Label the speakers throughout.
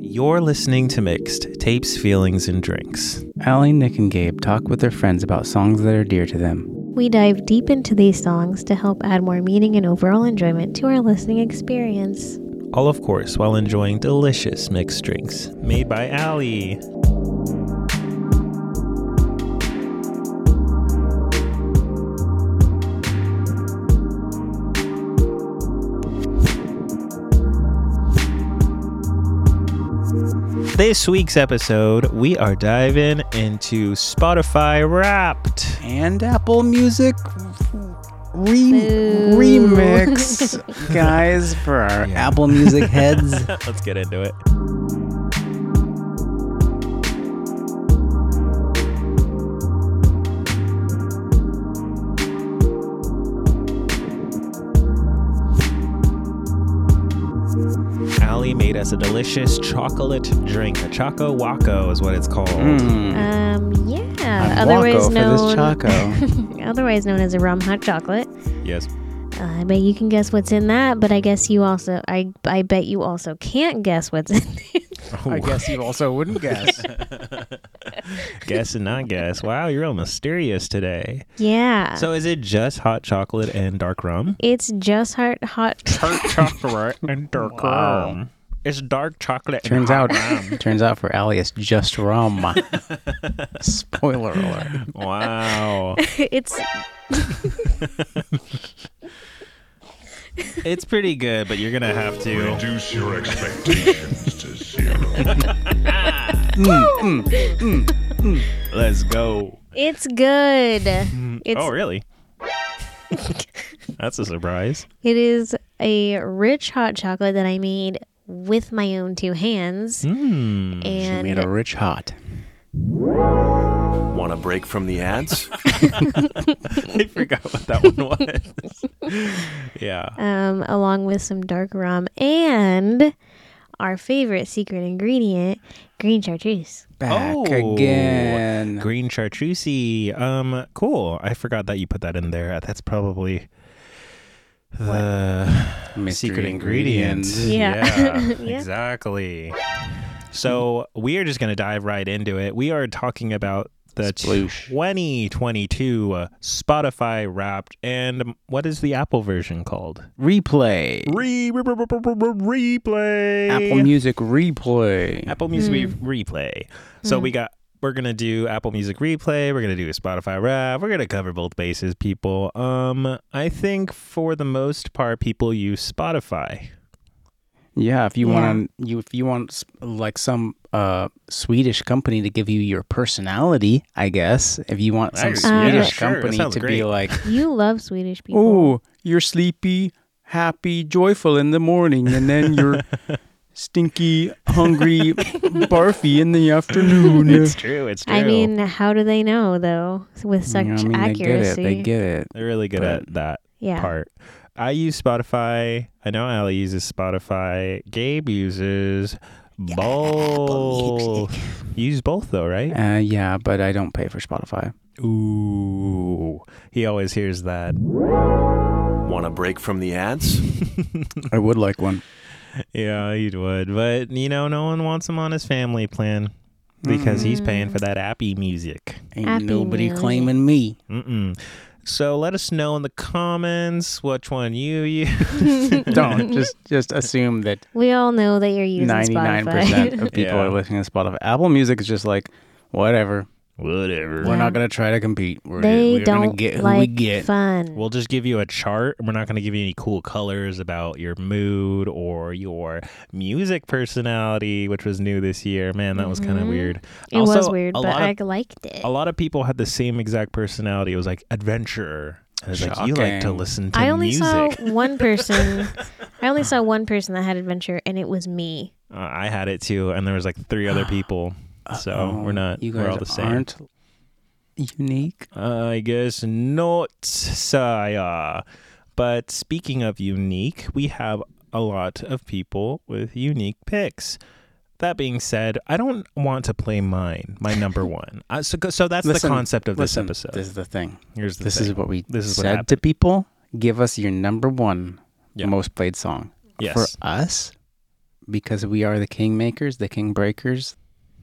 Speaker 1: You're listening to Mixed Tapes, Feelings, and Drinks.
Speaker 2: Allie, Nick, and Gabe talk with their friends about songs that are dear to them.
Speaker 3: We dive deep into these songs to help add more meaning and overall enjoyment to our listening experience.
Speaker 1: All, of course, while enjoying delicious mixed drinks made by Allie. This week's episode, we are diving into Spotify Wrapped.
Speaker 2: And Apple Music re- remix, guys, for our
Speaker 1: Yeah.
Speaker 2: Apple Music heads.
Speaker 1: Let's get into it. Allie made us a delicious chocolate drink. A Choco Waco is what it's called.
Speaker 2: Mm.
Speaker 3: Um, yeah.
Speaker 2: I'm
Speaker 3: otherwise
Speaker 2: Waco
Speaker 3: known,
Speaker 2: for this Choco.
Speaker 3: otherwise known as a rum hot chocolate.
Speaker 1: Yes.
Speaker 3: Uh, I bet you can guess what's in that, but I guess you also I I bet you also can't guess what's in it.
Speaker 2: I guess you also wouldn't guess.
Speaker 1: Oh. guess and not guess. Wow, you're real mysterious today.
Speaker 3: yeah.
Speaker 1: So is it just hot chocolate and dark rum?
Speaker 3: it's just heart hot
Speaker 1: dark chocolate and dark rum. It's dark chocolate.
Speaker 2: turns out, turns out for Allie, it's just rum. Spoiler alert.
Speaker 1: wow,
Speaker 3: it's
Speaker 1: it's pretty good, but you're gonna have to.
Speaker 4: Reduce your expectations to zero.
Speaker 1: Mm, Let's go.
Speaker 3: it's good. It's
Speaker 1: oh, really? That's a surprise.
Speaker 3: It is a rich hot chocolate that I made with my own two hands.
Speaker 1: Hmm.
Speaker 3: And
Speaker 2: Made a rich hot.
Speaker 5: Want a break from the ads?
Speaker 1: I forgot what that one was. yeah.
Speaker 3: um, along with some dark rum and our favorite secret ingredient, green chartreuse.
Speaker 2: Back
Speaker 1: Oh,
Speaker 2: again.
Speaker 1: Green chartreuse. Um, cool. I forgot that you put that in there. That's probably the
Speaker 2: Mystery
Speaker 1: secret ingredient.
Speaker 2: ingredient.
Speaker 3: Yeah. Yeah.
Speaker 1: exactly. So we are just going to dive right into it. We are talking about the
Speaker 2: Sploosh.
Speaker 1: 2022 uh, Spotify Wrapped, and um, what is the Apple version called?
Speaker 2: Replay.
Speaker 1: Re- re- re- re- re- replay.
Speaker 2: Apple Music replay.
Speaker 1: Apple Music Re- Replay. So we got we're gonna do Apple Music Replay. We're gonna do a Spotify Rap. We're gonna cover both bases, people. Um, I think for the most part, people use Spotify.
Speaker 2: Yeah, if you
Speaker 3: Yeah.
Speaker 2: want you if you want s- like some uh Swedish company to give you your personality, I guess. If you want some
Speaker 1: Nice.
Speaker 3: Yeah,
Speaker 2: Swedish
Speaker 1: sure. That
Speaker 2: company
Speaker 1: sounds
Speaker 2: to
Speaker 1: great.
Speaker 2: be like,
Speaker 3: You love Swedish people.
Speaker 2: "Oh, you're sleepy, happy, joyful in the morning and then you're stinky, hungry, barfy in the afternoon."
Speaker 1: It's true. It's true.
Speaker 3: I mean, how do they know though with
Speaker 2: You
Speaker 3: such
Speaker 2: know, I mean,
Speaker 3: accuracy?
Speaker 2: They get it.
Speaker 1: They're really good
Speaker 2: But-
Speaker 1: at that
Speaker 3: yeah.
Speaker 1: part. I use Spotify. I know Ali uses Spotify. Gabe uses both. You use both though,
Speaker 2: They
Speaker 1: right?
Speaker 2: get it. Uh, yeah, but I don't pay for Spotify.
Speaker 1: Ooh. He always hears that.
Speaker 5: Want a break from the ads?
Speaker 2: I would like one.
Speaker 1: Yeah, he would. But you know, no one wants him on his family plan because he's paying for that appy music.
Speaker 2: Ain't
Speaker 3: Happy
Speaker 2: nobody
Speaker 3: music.
Speaker 2: claiming me.
Speaker 1: Mm-mm. So let us know in the comments which one you use.
Speaker 2: don't just just assume that
Speaker 3: We all know that you're using
Speaker 2: Ninety-nine percent
Speaker 3: Spotify.
Speaker 2: of people
Speaker 1: Yeah.
Speaker 2: are listening to Spotify. Apple Music is just like, whatever.
Speaker 1: Whatever.
Speaker 2: We're
Speaker 3: Yeah.
Speaker 2: not gonna try to compete. We're,
Speaker 3: they
Speaker 2: we're gonna
Speaker 3: don't
Speaker 2: get who
Speaker 3: like
Speaker 2: we get.
Speaker 3: fun.
Speaker 1: We'll just give you a chart. We're not going to give you any cool colors about your mood or your music personality, which was new this year. Man, that was kind of
Speaker 3: Mhm.
Speaker 1: weird.
Speaker 3: it
Speaker 1: also,
Speaker 3: was weird,
Speaker 1: a
Speaker 3: but
Speaker 1: lot
Speaker 3: I
Speaker 1: of-
Speaker 3: liked it.
Speaker 1: A lot of people had the same exact personality. It was like adventurer. And it's like you like to
Speaker 2: Shocking.
Speaker 1: listen to
Speaker 3: I only
Speaker 1: music.
Speaker 3: saw one person. I only saw one person that had adventure, and it was me.
Speaker 1: Uh, I had it too, and there was like three other people. So
Speaker 2: Uh-oh.
Speaker 1: we're not.
Speaker 2: You guys
Speaker 1: we're all the same.
Speaker 2: aren't unique.
Speaker 1: I guess not, sire. But speaking of unique, we have a lot of people with unique picks. That being said, I don't want to play mine, my number one. Uh, so, so that's
Speaker 2: Listen,
Speaker 1: the concept of
Speaker 2: listen,
Speaker 1: this episode.
Speaker 2: This is the thing.
Speaker 1: Here's the
Speaker 2: this
Speaker 1: thing.
Speaker 2: is what we
Speaker 1: This is what
Speaker 2: said
Speaker 1: happened.
Speaker 2: to people. Give us your number one
Speaker 1: Yeah.
Speaker 2: most played song.
Speaker 1: Yes.
Speaker 2: For us, because we are the kingmakers, the king breakers.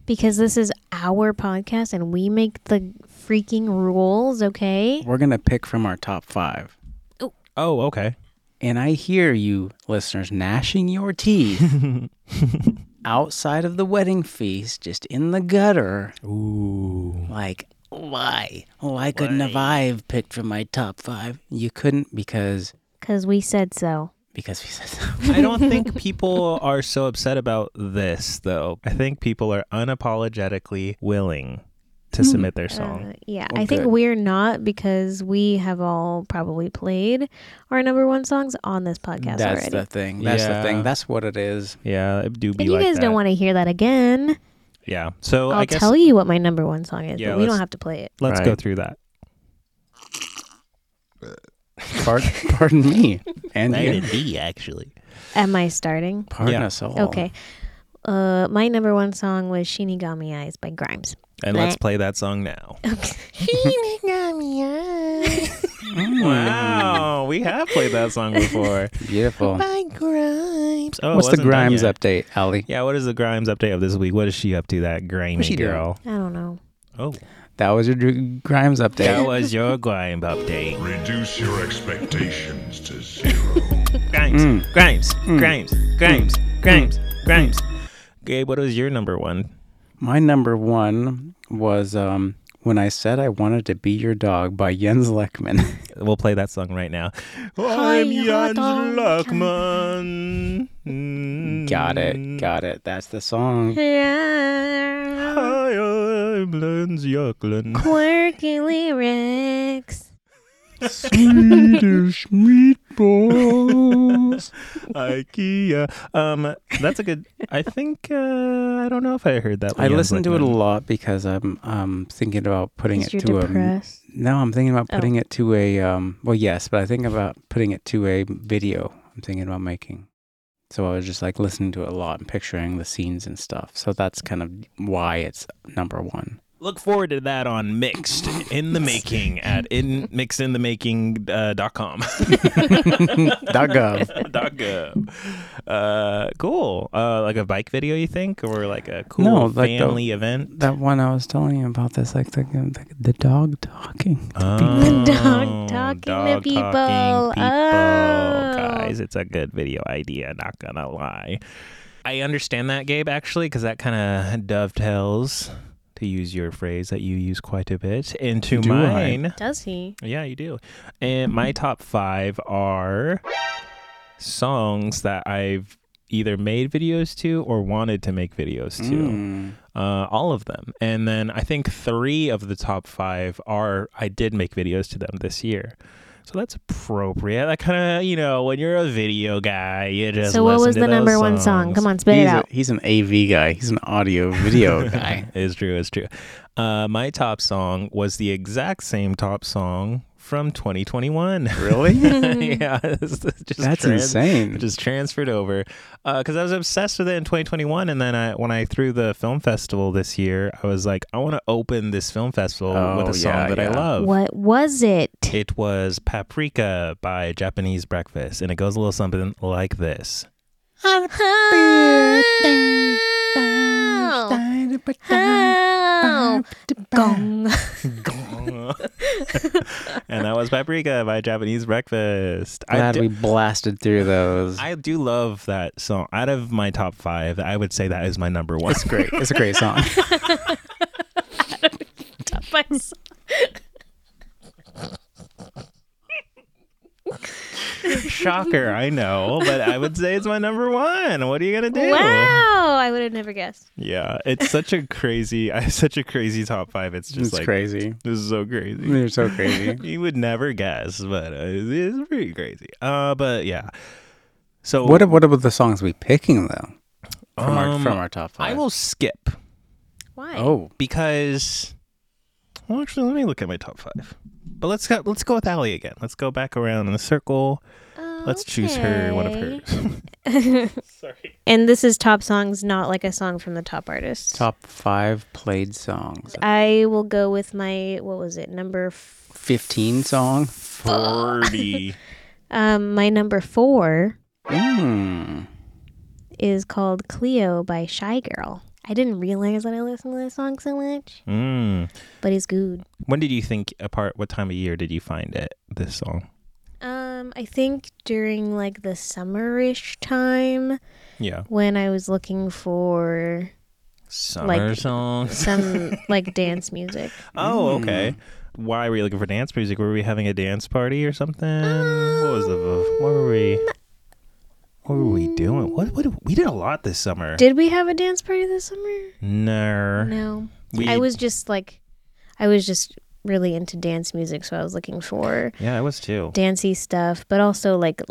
Speaker 3: Because this is our podcast and we make the freaking rules, okay?
Speaker 2: We're going to pick from our top five.
Speaker 1: Oh, okay.
Speaker 2: And I hear you, listeners, gnashing your teeth outside of the wedding feast, just in the gutter.
Speaker 1: Ooh.
Speaker 2: Like, why? Why couldn't have I have picked from my top five? You couldn't because
Speaker 3: Because we said so.
Speaker 2: because we said so.
Speaker 1: I don't think people are so upset about this though. I think people are unapologetically willing to submit their song.
Speaker 3: Uh, yeah,
Speaker 2: Well,
Speaker 3: I think
Speaker 2: good.
Speaker 3: we're not because we have all probably played our number one songs on this podcast
Speaker 2: That's
Speaker 3: already.
Speaker 2: the thing. That's
Speaker 1: Yeah.
Speaker 2: the thing. That's what it is.
Speaker 1: yeah, it do be
Speaker 3: and you
Speaker 1: like
Speaker 3: guys
Speaker 1: that.
Speaker 3: don't want to hear that again.
Speaker 1: Yeah. So
Speaker 3: I'll
Speaker 1: I guess
Speaker 3: tell you what my number one song is,
Speaker 1: Yeah,
Speaker 3: but we
Speaker 1: let's-
Speaker 3: don't have to play it.
Speaker 1: let's go
Speaker 2: Right.
Speaker 1: through that.
Speaker 2: Pardon, pardon me. And you.
Speaker 1: B actually.
Speaker 3: Am I starting?
Speaker 2: Pardon
Speaker 1: Yeah.
Speaker 2: us all.
Speaker 3: Okay. Uh, my number one song was Shinigami Eyes by Grimes.
Speaker 1: And let's play that song now.
Speaker 3: Shinigami Eyes. Mm.
Speaker 1: Wow, we have played that song before.
Speaker 2: Beautiful.
Speaker 1: By Grimes. Oh, it
Speaker 2: What's the
Speaker 1: wasn't done
Speaker 2: Grimes
Speaker 1: yet.
Speaker 2: update, Allie?
Speaker 1: Yeah, what is the Grimes update of this week? What is she up to, that grimy
Speaker 2: she doing?
Speaker 1: girl?
Speaker 3: I don't know.
Speaker 1: Oh,
Speaker 2: That was your Dr- Grimes
Speaker 1: that
Speaker 2: update.
Speaker 1: was your Grime update.
Speaker 4: Reduce your expectations to zero.
Speaker 1: Grimes, Grimes, Grimes, Grimes, Grimes, Grimes. Gabe, what was your number one?
Speaker 2: My number one was um, when I said I wanted to be your dog by Jens Lechman.
Speaker 1: We'll play that song right now.
Speaker 3: Hi,
Speaker 1: Mm. I'm Jans
Speaker 3: Hotdog.
Speaker 1: Luckman.
Speaker 2: got it.
Speaker 1: Mm.
Speaker 2: Got it. That's the song.
Speaker 3: Yeah.
Speaker 1: Hi, I'm Lenz Yucklin.
Speaker 3: Quirky lyrics.
Speaker 2: Swedish meatballs.
Speaker 1: IKEA. Um, that's a good. I think uh, I don't know if I heard that.
Speaker 2: I
Speaker 1: Leanne
Speaker 2: listen to it a
Speaker 1: Blickman.
Speaker 2: lot because I'm um, thinking about putting
Speaker 3: 'Cause
Speaker 2: it
Speaker 3: you're
Speaker 2: to a
Speaker 3: depressed.
Speaker 2: No, I'm thinking about
Speaker 3: Oh.
Speaker 2: putting it to a um well yes, but I think about putting it to a video I'm thinking about making. So I was just like listening to it a lot and picturing the scenes and stuff. So that's kind of why it's number one.
Speaker 1: Look forward to that on Mixed in the Making at in mixedinthemaking.com. Uh, dot com.
Speaker 2: Dot gov.
Speaker 1: Dot gov. uh, cool. Uh, like a bike video, you think, or like a cool
Speaker 2: No, like the-
Speaker 1: family event?
Speaker 2: That one I was telling you about this, like the the, the dog talking.
Speaker 1: Oh,
Speaker 3: dog talking to
Speaker 1: dog
Speaker 3: people.
Speaker 1: talking people.
Speaker 3: Oh.
Speaker 1: Guys, it's a good video idea, not gonna lie. I understand that, Gabe, actually, because that kind of dovetails, to use your phrase that you use quite a bit, into
Speaker 2: Do I?
Speaker 1: mine.
Speaker 3: Does he?
Speaker 1: Yeah, you do. And my top five are songs that I've either made videos to or wanted to make videos to. Uh, all of them. And then I think three of the top five are I did make videos to them this year. So that's appropriate. That kind of, you know, when you're a video guy, you just.
Speaker 3: So what
Speaker 1: listen
Speaker 3: was
Speaker 1: to
Speaker 3: the
Speaker 1: those
Speaker 3: number one song?
Speaker 1: songs.
Speaker 3: Come on, spit
Speaker 2: He's,
Speaker 3: it out.
Speaker 2: a, he's an AV guy. He's an audio video guy.
Speaker 1: It's true. It's true. Uh, my top song was the exact same top song from 2021.
Speaker 2: Really?
Speaker 1: yeah, it's just
Speaker 2: That's
Speaker 1: trans-
Speaker 2: insane.
Speaker 1: it Just transferred over because I was obsessed with it in 2021, and then I, when I threw the film festival this year, I was like, I want to open this film festival
Speaker 2: Oh,
Speaker 1: with a song
Speaker 2: yeah,
Speaker 1: that I
Speaker 2: yeah.
Speaker 1: love.
Speaker 3: What was it?
Speaker 1: It was Paprika by Japanese Breakfast, and it goes a little something like this.
Speaker 3: How? How? Gong.
Speaker 1: and that was Paprika by Japanese Breakfast. I
Speaker 2: Glad
Speaker 1: d-
Speaker 2: we blasted through those.
Speaker 1: I do love that song. Out of my top five, I would say that is my number one.
Speaker 2: it's great. It's a great song.
Speaker 1: Shocker, I know, but I would say it's my number one. What are you gonna do?
Speaker 3: Wow! I would have never guessed.
Speaker 1: Yeah, it's such a crazy. I have such a crazy top five. It's just
Speaker 2: it's
Speaker 1: like
Speaker 2: crazy.
Speaker 1: this is so crazy.
Speaker 2: They're so crazy.
Speaker 1: You would never guess, but uh, it's pretty crazy. Uh, but yeah. So
Speaker 2: What ab- what about the songs we picking though? From our
Speaker 1: Um,
Speaker 2: from our top five.
Speaker 1: I will skip
Speaker 3: Why?
Speaker 2: Oh,
Speaker 1: because. Well, actually, let me look at my top five. But let's go. Let's go with Allie again. Let's go back around in a circle. Let's choose her one of
Speaker 3: Okay.
Speaker 1: hers.
Speaker 3: And this is top songs, not like a song from the top artist.
Speaker 2: top five played songs.
Speaker 3: I will go with my what was it number? F-
Speaker 2: Fifteen song.
Speaker 1: Forty.
Speaker 3: um, my number four
Speaker 2: Mm.
Speaker 3: is called Cleo by Shy Girl. I didn't realize that I listened to this song so much,
Speaker 1: Mm.
Speaker 3: but it's good.
Speaker 1: When did you think apart? What time of year did you find it? This song.
Speaker 3: Um, I think during like the summerish time
Speaker 1: Yeah.
Speaker 3: when I was looking for
Speaker 1: Summer songs.
Speaker 3: some like dance music.
Speaker 1: Oh, okay. Why were you looking for dance music? Were we having a dance party or something? what was the?
Speaker 3: Um,
Speaker 1: What were we? What were we doing? What? What? We did a lot this summer.
Speaker 3: Did we have a dance party this summer?
Speaker 1: no.
Speaker 3: No.
Speaker 1: We-
Speaker 3: I was just like I was just really into dance music, so I was looking for
Speaker 1: Yeah, I was too.
Speaker 3: dancey stuff, but also like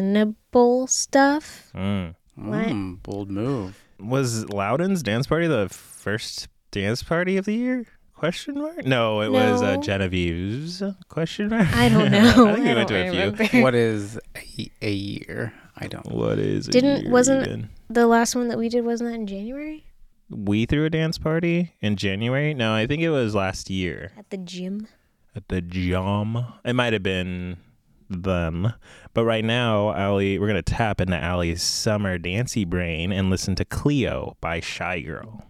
Speaker 3: listenable stuff.
Speaker 1: Mm.
Speaker 3: What?
Speaker 2: Mm, bold move.
Speaker 1: Was Loudon's dance party the first dance party of the year? Question mark? No, it was uh,
Speaker 3: No.
Speaker 1: Genevieve's question mark.
Speaker 3: I don't know.
Speaker 1: I think we
Speaker 3: I
Speaker 1: went
Speaker 3: don't
Speaker 1: to a few.
Speaker 3: remember.
Speaker 2: What is a, a year? I don't.
Speaker 1: What is a
Speaker 3: Didn't-
Speaker 1: year
Speaker 3: wasn't-
Speaker 1: even?
Speaker 3: The last one that we did wasn't that in January
Speaker 1: we threw a dance party in January? No, I think it was last year
Speaker 3: at the gym.
Speaker 1: at the Jom. It might have been them, but right now, Ali, we're gonna tap into Ali's summer dancey brain and listen to Cleo by Shy Girl.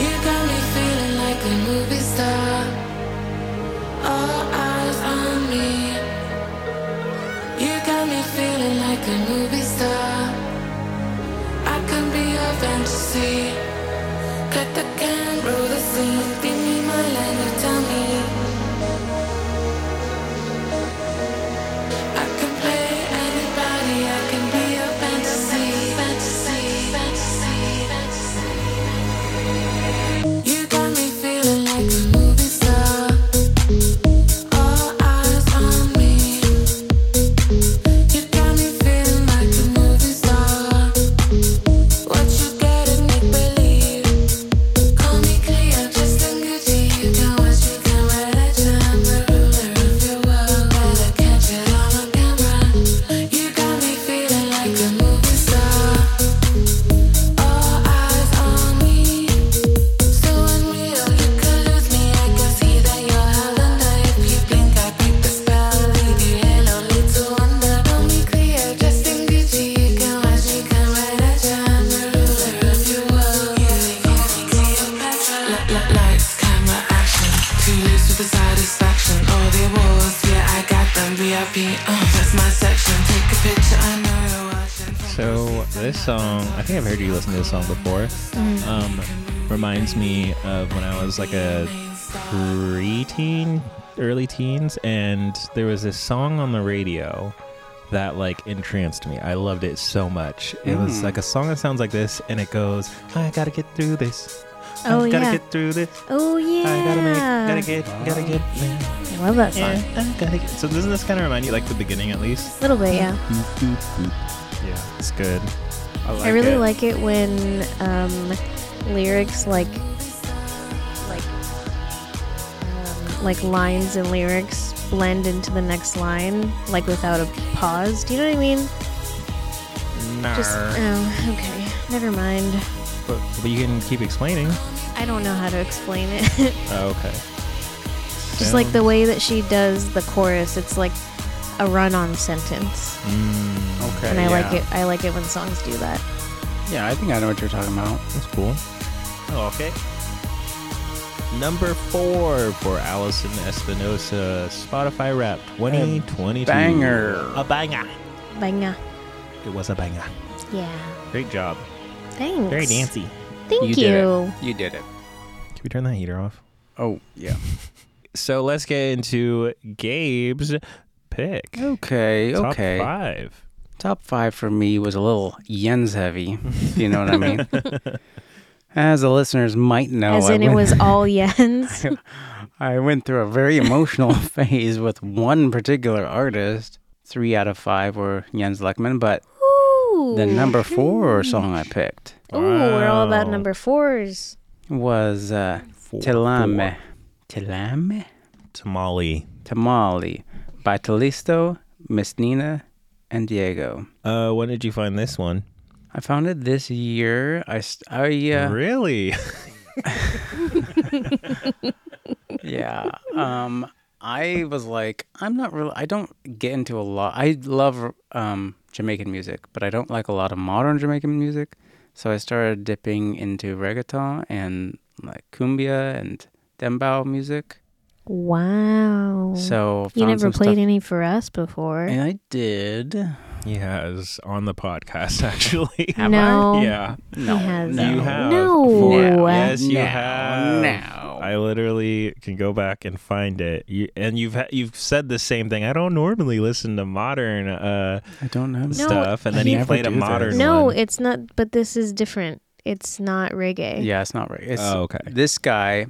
Speaker 6: You got me feeling like a movie star. All eyes on me. You got me feeling like a movie star. I can be your fantasy. Cut the camera, roll the scene. Give me my line, you tell me. I can play anybody. I can be your fantasy, fantasy, fantasy, fantasy. You got me feeling like a movie star. All eyes on me. You got me feeling like a movie star. What you got is make believe. Call me Cleo, just a Gucci. You can watch me come right at you. I'm the ruler of your world. Better catch it all on camera. You got me feeling like a movie star. All eyes on me. So unreal, you could lose me. I can see that you're holding If you blink, I break the spell. Leave you here lonely to wonder. Don't be clear, just in Gucci. You can watch me come right at you. I'm the ruler of your world. You think you think Cleopatra? Li- li- Lights, camera, action. Two lips with the satisfaction. All the awards, yeah, I got them. VIP, uh, that's my section. Take a picture, I know you're watching.
Speaker 1: So this song, I think I've heard you listen to this song before.
Speaker 3: Mm-hmm.
Speaker 1: Um, reminds me of when I was like a preteen, early teens, and there was this song on the radio that like entranced me. I loved it so much. It was like a song that sounds like this, and it goes, "I gotta get through this.
Speaker 3: Oh,
Speaker 1: I gotta
Speaker 3: yeah.
Speaker 1: get through this.
Speaker 3: Oh yeah.
Speaker 1: I gotta make, gotta get, gotta get." yeah,
Speaker 3: I love that song.
Speaker 1: I gotta get. So doesn't this kind of remind you, like the beginning at least?
Speaker 3: A little bit, yeah.
Speaker 1: Yeah, it's good. I, like
Speaker 3: I really
Speaker 1: it.
Speaker 3: like it when um, lyrics like like um, like lines and lyrics blend into the next line, like without a pause. Do you know what I mean?
Speaker 1: Nah.
Speaker 3: Just oh, okay. Never mind.
Speaker 1: But, but you can keep explaining.
Speaker 3: I don't know how to explain it.
Speaker 1: Oh, okay.
Speaker 3: Just like the way that she does the chorus, it's like a run-on sentence,
Speaker 2: Okay.
Speaker 3: and I like
Speaker 2: yeah.
Speaker 3: it. I like it when songs do that.
Speaker 2: Yeah, I think I know what you're talking about.
Speaker 1: That's cool. Oh, okay. Number four for Allison Espinosa, Spotify Rap 2022.
Speaker 2: banger.
Speaker 1: A banger.
Speaker 3: Banga,
Speaker 1: It was a banger.
Speaker 3: yeah.
Speaker 1: Great job.
Speaker 3: Thanks.
Speaker 1: Very dancy.
Speaker 3: Thank you.
Speaker 2: did it. You did it.
Speaker 1: Can we turn that heater off?
Speaker 2: Oh yeah.
Speaker 1: So let's get into Gabe's pick.
Speaker 2: Okay.
Speaker 1: Top
Speaker 2: okay.
Speaker 1: five.
Speaker 2: Top five for me was a little yens heavy. if you know what I mean? As the listeners might know,
Speaker 3: As
Speaker 2: Oh, I
Speaker 3: in, it
Speaker 2: went-
Speaker 3: was all yens.
Speaker 2: I went through a very emotional phase with one particular artist. Three out of five were Jens Lechman, but
Speaker 3: Ooh.
Speaker 2: the number four song I picked
Speaker 3: Ooh, we're all about
Speaker 1: Wow.
Speaker 3: number fours.
Speaker 2: was uh,
Speaker 1: Four,
Speaker 2: Telame. Telame?
Speaker 1: Tamale.
Speaker 2: Tamale by Talisto, Miss Nina, and Diego.
Speaker 1: Uh, when did you find this one?
Speaker 2: I found it this year. I, st- I uh,
Speaker 1: Really?
Speaker 2: yeah. Um, I was like, I'm not really. I don't get into a lot. I love um Jamaican music, but I don't like a lot of modern Jamaican music. So I started dipping into reggaeton and like cumbia and dembow music.
Speaker 3: Wow.
Speaker 2: So
Speaker 3: you
Speaker 2: found
Speaker 3: never
Speaker 2: some
Speaker 3: played
Speaker 2: stuff-
Speaker 3: any for us before.
Speaker 2: And I did.
Speaker 1: He has on the podcast actually.
Speaker 2: Have I?
Speaker 3: no.
Speaker 1: yeah.
Speaker 2: No,
Speaker 3: has.
Speaker 2: no.
Speaker 1: You have.
Speaker 3: No.
Speaker 1: Before.
Speaker 3: No.
Speaker 1: Yes, you
Speaker 2: No.
Speaker 1: have.
Speaker 2: No.
Speaker 1: I literally can go back and find it. You, and you've ha- you've said the same thing. I don't normally listen to modern uh,
Speaker 2: I don't know.
Speaker 1: stuff, and
Speaker 2: I
Speaker 1: then he
Speaker 2: never
Speaker 1: played a
Speaker 2: do this.
Speaker 1: modern.
Speaker 3: No,
Speaker 1: one.
Speaker 3: it's not. But this is different. It's not reggae.
Speaker 2: Yeah, it's not right. It's,
Speaker 1: Oh, okay.
Speaker 2: This guy,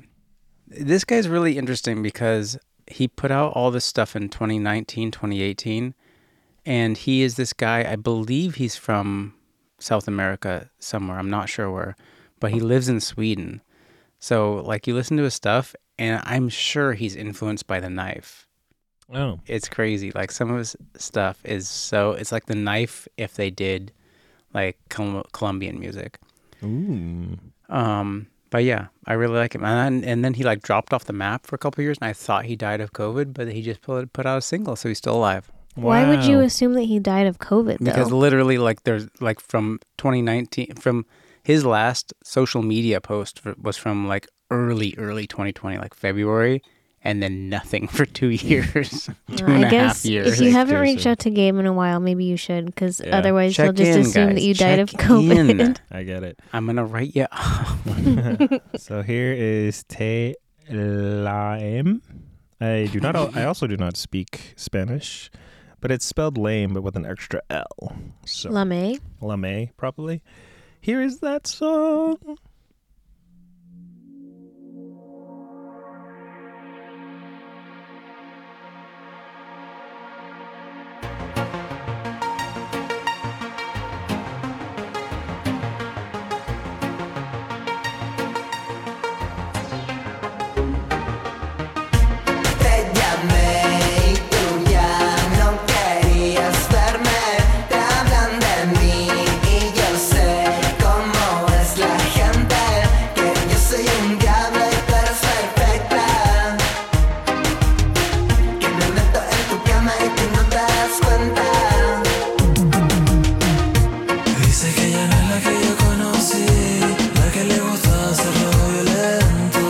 Speaker 2: this guy's really interesting because he put out all this stuff in 2019, 2018, and he is this guy. I believe he's from South America somewhere. I'm not sure where, but he lives in Sweden. So like, you listen to his stuff, and I'm sure he's influenced by the knife.
Speaker 1: Oh,
Speaker 2: It's crazy. Like some of his stuff is so. It's like the knife if they did like Col- Colombian music.
Speaker 1: ooh,
Speaker 2: Um, but yeah, I really like him. And and then he like dropped off the map for a couple of years, and I thought he died of COVID, but he just put put out a single, so he's still alive.
Speaker 3: Why would you
Speaker 1: Wow.
Speaker 3: assume that he died of COVID though?
Speaker 2: Because literally, like there's like from 2019, from his last social media post f- was from like early early 2020, like February. And then nothing for two years, two
Speaker 3: I
Speaker 2: and a half
Speaker 3: guess
Speaker 2: years.
Speaker 3: if you haven't reached
Speaker 1: Jason.
Speaker 3: out to Gabe in a while, maybe you should, because
Speaker 1: Yeah.
Speaker 3: otherwise
Speaker 2: Check
Speaker 3: he'll just
Speaker 2: in,
Speaker 3: assume that
Speaker 2: guys.
Speaker 3: you died of
Speaker 2: Check
Speaker 3: COVID.
Speaker 2: in.
Speaker 1: I get it.
Speaker 2: I'm gonna write you up.
Speaker 1: So here is Te Lame. I do not. I also do not speak Spanish, but it's spelled lame, but with an extra L. So
Speaker 3: Lame.
Speaker 1: lame, probably. Here is that song.
Speaker 7: Te llamé y tú ya no querías verme. Te hablan de mí y yo sé cómo es la gente. Que yo soy un diablo y tú eres perfecta. Que me meto en tu cama y tú no te das cuenta.
Speaker 8: Dice que ella no es la que yo conocí, la que le gusta hacerlo violento.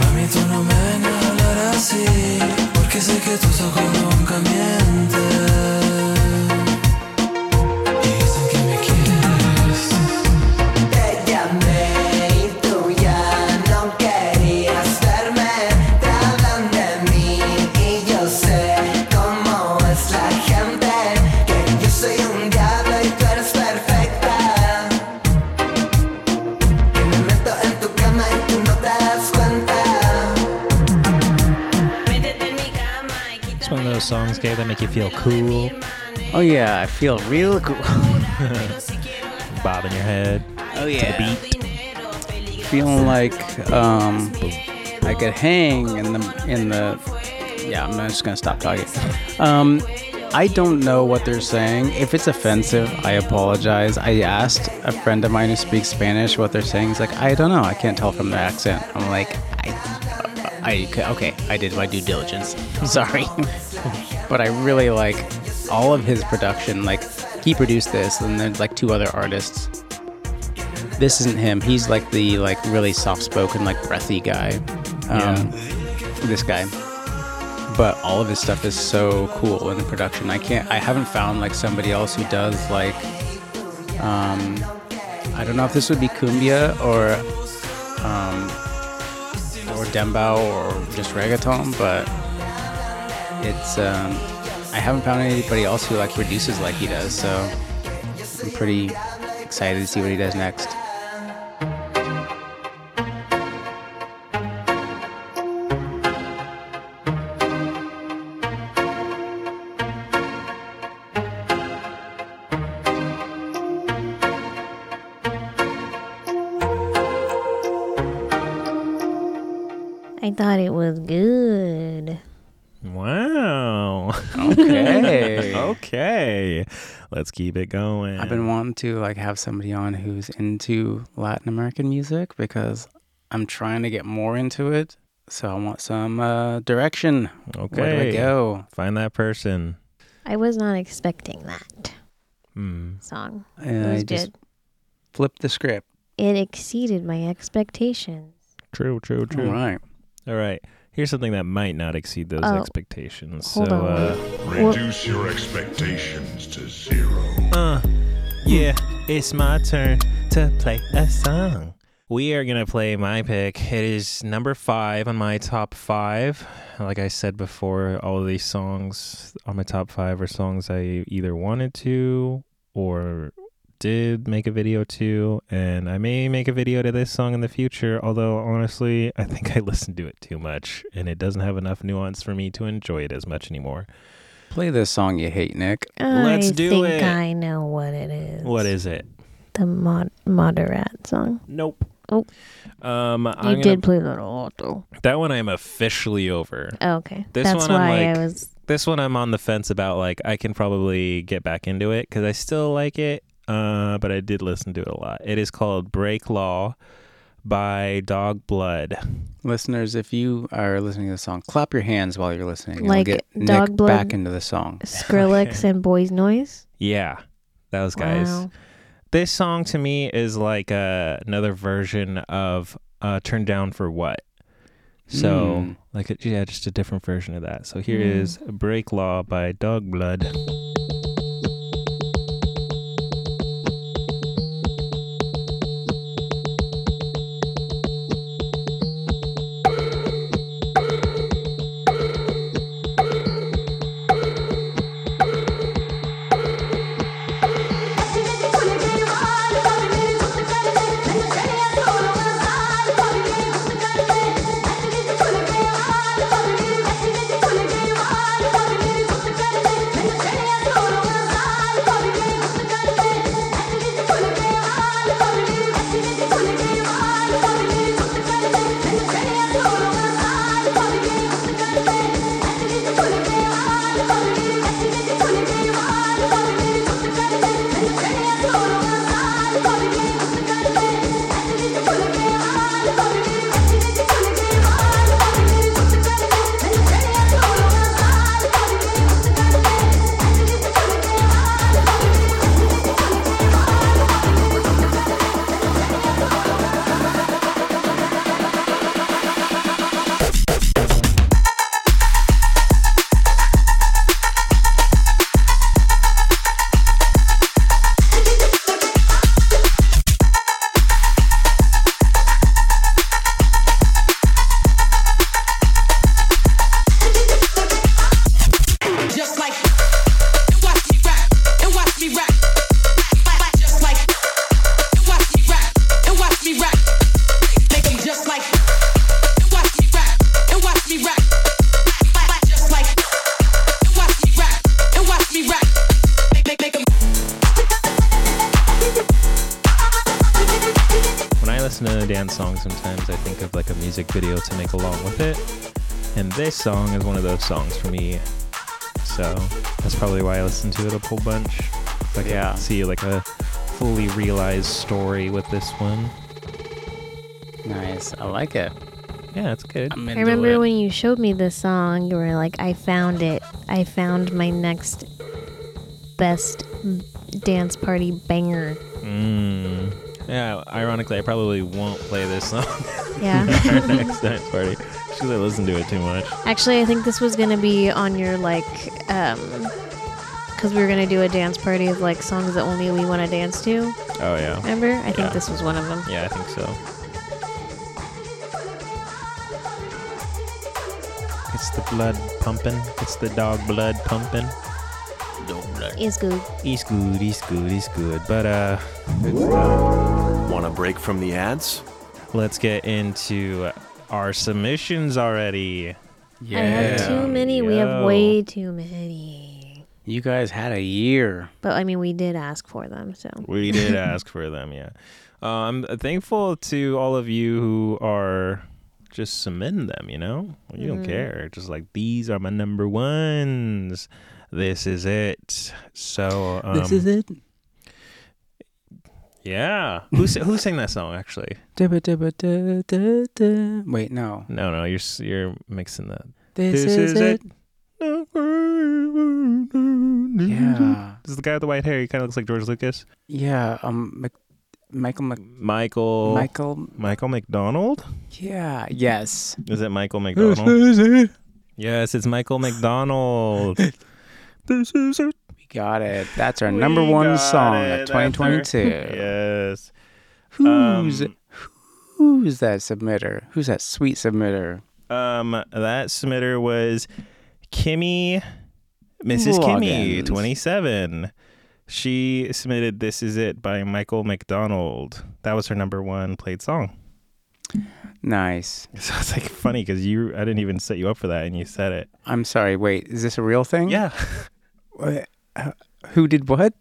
Speaker 8: Mami, tú no me vengas a hablar así, porque sé que tus ojos nunca mienten. Y dicen que me quieres.
Speaker 7: Te llamé y tú ya no querías verme. Te hablan de mí y yo sé cómo es la gente. Que yo soy un diablo y tú eres perfecta. Que me meto en tu cama y tú no te das cuenta.
Speaker 1: It's one of those songs, Gabe, that make you feel cool,
Speaker 2: Oh yeah, I feel real cool.
Speaker 1: bobbing your head.
Speaker 2: Oh yeah. Feeling like um, I could hang in the in the. Yeah, I'm just gonna stop talking. Um, I don't know what they're saying. If it's offensive, I apologize. I asked a friend of mine who speaks Spanish what they're saying. He's like, I don't know. I can't tell from their accent. I'm like, I, I okay. I did my due diligence. I'm sorry, but I really like all of his production. Like he produced this, and there's like two other artists this isn't him. He's like the like really soft spoken, like breathy guy. Um, This guy. But all of his stuff is so cool in the production. I can't. I haven't found like somebody else who does like. Um, I don't know if this would be cumbia or, um, or dembow or just reggaeton, but it's. Um, I haven't found anybody else who like produces like he does. So I'm pretty excited to see what he does next.
Speaker 3: I thought it was good.
Speaker 1: Wow.
Speaker 2: Okay.
Speaker 1: okay. Let's keep it going.
Speaker 2: I've been wanting to like have somebody on who's into Latin American music because I'm trying to get more into it. So I want some uh, direction.
Speaker 1: okay.
Speaker 2: Where do I go?
Speaker 1: Find that person.
Speaker 3: I was not expecting that
Speaker 1: Hmm.
Speaker 3: song.
Speaker 2: And
Speaker 3: it was
Speaker 2: I just
Speaker 3: good.
Speaker 2: flip the script.
Speaker 3: It exceeded my expectations.
Speaker 1: True, true, true.
Speaker 2: All right.
Speaker 1: All right. Here's something that might not exceed those
Speaker 3: Oh.
Speaker 1: expectations.
Speaker 3: Hold
Speaker 1: so,
Speaker 3: on.
Speaker 1: uh,
Speaker 4: Reduce your expectations to zero.
Speaker 1: uh, yeah, it's my turn to play a song. We are going to play my pick. It is number five on my top five. Like I said before, all of these songs on my top five are songs I either wanted to or did make a video to. And I may make a video to this song in the future, although honestly, I think I listened to it too much and it doesn't have enough nuance for me to enjoy it as much anymore.
Speaker 2: Play this song you hate, Nick.
Speaker 1: Let's
Speaker 3: I
Speaker 1: do
Speaker 3: think
Speaker 1: it.
Speaker 3: I know what it is.
Speaker 1: What is it?
Speaker 3: the mod- Moderat song?
Speaker 1: Nope.
Speaker 3: Oh.
Speaker 1: Um,
Speaker 3: You
Speaker 1: I'm gonna,
Speaker 3: did play that a lot, though.
Speaker 1: that one I'm officially over.
Speaker 3: Oh, okay,
Speaker 1: This
Speaker 3: that's
Speaker 1: one I'm
Speaker 3: why
Speaker 1: like-
Speaker 3: I was.
Speaker 1: This one I'm on the fence about. Like, I can probably get back into it because I still like it, uh, but I did listen to it a lot. It is called Break Law by Dog Blood.
Speaker 2: Listeners, if you are listening to the song, clap your hands while you're listening. and
Speaker 3: Like
Speaker 2: get
Speaker 3: Dog
Speaker 2: Nick
Speaker 3: Blood-
Speaker 2: back into the song.
Speaker 3: Skrillex and Boys Noise.
Speaker 1: Yeah, those guys.
Speaker 3: Wow.
Speaker 1: This song to me is like uh, another version of uh, "Turn Down for What." So,
Speaker 2: Mm.
Speaker 1: like, a, yeah, just a different version of that. So here
Speaker 3: Mm.
Speaker 1: is "Break Law" by Dog Blood.
Speaker 9: Just like and watch me rap and watch me rap. Rap, rap, Just like and watch me rap and watch me rap. Make 'em just like and watch me rap and watch me rap. Rap, rap, Just like and watch me rap and watch me rap. Make, make, make 'em
Speaker 1: When I listen to a dance song, sometimes I think of like a music video to make along with it. And this song is one of those songs for me. So that's probably why I listen to it a whole bunch. Like
Speaker 2: Yeah.
Speaker 1: I see like a fully realized story with this one.
Speaker 2: Nice. I like it.
Speaker 1: Yeah, it's good.
Speaker 2: I'm
Speaker 3: I
Speaker 2: into
Speaker 3: remember
Speaker 2: it.
Speaker 3: when you showed me this song, you were like, "I found it. I found my next best dance party banger."
Speaker 1: Mm. Yeah, ironically, I probably won't play this song
Speaker 3: Yeah.
Speaker 1: at our next dance party because I listen to it too much.
Speaker 3: Actually, I think this was gonna be on your like, um, because we were gonna do a dance party of like songs that only we want to dance to.
Speaker 1: Oh, yeah.
Speaker 3: Remember? I
Speaker 1: Yeah.
Speaker 3: think this was one of them.
Speaker 1: Yeah, I think so. It's the blood pumping. It's the dog blood pumping.
Speaker 3: It's good.
Speaker 1: He's good, he's good, he's good. But uh,
Speaker 5: Want a break from the ads?
Speaker 1: let's get into our submissions already.
Speaker 2: yeah.
Speaker 3: I have too many. We have
Speaker 1: Yo.
Speaker 3: way too many.
Speaker 2: You guys had a year.
Speaker 3: But I mean, we did ask for them, so
Speaker 1: We did uh, ask for them, yeah. Uh, I'm thankful to all of you who are just cement them, you know? You don't
Speaker 3: Mhm.
Speaker 2: Mm-hmm.
Speaker 1: care. Just like these are my number ones. This is it. So um,
Speaker 2: this is it.
Speaker 1: Yeah. Who sa- who sang that song actually?
Speaker 2: Da, ba, da, ba, da, da, da. Wait, no.
Speaker 1: No, no, you're s- you're mixing that.
Speaker 2: This, is, it. Yeah.
Speaker 1: This is the guy with the white hair. He kind of looks like George Lucas.
Speaker 2: Yeah. Um, Mac- Michael Mc-
Speaker 1: Michael
Speaker 2: Michael.
Speaker 1: Michael McDonald?
Speaker 2: Yeah. Yes.
Speaker 1: Is it Michael McDonald?
Speaker 2: is it.
Speaker 1: yes, it's Michael McDonald. this is it.
Speaker 2: We got it. That's our
Speaker 1: We
Speaker 2: number one
Speaker 1: got
Speaker 2: song
Speaker 1: it.
Speaker 2: of
Speaker 1: That's our-
Speaker 2: 2022.
Speaker 1: Yes.
Speaker 2: Who's
Speaker 1: Um,
Speaker 2: who's that submitter? Who's that sweet submitter?
Speaker 1: Um, that submitter was Kimmy, Mrs. Kimmy,
Speaker 2: Loggins.
Speaker 1: 27. She submitted This Is It by Michael McDonald. That was her number one played song.
Speaker 2: Nice.
Speaker 1: So it's like funny because you, I didn't even set you up for that and you said it.
Speaker 2: I'm sorry. Wait, is this a real thing?
Speaker 1: Yeah.
Speaker 2: Wha- uh, Who did what?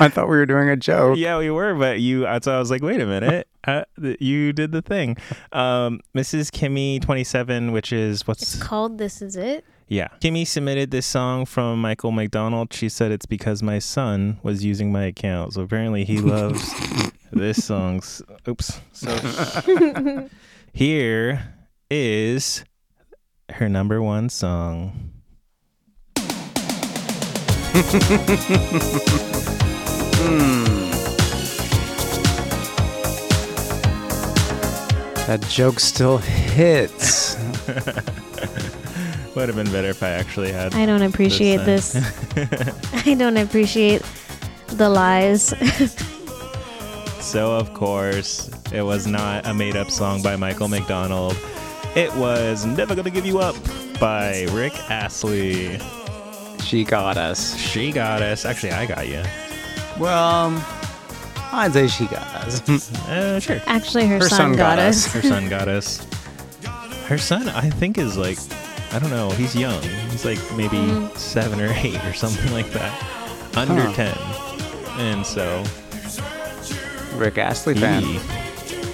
Speaker 2: I thought we were doing a joke.
Speaker 1: Yeah, we were, but you, that's why I was like, wait a minute. uh, th- you did the thing. Um, Mrs. Kimmy, 27, which is what's.
Speaker 3: It's called This Is It.
Speaker 1: Yeah. Kimmy submitted this song from Michael McDonald. She said it's because my son was using my account. So apparently he loves this song. S- Oops. So here is her number one song.
Speaker 2: That joke still hits.
Speaker 1: Would have been better if I actually had.
Speaker 3: I don't appreciate
Speaker 1: This,
Speaker 3: this. I don't appreciate the lies.
Speaker 1: So, of course, it was not a made up song by Michael McDonald. It was Never Gonna Give You Up by Rick Astley.
Speaker 2: she got us.
Speaker 1: She got us. Actually, I got you.
Speaker 2: Well, um, I'd say she got us.
Speaker 1: Uh, sure.
Speaker 3: Actually, her,
Speaker 2: Her
Speaker 3: son,
Speaker 2: son got
Speaker 3: got us.
Speaker 1: Her son got us. Her son, I think, is like, I don't know, he's young. He's like maybe
Speaker 3: Mm-hmm.
Speaker 1: seven or eight or something like that. Under
Speaker 2: Huh.
Speaker 1: 10. And so
Speaker 2: Rick Astley
Speaker 1: he,
Speaker 2: fan.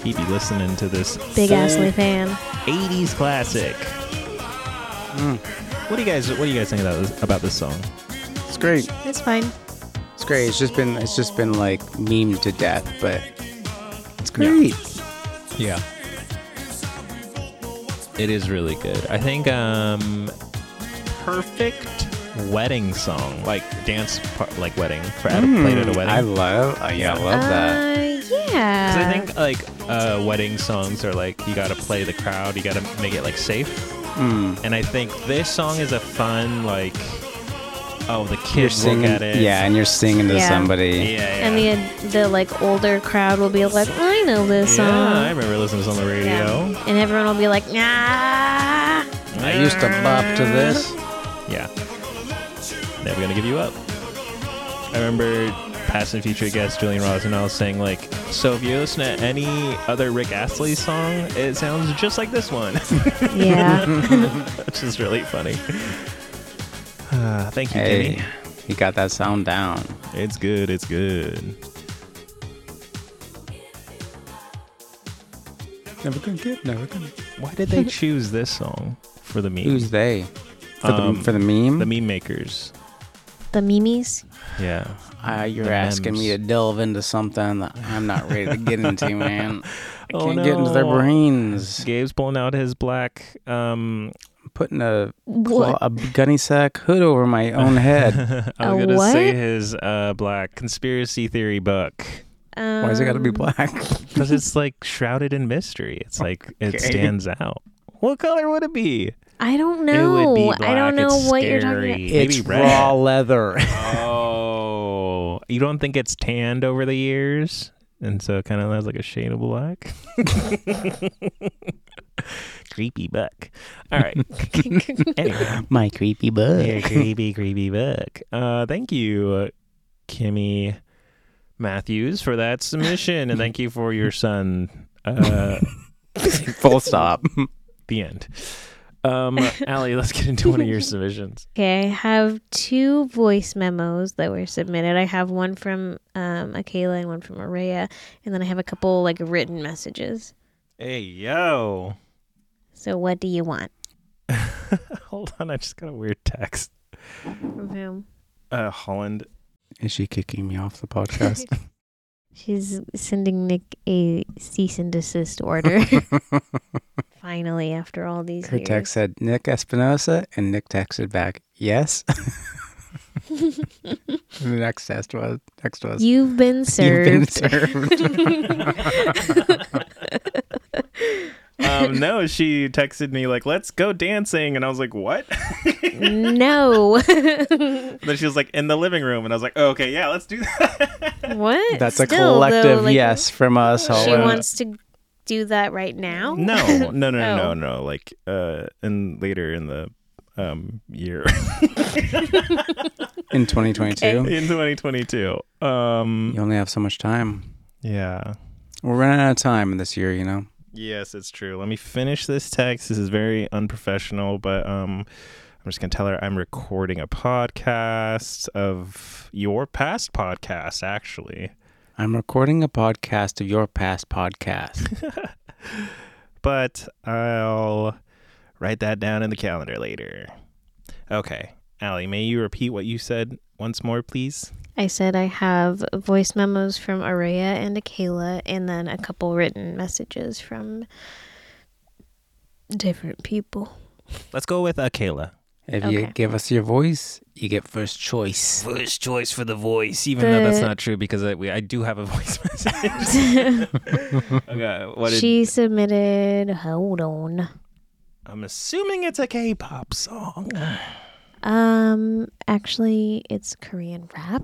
Speaker 1: he'd be listening to this
Speaker 3: Big
Speaker 1: full
Speaker 3: Astley fan.
Speaker 1: 80s classic.
Speaker 2: Mm.
Speaker 1: What do you guys What do you guys think about this, about this song?
Speaker 2: It's great.
Speaker 3: It's fine.
Speaker 2: It's great. It's just been it's just been like memed to death, but it's great.
Speaker 1: Yeah. It is really good. I think um perfect wedding song, like dance part, like wedding for Adam played at a wedding.
Speaker 2: Hmm. I love. Uh, yeah, I love that.
Speaker 3: Uh, yeah.
Speaker 1: 'Cause I think like uh, wedding songs are like you got to play the crowd, you got to make it like safe.
Speaker 2: Hmm.
Speaker 1: And I think this song is a fun like oh the
Speaker 2: You're
Speaker 1: kids
Speaker 2: singing.
Speaker 1: look at it.
Speaker 2: Yeah, and you're singing to
Speaker 3: Yeah.
Speaker 1: yeah,
Speaker 2: somebody.
Speaker 1: yeah.
Speaker 3: And the the like older crowd will be like, I know this
Speaker 1: yeah, I
Speaker 3: song.
Speaker 1: remember listening to this on the radio.
Speaker 3: And everyone will be like, Nah.
Speaker 2: I used to bop to this.
Speaker 1: Yeah. Never gonna give you up. I remember past and future guest Julian Rosenau saying like, so if you listen to any other Rick Astley song, it sounds just like this one,
Speaker 3: Yeah.
Speaker 1: which is really funny. Uh, thank you,
Speaker 2: Hey,
Speaker 1: Kenny.
Speaker 2: you got that sound down.
Speaker 1: It's good. It's good.
Speaker 2: Never gonna get. Never gonna.
Speaker 1: Why did they choose this song for the meme?
Speaker 2: Who's they? For
Speaker 1: Um,
Speaker 2: the for the meme.
Speaker 1: the meme makers?
Speaker 3: the memes.
Speaker 1: Yeah.
Speaker 2: Uh, you're
Speaker 1: the
Speaker 2: asking me to
Speaker 1: memes.
Speaker 2: delve into something that I'm not ready to get into, man. I
Speaker 1: Oh,
Speaker 2: can't get into their
Speaker 1: no.
Speaker 2: brains.
Speaker 1: Gabe's pulling out his black um,
Speaker 2: Putting a
Speaker 3: What?
Speaker 2: claw, a gunny sack hood over my own head.
Speaker 1: I was
Speaker 3: A
Speaker 1: gonna say
Speaker 3: what?
Speaker 1: his uh, black conspiracy theory book
Speaker 3: Um,
Speaker 2: Why is it got to be black?
Speaker 1: because it's like shrouded in mystery. It's like it
Speaker 2: Okay.
Speaker 1: stands out. What color would it be?
Speaker 3: I don't
Speaker 1: It
Speaker 3: know.
Speaker 1: would be black.
Speaker 3: I don't know
Speaker 1: it's
Speaker 3: what
Speaker 1: scary.
Speaker 3: you're talking about.
Speaker 2: it's
Speaker 1: Maybe red.
Speaker 2: raw leather.
Speaker 1: Oh, you don't think it's tanned over the years, and so it kind of has like a shade of black. creepy buck. All right. anyway,
Speaker 2: my creepy bug.
Speaker 1: yeah, creepy, creepy buck. Uh, thank you, uh, Kimmy Matthews, for that submission, and thank you for your son. Uh,
Speaker 2: Full stop.
Speaker 1: the end. Um, Allie, let's get into one of your submissions.
Speaker 3: Okay, I have two voice memos that were submitted. I have one from um, Akela and one from Araya, and then I have a couple like written messages.
Speaker 1: Hey, yo.
Speaker 3: So what do you want?
Speaker 1: Hold on. I just got a weird text.
Speaker 3: From whom?
Speaker 1: Uh, Holland.
Speaker 2: Is she kicking me off the podcast?
Speaker 3: She's sending Nick a cease and desist order. Finally, after all these
Speaker 2: Her
Speaker 3: years.
Speaker 2: text said Nick Espinosa, and Nick texted back, "Yes." and the next test was text was
Speaker 3: You've been
Speaker 2: "You've
Speaker 3: served.
Speaker 2: been served."
Speaker 1: Um, no, she texted me like, "Let's go dancing," and I was like, "What?"
Speaker 3: no.
Speaker 1: then she was like, "In the living room," and I was like, oh, "Okay, yeah, let's do that."
Speaker 3: what?
Speaker 2: That's a
Speaker 3: Still,
Speaker 2: collective
Speaker 3: though, like,
Speaker 2: yes uh, from us.
Speaker 3: She
Speaker 2: Holland.
Speaker 3: wants to do that right now.
Speaker 1: no, no, no, no, no,
Speaker 3: Oh.
Speaker 1: no. Like, uh, and later in the um year
Speaker 2: in 2022.
Speaker 1: in 2022. Um,
Speaker 2: You only have so much time.
Speaker 1: yeah.
Speaker 2: We're running out of time this year, you know.
Speaker 1: Yes, it's true. Let me finish this text. This is very unprofessional, but um, I'm just gonna tell her I'm recording a podcast of your past podcast, actually.
Speaker 2: I'm recording a podcast of your past podcast.
Speaker 1: but I'll write that down in the calendar later. Okay. Allie, may you repeat what you said once more, please?
Speaker 3: I said I have voice memos from Araya and Akela, and then a couple written messages from different people.
Speaker 1: Let's go with uh, Akela.
Speaker 2: if you
Speaker 3: Okay.
Speaker 2: give us your voice, you get first choice.
Speaker 1: First choice for the voice, even
Speaker 3: though that's The-
Speaker 1: not true because I, we, I do have a voice message. okay, what did,
Speaker 3: she submitted. Hold on.
Speaker 1: I'm assuming it's a K-pop song.
Speaker 3: Um, actually, it's Korean rap.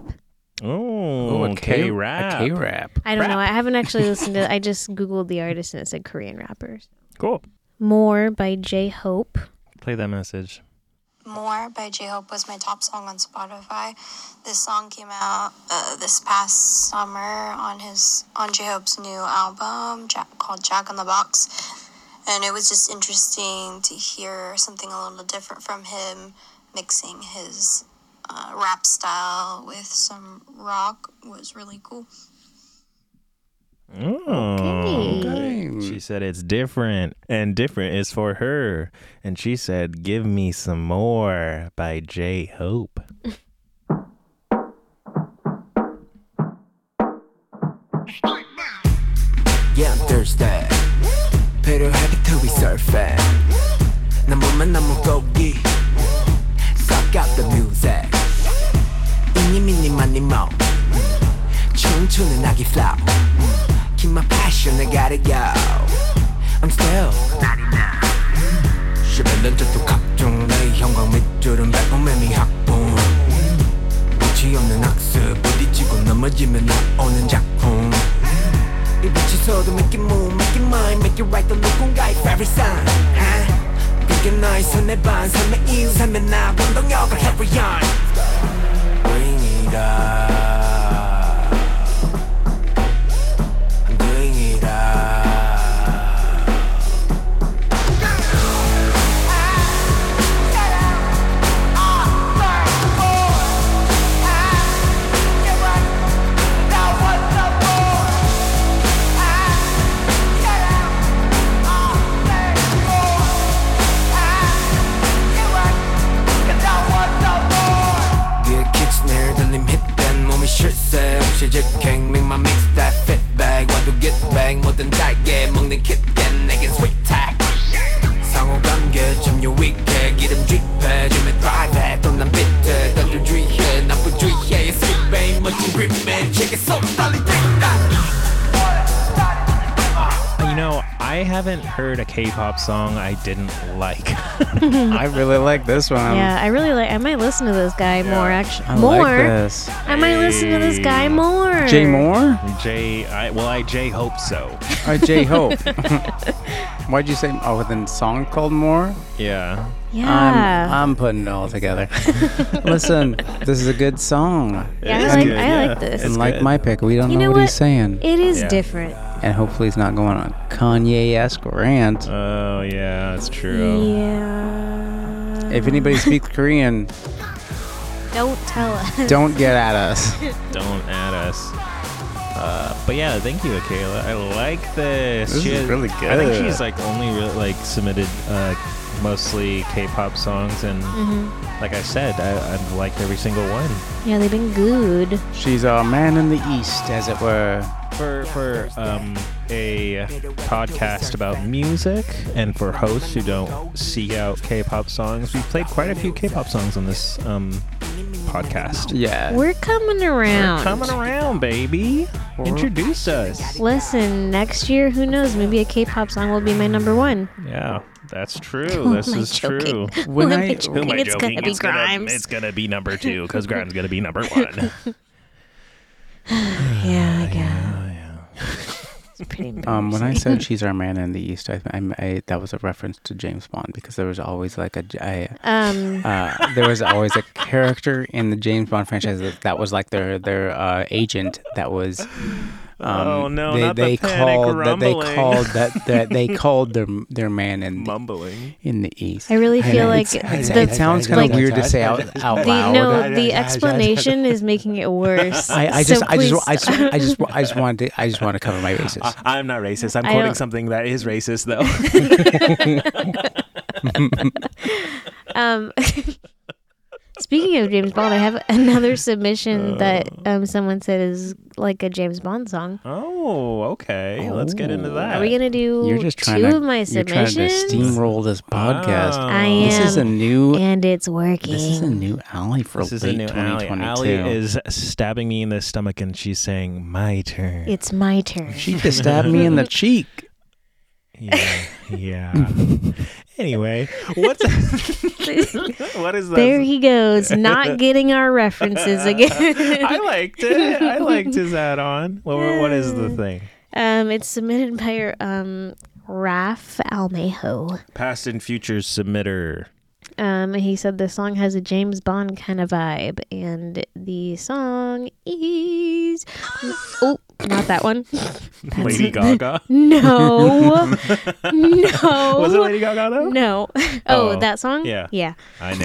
Speaker 1: Oh,
Speaker 2: a K-
Speaker 1: K-rap.
Speaker 2: A K rap.
Speaker 3: I don't know. I haven't actually listened to. it. I just googled the artist and it said Korean rappers.
Speaker 1: Cool.
Speaker 3: More by J Hope.
Speaker 1: Play that message.
Speaker 10: More by J Hope was my top song on Spotify. This song came out uh, this past summer on his on J Hope's new album Jack, called Jack in the Box, and it was just interesting to hear something a little different from him, mixing his uh, rap style with some rock was really cool.
Speaker 1: Oh. She
Speaker 2: Dang.
Speaker 1: said it's different, and different is for her. And she said, Give me some more by J Hope.
Speaker 7: Yeah, I'm thirsty. 필요하게 to be surfing. 난 몸만 너무 고기. Suck out the music. 이님 이님 마님 모. 청춘은 아기 flow. Keep my passion, I gotta go. I'm still not enough. 11년 전도 각종 내 형광 밑줄은 백범매미 학분. 끝이 없는 학습 부딪히고 넘어지면 나오는 작품. 이 빛에서도 make it move, make it mine, make it right 또 누군가의 favorite sign huh? 그게 너의 손에 반 삶의 이유 삶의 나 운동력을 carry on Bring it up I'm doing it up 귀에 키친을 들림 힙된 몸이 쉴새 없이 직행 Make my mix that fit back 와도 get back 모든 달게 먹는 킷겐 내겐 sweet tag 상호관계 참 유익해 기름 쥐패 좀 drive 또난 비트 던질 주의해 나쁜 주의해 sweet babe 멋진 gripman check it so 빨리 된다
Speaker 1: You know, I haven't heard a K pop song I didn't like.
Speaker 2: I really like this one.
Speaker 3: yeah, I really like. I might listen to this guy more. Actually,
Speaker 2: Um, I
Speaker 3: more.
Speaker 2: like this.
Speaker 3: I might listen to this guy more.
Speaker 2: Jay Moore
Speaker 1: J, I, well, I J hope so.
Speaker 2: or J Hope? Why'd you say? Oh, with a song called More.
Speaker 1: Yeah.
Speaker 3: Yeah.
Speaker 2: I'm, I'm putting it all together. Listen, this is a good song.
Speaker 3: Yeah,
Speaker 1: It's
Speaker 3: I like,
Speaker 1: good,
Speaker 3: I
Speaker 1: yeah.
Speaker 3: like this.
Speaker 1: It's
Speaker 2: and like
Speaker 1: good.
Speaker 2: my pick, we don't
Speaker 3: You
Speaker 2: know,
Speaker 3: know
Speaker 2: what, he's
Speaker 3: what?
Speaker 2: saying.
Speaker 3: it is
Speaker 1: Yeah.
Speaker 3: different.
Speaker 2: and hopefully he's not going on Kanye-esque rant.
Speaker 1: Oh, yeah, that's true.
Speaker 3: Yeah.
Speaker 2: If anybody speaks Korean,
Speaker 3: Don't tell us.
Speaker 2: don't get at us.
Speaker 1: Don't add us. Uh, but yeah, thank you, Akela. I like this.
Speaker 2: This
Speaker 1: She
Speaker 2: is
Speaker 1: has-
Speaker 2: really
Speaker 1: I think
Speaker 2: good.
Speaker 1: she's like only real like submitted uh, mostly K-pop songs, and
Speaker 3: Mhm.
Speaker 1: like I said, I, I've liked every single one.
Speaker 3: Yeah, they've been good.
Speaker 2: She's our man in the east, as it were.
Speaker 1: For for um, a podcast about music, and for hosts who don't seek out K-pop songs, we've played quite a few K-pop songs on this um, podcast.
Speaker 2: Yeah.
Speaker 3: We're coming around.
Speaker 1: Coming around, baby. Introduce us.
Speaker 3: Listen, next year, who knows? Maybe a K-pop song will be my number one.
Speaker 1: Yeah, that's true.
Speaker 3: Who
Speaker 1: this
Speaker 3: am I
Speaker 1: is
Speaker 3: joking?
Speaker 1: true.
Speaker 3: Who
Speaker 2: When
Speaker 3: am I
Speaker 2: I- who
Speaker 1: Who am I joking?
Speaker 3: joking? It's gonna be
Speaker 1: it's gonna-
Speaker 3: Grimes.
Speaker 1: it's gonna be number two because Grimes gonna be number one.
Speaker 3: Yeah, I guess. It's pretty
Speaker 2: Um, when I
Speaker 3: embarrassing.
Speaker 2: said she's our man in the east, I, I, I that was a reference to James Bond because there was always like a, I-
Speaker 3: um,
Speaker 2: uh, there was always a character in the James Bond franchise that, that was like their their uh, agent that was. Um,
Speaker 1: Oh, no,
Speaker 2: They,
Speaker 1: not the
Speaker 2: they
Speaker 1: panic
Speaker 2: called that they
Speaker 1: rumbling.
Speaker 2: called that, that they called their their man in the,
Speaker 1: Mumbling.
Speaker 2: in the east.
Speaker 3: I really feel
Speaker 2: know,
Speaker 3: like
Speaker 2: it's-
Speaker 3: the-
Speaker 2: it sounds kind
Speaker 3: like-
Speaker 2: of weird to say out, out
Speaker 3: the,
Speaker 2: loud.
Speaker 3: no, the explanation is making it worse.
Speaker 2: I, I
Speaker 3: So
Speaker 2: just, I just,
Speaker 3: please-
Speaker 2: I just, I just, I just wanted to, I just want to cover my bases.
Speaker 1: I'm not racist. I'm
Speaker 3: I
Speaker 1: quoting
Speaker 3: don't-
Speaker 1: something that is racist, though.
Speaker 3: Um, speaking of James Bond, I have another
Speaker 1: Oh.
Speaker 3: submission that um, someone said is like a James Bond song.
Speaker 1: oh, okay. Let's get into that.
Speaker 3: Are we gonna do
Speaker 2: Oh. You're just trying
Speaker 3: two
Speaker 2: to,
Speaker 3: of my
Speaker 2: you're trying to
Speaker 3: submissions?
Speaker 2: steamroll this podcast.
Speaker 1: Wow.
Speaker 3: I
Speaker 2: Oh. This is a
Speaker 3: am,
Speaker 2: new,
Speaker 3: and it's working.
Speaker 2: this is a new alley for
Speaker 1: This
Speaker 2: late
Speaker 1: is a new Allie.
Speaker 2: 2022.
Speaker 1: Allie is stabbing me in the stomach, and she's saying, "My turn."
Speaker 3: it's my turn.
Speaker 2: she just stabbed me in the cheek.
Speaker 1: yeah. yeah. anyway, what's what is that?
Speaker 3: there he goes, not getting our references again.
Speaker 1: I liked it. I liked his add-on. What, what is the thing?
Speaker 3: um, it's submitted by your um, Raf Almejo.
Speaker 1: Past and future submitter.
Speaker 3: Um, he said the song has a James Bond kind of vibe, and the song is oh, not that one. That's-
Speaker 1: Lady Gaga.
Speaker 3: No, no.
Speaker 1: Was it Lady Gaga though?
Speaker 3: No. Oh,
Speaker 1: Oh,
Speaker 3: that song.
Speaker 1: yeah.
Speaker 3: Yeah.
Speaker 1: I nailed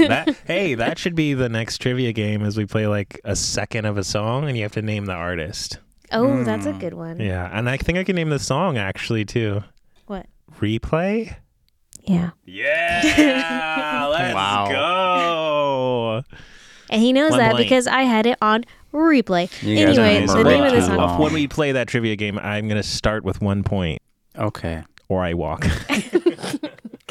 Speaker 1: it. That, hey, that should be the next trivia game as we play like a second of a song and you have to name the artist.
Speaker 3: Oh, that's a good one.
Speaker 1: Hmm. Yeah, and I think I can name the song actually too.
Speaker 3: What?
Speaker 1: Replay?
Speaker 3: Yeah.
Speaker 1: Yeah. Let's
Speaker 2: Wow.
Speaker 1: go.
Speaker 3: And he knows
Speaker 1: One
Speaker 3: that
Speaker 1: blank.
Speaker 3: because I had it on replay.
Speaker 2: You guys
Speaker 3: anyway,
Speaker 2: are
Speaker 3: the name of the
Speaker 2: amazing.
Speaker 3: song.
Speaker 2: Wow.
Speaker 1: When we play that trivia game, I'm going to start with one point
Speaker 2: Okay.
Speaker 1: or I walk.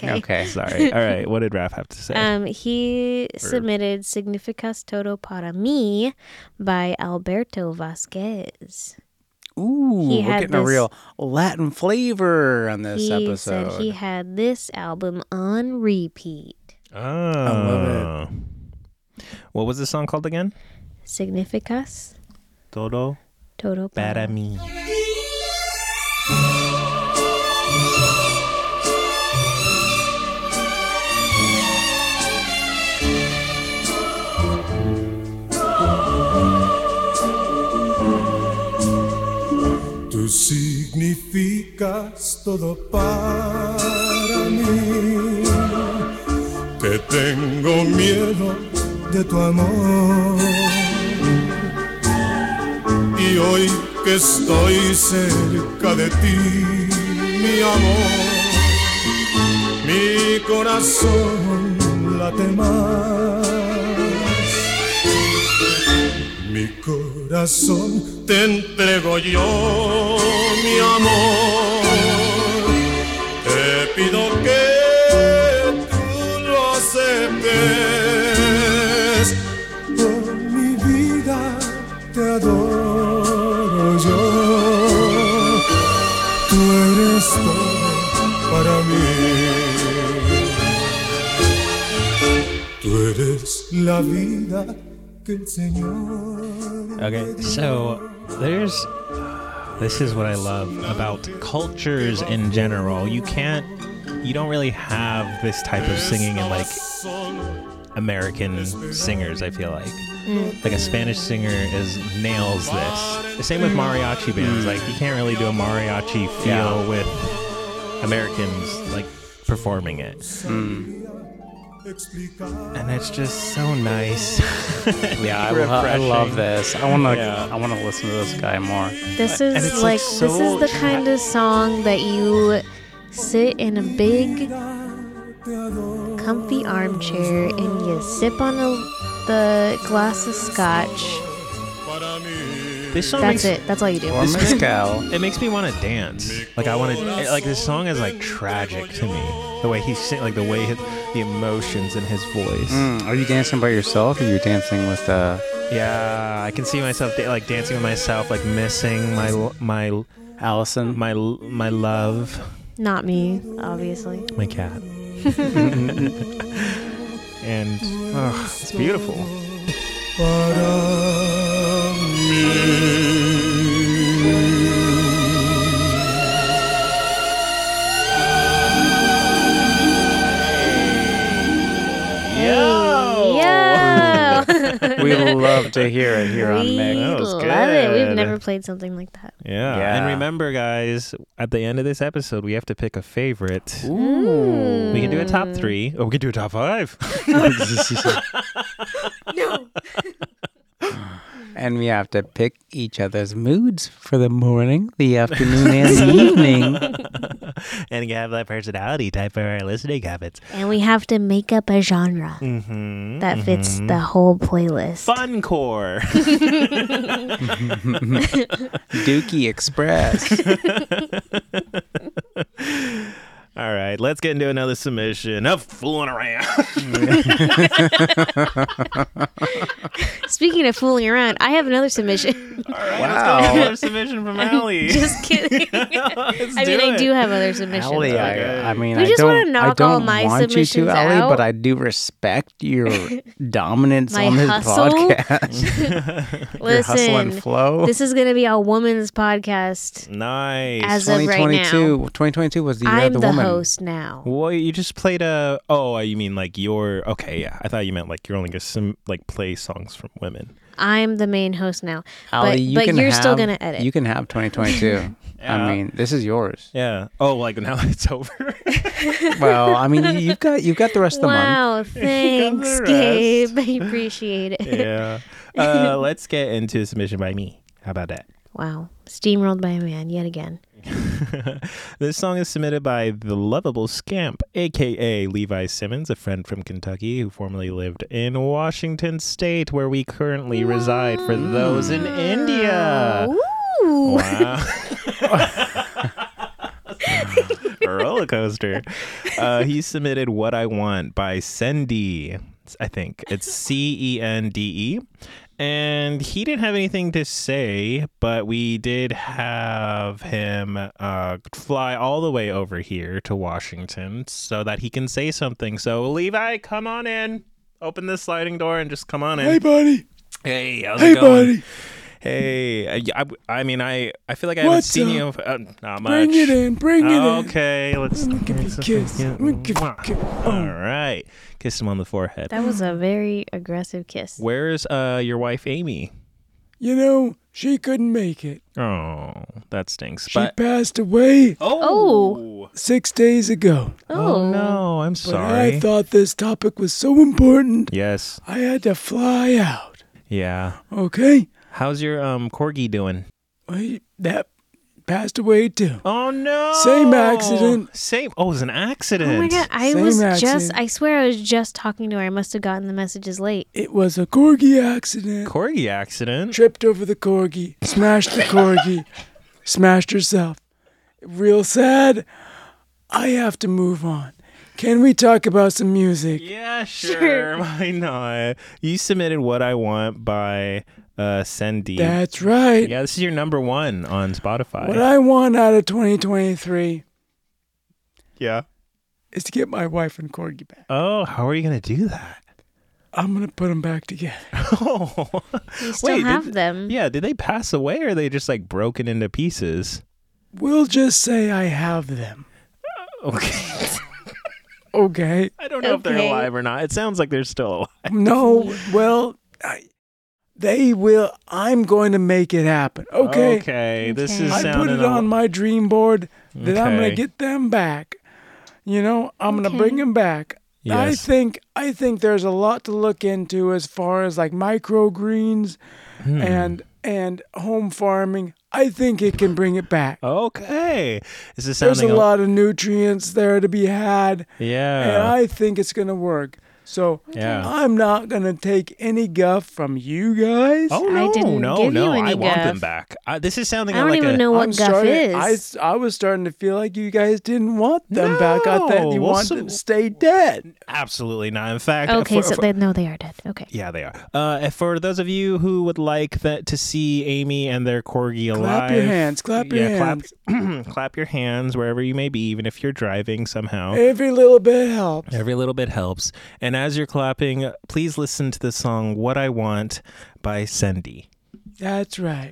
Speaker 3: Okay.
Speaker 2: Okay.
Speaker 1: Sorry. All right. What did Raph have to say?
Speaker 3: Um, he submitted Significas Todo Para Mi by Alberto Vasquez.
Speaker 2: Ooh,
Speaker 3: He
Speaker 2: we're
Speaker 3: had
Speaker 2: getting a
Speaker 3: this-
Speaker 2: real Latin flavor on this
Speaker 3: He
Speaker 2: episode.
Speaker 3: said he had this album on repeat.
Speaker 1: oh.
Speaker 2: love
Speaker 1: What was the song called again?
Speaker 3: Significas
Speaker 1: Todo
Speaker 3: Todo
Speaker 1: para
Speaker 3: Para Mi.
Speaker 1: mí.
Speaker 8: Tú significas todo para mí.
Speaker 4: Te tengo miedo
Speaker 8: de tu amor.
Speaker 4: y hoy que estoy cerca de ti, mi amor, mi corazón late más. Mi corazón te entrego yo, mi amor. Te pido que tú lo aceptes.
Speaker 8: Por mi vida te adoro yo. Tú eres todo para mí. Tú eres la vida que el Señor.
Speaker 1: Okay, so there's this is what I love about cultures in general. You can't you don't really have this type of singing in like American singers, I feel like. Like a Spanish singer is nails this. The same with mariachi bands. Like you can't really do a mariachi feel with Americans like performing it. and it's just so nice.
Speaker 2: Yeah, I, lo- I love
Speaker 1: Refreshing.
Speaker 2: this. I want to.
Speaker 1: Yeah.
Speaker 2: I want to listen to this guy more.
Speaker 3: This
Speaker 1: And
Speaker 3: is
Speaker 1: it's,
Speaker 3: like,
Speaker 1: like,
Speaker 3: this is
Speaker 1: so
Speaker 3: the kind of song that you sit in a big comfy armchair and you sip on a, the glass of scotch.
Speaker 1: This song
Speaker 3: That's
Speaker 1: makes
Speaker 3: it. That's all you
Speaker 2: Or
Speaker 3: do.
Speaker 2: Mescal.
Speaker 1: It makes me want to dance. Like I want to. Like this song is like tragic to me. The way he sing, like the way his, the emotions in his voice.
Speaker 2: Mm, are you dancing by yourself? Or are you dancing with uh,
Speaker 1: Yeah, I can see myself da- like dancing with myself, like missing my l- my l-
Speaker 2: Allison?
Speaker 1: my l- my love,
Speaker 3: Not me, obviously.
Speaker 1: my cat. and oh, it's beautiful. Yo!
Speaker 3: Yeah.
Speaker 2: we love to hear it here on
Speaker 3: we
Speaker 2: Meg.
Speaker 1: That was
Speaker 3: love it. We've
Speaker 1: good.
Speaker 3: never played something like that.
Speaker 1: Yeah.
Speaker 2: Yeah.
Speaker 1: And remember, guys, at the end of this episode, we have to pick a favorite.
Speaker 2: Ooh.
Speaker 3: Mm.
Speaker 1: We can do a top three, or we can do a top five.
Speaker 2: and we have to pick each other's moods for the morning, the afternoon, and the evening.
Speaker 1: and have that personality type for our listening habits.
Speaker 3: And we have to make up a genre
Speaker 1: Mm-hmm.
Speaker 3: that fits the whole playlist.
Speaker 1: Funcore.
Speaker 2: Dookie Express.
Speaker 1: All right, let's get into another submission of fooling around.
Speaker 3: Speaking of fooling around, I have another submission.
Speaker 2: wow.
Speaker 1: Another submission from Allie.
Speaker 3: Just kidding.
Speaker 1: Let's
Speaker 3: I mean,
Speaker 1: do
Speaker 3: I
Speaker 1: it.
Speaker 3: do have other submissions.
Speaker 2: Allie,
Speaker 3: but-
Speaker 2: I, I mean,
Speaker 3: We
Speaker 2: I
Speaker 3: just wanna
Speaker 2: don't,
Speaker 3: knock
Speaker 2: I
Speaker 3: all
Speaker 2: don't
Speaker 3: my
Speaker 2: want you
Speaker 3: submissions
Speaker 2: to, Allie,
Speaker 3: out.
Speaker 2: but I do respect your dominance
Speaker 3: My
Speaker 2: on this
Speaker 3: hustle?
Speaker 2: podcast. your hustle
Speaker 3: Listen,
Speaker 2: and flow.
Speaker 3: this is going to be a woman's podcast.
Speaker 1: Nice.
Speaker 3: As of right
Speaker 2: 2022.
Speaker 3: now,
Speaker 2: 2022 was the year
Speaker 3: I'm
Speaker 2: of the,
Speaker 3: the
Speaker 2: woman.
Speaker 3: host now.
Speaker 1: well, you just played a. Oh, you mean like your? Okay, yeah. I thought you meant like you're only gonna sim, like play songs from women.
Speaker 3: I'm the main host now.
Speaker 2: Allie,
Speaker 3: but
Speaker 2: you
Speaker 3: but
Speaker 2: can
Speaker 3: you're
Speaker 2: have,
Speaker 3: still going to edit.
Speaker 2: You can have 2022.
Speaker 1: Yeah.
Speaker 2: I mean, this is yours.
Speaker 1: Yeah. Oh, like now that it's over.
Speaker 2: Well, I mean, you- you've got you've got the rest of the month.
Speaker 3: wow, thanks,
Speaker 1: rest.
Speaker 3: Gabe. I appreciate it.
Speaker 1: yeah. Uh, let's get into a submission by me. How about that?
Speaker 3: Wow, steamrolled by a man yet again.
Speaker 1: This song is submitted by the lovable scamp, aka Levi Simmons, a friend from Kentucky who formerly lived in Washington State, where we currently reside. For those in India,
Speaker 3: Ooh.
Speaker 1: wow. roller coaster. Uh, he submitted "What I Want" by Cindy. I think it's C E N D E, and he didn't have anything to say, but we did have him uh, fly all the way over here to Washington so that he can say something. So Levi, come on in. Open this sliding door and just come on in. Hey, buddy. Hey, how's it going? Hey, uh, I, I, I mean, I, I feel like I haven't seen you. Uh, not much. Bring it in. Bring it in. Okay, let's give him a kiss. Oh. All right, kiss him on the forehead.
Speaker 3: That was a very aggressive kiss.
Speaker 1: Where's uh your wife Amy?
Speaker 11: You know, she couldn't make it.
Speaker 1: Oh, that stinks.
Speaker 11: She
Speaker 1: but
Speaker 11: passed away
Speaker 1: oh,
Speaker 11: six days ago.
Speaker 1: oh no, I'm
Speaker 11: But
Speaker 1: sorry.
Speaker 11: I thought this topic was so important,
Speaker 1: yes,
Speaker 11: I had to fly out.
Speaker 1: yeah.
Speaker 11: Okay?
Speaker 1: How's your um corgi doing?
Speaker 11: Well, That passed away too.
Speaker 1: Oh no,
Speaker 11: Same accident.
Speaker 1: Same. Oh, it was an accident.
Speaker 3: Oh my god, I
Speaker 11: Same
Speaker 3: was just
Speaker 11: accent.
Speaker 3: I swear I was just talking to her. I must have gotten the messages late.
Speaker 11: It was a corgi accident.
Speaker 1: Corgi accident.
Speaker 11: Tripped over the corgi, smashed the corgi, smashed herself. Real sad. I have to move on. Can we talk about some music?
Speaker 1: Yeah, sure. Why not? You submitted "What I Want" by uh Sandy.
Speaker 11: That's right.
Speaker 1: yeah, this is your number one on Spotify.
Speaker 11: What I want out of 2023
Speaker 1: yeah.
Speaker 11: is to get my wife and corgi back.
Speaker 1: Oh, how are you gonna do that?
Speaker 11: I'm gonna put them back together.
Speaker 1: Oh,
Speaker 3: You still
Speaker 1: Wait, did-
Speaker 3: have them.
Speaker 1: yeah. Did they pass away, or are they just like broken into pieces?
Speaker 11: We'll just say I have them.
Speaker 1: Okay.
Speaker 11: Okay.
Speaker 1: I don't know if they're
Speaker 3: Okay.
Speaker 1: alive or not. It sounds like they're still alive.
Speaker 11: No. Well, I, they will. I'm going to make it happen. Okay.
Speaker 1: Okay. This
Speaker 3: Okay.
Speaker 1: is
Speaker 11: I put
Speaker 1: sounding
Speaker 11: it
Speaker 1: a-
Speaker 11: on my dream board that I'm gonna
Speaker 1: Okay.
Speaker 11: get them back. You know, I'm gonna bring them back. I
Speaker 1: Yes.
Speaker 11: think I think there's a lot to look into as far as like microgreens
Speaker 1: Hmm.
Speaker 11: and and home farming. I think it can bring it back.
Speaker 1: Okay. This is
Speaker 11: There's
Speaker 1: sounding
Speaker 11: a
Speaker 1: a-
Speaker 11: lot of nutrients there to be had. And
Speaker 1: Yeah.
Speaker 11: I think it's going to work. So
Speaker 1: Yeah.
Speaker 11: I'm not going to take any guff from you guys.
Speaker 1: Oh no, no, no! I want them back. I, this is sounding like a,
Speaker 11: I'm starting- I s- I, was starting to feel like you guys didn't want them back. I
Speaker 1: No,
Speaker 11: thought you
Speaker 1: well,
Speaker 11: wanted
Speaker 1: so-
Speaker 11: them to stay dead.
Speaker 1: Absolutely not. In fact,
Speaker 3: Okay,
Speaker 1: for-
Speaker 3: so
Speaker 1: for-
Speaker 3: they, no, they are dead. Okay.
Speaker 1: yeah, they are. Uh, and for those of you who would like that to see Amy and their corgi alive,
Speaker 11: Clap your hands, clap your
Speaker 1: yeah,
Speaker 11: hands.
Speaker 1: Clap, clap your hands wherever you may be, even if you're driving somehow.
Speaker 11: Every little bit helps.
Speaker 1: Every little bit helps. And as you're clapping, please listen to the song "What I Want" by Cindy.
Speaker 11: That's right.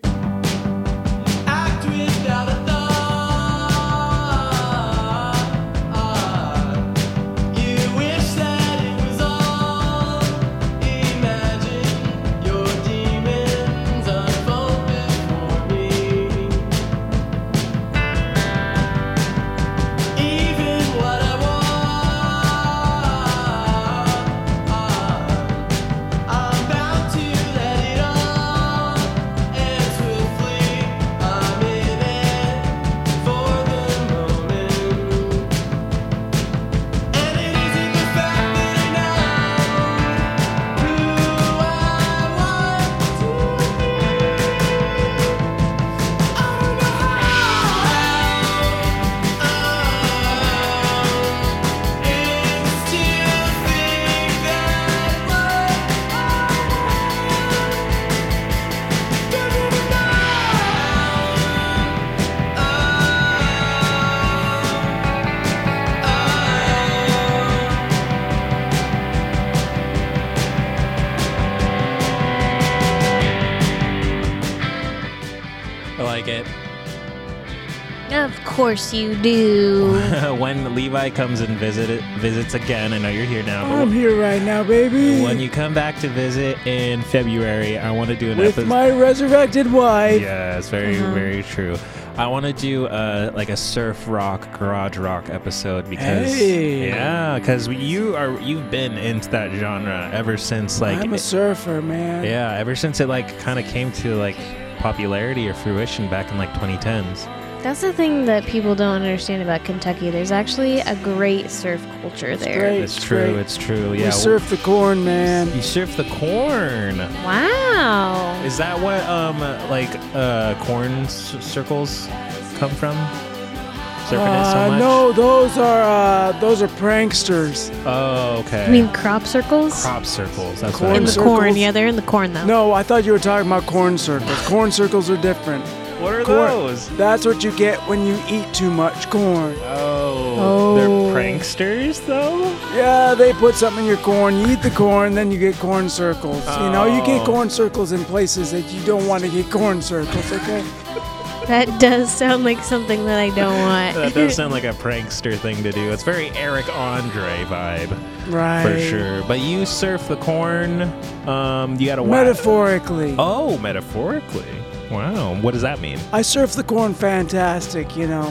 Speaker 1: I like it.
Speaker 3: Of course you do.
Speaker 1: when Levi comes and visit visits again, I know you're here now.
Speaker 11: I'm here right now, baby.
Speaker 1: But when you come back to visit in February, I want to do an
Speaker 11: with
Speaker 1: episode.
Speaker 11: my resurrected wife.
Speaker 1: Yeah, it's very,
Speaker 11: Uh-huh.
Speaker 1: very true. I want to do uh, like a surf rock, garage rock episode because
Speaker 11: Hey.
Speaker 1: yeah, because you are you've been into that genre ever since like
Speaker 11: I'm a surfer, man.
Speaker 1: yeah, ever since it like kind of came to like popularity or fruition back in like 2010s.
Speaker 3: That's the thing that people don't understand about Kentucky. There's actually a great surf culture there.
Speaker 11: great.
Speaker 1: It's true,
Speaker 11: great.
Speaker 1: it's true.
Speaker 11: We
Speaker 1: Yeah,
Speaker 11: surf the corn, man.
Speaker 1: you surf the corn.
Speaker 3: Wow.
Speaker 1: Is that what um like uh corn s- circles come from? Surfing it so
Speaker 11: Uh,
Speaker 1: much.
Speaker 11: no, those are uh, those are pranksters.
Speaker 1: Oh, okay.
Speaker 3: I mean crop circles?
Speaker 1: crop circles. That's
Speaker 11: Corn
Speaker 1: what I
Speaker 3: in
Speaker 1: meant.
Speaker 3: the
Speaker 11: circles?
Speaker 3: corn. Yeah, they're in the corn though.
Speaker 11: No, I thought you were talking about corn circles. Corn circles are different.
Speaker 1: What are
Speaker 11: Corn.
Speaker 1: those?
Speaker 11: That's what you get when you eat too much corn.
Speaker 1: Oh,
Speaker 3: Oh.
Speaker 1: they're pranksters though.
Speaker 11: Yeah, they put something in your corn. You eat the corn, then you get corn circles. You know, you
Speaker 1: Oh.
Speaker 11: get corn circles in places that you don't want to get corn circles. Okay.
Speaker 3: That does sound like something that I don't
Speaker 1: That
Speaker 3: want.
Speaker 1: does sound like a prankster thing to do. It's very Eric Andre vibe
Speaker 11: Right.
Speaker 1: for sure. But you surf the corn. Um, you got to
Speaker 11: Metaphorically.
Speaker 1: Oh, metaphorically. Wow. What does that mean?
Speaker 11: I surf the corn fantastic, you know.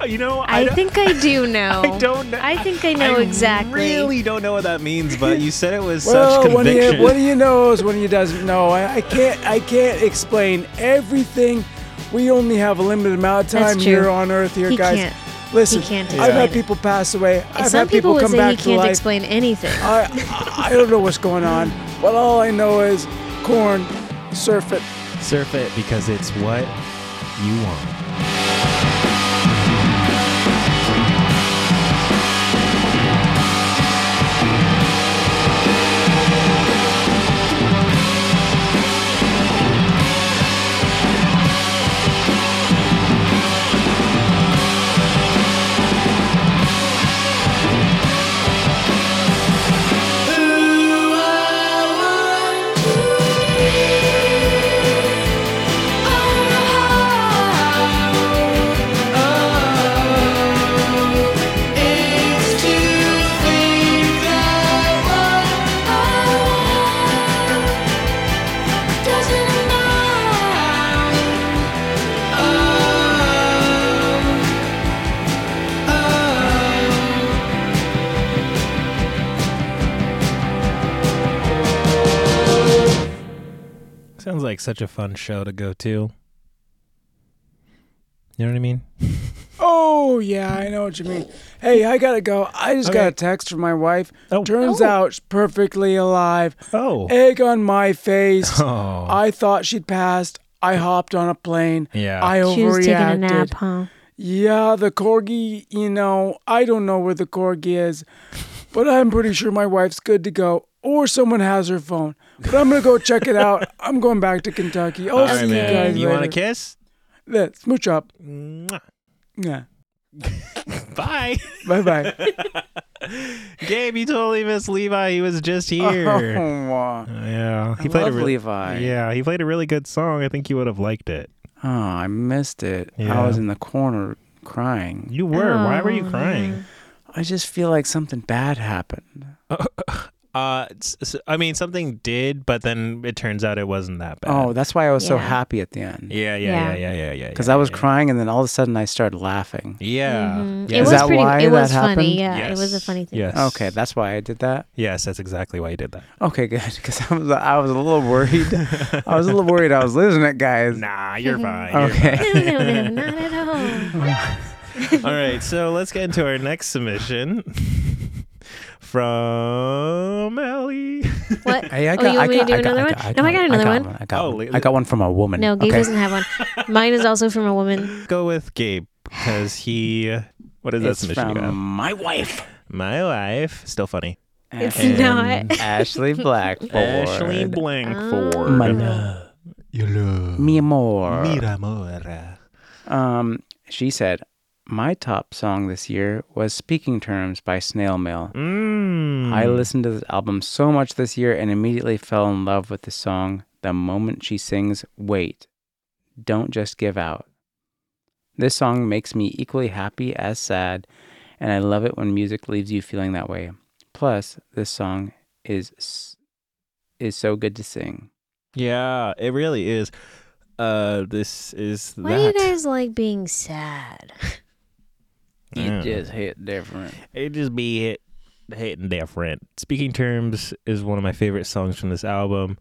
Speaker 1: Uh, You know,
Speaker 3: I
Speaker 1: don't-
Speaker 3: think I do know.
Speaker 1: I don't know.
Speaker 3: I think I know
Speaker 1: I
Speaker 3: exactly.
Speaker 1: Really don't know what that means, but you said it was
Speaker 11: well,
Speaker 1: such
Speaker 11: when
Speaker 1: conviction.
Speaker 11: he what he knows, when he doesn't know, I, I can't I can't explain everything. We only have a limited amount of
Speaker 3: That's
Speaker 11: time here
Speaker 3: true.
Speaker 11: on Earth, here,
Speaker 3: He
Speaker 11: guys.
Speaker 3: can't-
Speaker 11: Listen,
Speaker 3: he can't
Speaker 11: I've
Speaker 3: explain
Speaker 11: had
Speaker 3: it.
Speaker 11: people pass away. I've
Speaker 3: Some
Speaker 11: had people,
Speaker 3: would
Speaker 11: come
Speaker 3: say
Speaker 11: back
Speaker 3: he
Speaker 11: to
Speaker 3: can't
Speaker 11: life. Uh,
Speaker 3: explain anything.
Speaker 11: I I don't know what's going on, but all I know is corn, surf it.
Speaker 1: Surf it because it's what you want.
Speaker 6: I
Speaker 1: like such a fun show to go to. You know what I mean?
Speaker 11: Oh yeah, I know what you mean. Hey, I gotta go. I just got a text from my wife. Turns out she's perfectly alive.
Speaker 1: Oh.
Speaker 11: Egg on my face.
Speaker 1: Oh.
Speaker 11: I thought she'd passed. I hopped on a plane.
Speaker 1: Yeah.
Speaker 11: I overreacted.
Speaker 3: She was taking a nap, huh?
Speaker 11: Yeah, the corgi, you know, I don't know where the corgi is, but I'm pretty sure my wife's good to go. Or someone has her phone. But I'm gonna go check it out. I'm going back to Kentucky. I'll
Speaker 1: All
Speaker 11: see
Speaker 1: right,
Speaker 11: you
Speaker 1: man.
Speaker 11: guys
Speaker 1: You want a
Speaker 11: later.
Speaker 1: kiss?
Speaker 11: Yeah, smooch up.
Speaker 1: Mwah.
Speaker 11: Yeah.
Speaker 1: Bye.
Speaker 11: Bye bye.
Speaker 1: Gabe, you totally missed Levi. He was just here.
Speaker 2: Oh, wow.
Speaker 1: Yeah,
Speaker 2: I love
Speaker 1: re-
Speaker 2: Levi.
Speaker 1: Yeah, he played a really good song. I think you would have liked it.
Speaker 2: Oh, I missed it.
Speaker 1: Yeah.
Speaker 2: I was in the corner crying.
Speaker 1: You were. Why were you
Speaker 3: Oh.
Speaker 1: crying?
Speaker 2: I just feel like something bad happened.
Speaker 1: Uh, s- s- I mean, something did, but then it turns out it wasn't that bad.
Speaker 2: Oh, that's why I was so
Speaker 1: Yeah.
Speaker 2: happy at the end.
Speaker 1: Yeah, yeah, yeah, yeah, yeah, yeah.
Speaker 2: Because I was crying, and then all of a sudden I started laughing.
Speaker 1: Yeah.
Speaker 3: Mhm.
Speaker 1: Yeah.
Speaker 3: It
Speaker 2: Is
Speaker 3: was
Speaker 2: that
Speaker 3: pretty.
Speaker 2: why
Speaker 3: it was
Speaker 2: that happened?
Speaker 3: funny. Yeah, it was a funny thing.
Speaker 1: Yes.
Speaker 2: Okay, that's why I did that.
Speaker 1: Yes, that's exactly why you did that.
Speaker 2: Okay, good. Because I was, I was a little worried. I was a little worried I was losing it, guys.
Speaker 1: Nah, you're fine. You're
Speaker 2: Okay.
Speaker 3: no, no, no, not at all.
Speaker 1: All right, so let's get into our next submission from Ellie.
Speaker 3: What?
Speaker 2: Hey, I
Speaker 3: oh,
Speaker 2: got-
Speaker 3: you want
Speaker 2: I
Speaker 3: me to
Speaker 2: got-
Speaker 3: do
Speaker 2: I got-
Speaker 3: another
Speaker 2: I
Speaker 3: one?
Speaker 2: got- I
Speaker 3: no, I got
Speaker 2: got- I
Speaker 3: another
Speaker 2: got
Speaker 3: one.
Speaker 2: I got,
Speaker 1: Oh,
Speaker 2: one.
Speaker 1: li-
Speaker 2: I got one from a woman.
Speaker 3: No, Gabe
Speaker 2: okay.
Speaker 3: doesn't have one. Mine is also from a woman.
Speaker 1: Go with Gabe because he. What is that
Speaker 2: It's
Speaker 1: submission? you
Speaker 2: from
Speaker 1: got?
Speaker 2: my wife.
Speaker 1: My wife, still funny.
Speaker 3: It's
Speaker 2: And
Speaker 3: not.
Speaker 2: Ashley Blackford.
Speaker 1: Ashley Blankford.
Speaker 2: My
Speaker 3: Ah.
Speaker 2: love. Mi amor.
Speaker 1: Miramora.
Speaker 2: Um, she said, My top song this year was Speaking Terms by Snail Mail.
Speaker 1: Mm.
Speaker 2: I listened to this album so much this year and immediately fell in love with the song the moment she sings Wait, Don't Just Give Out. This song makes me equally happy as sad, and I love it when music leaves you feeling that way. Plus, this song is s- is so good to sing.
Speaker 1: Yeah, it really is. Uh, this is
Speaker 3: Why
Speaker 1: that.
Speaker 3: do you guys like being sad?
Speaker 1: Yeah.
Speaker 2: hit different.
Speaker 1: it just be hit hit and different. Speaking Terms is one of my favorite songs from this album.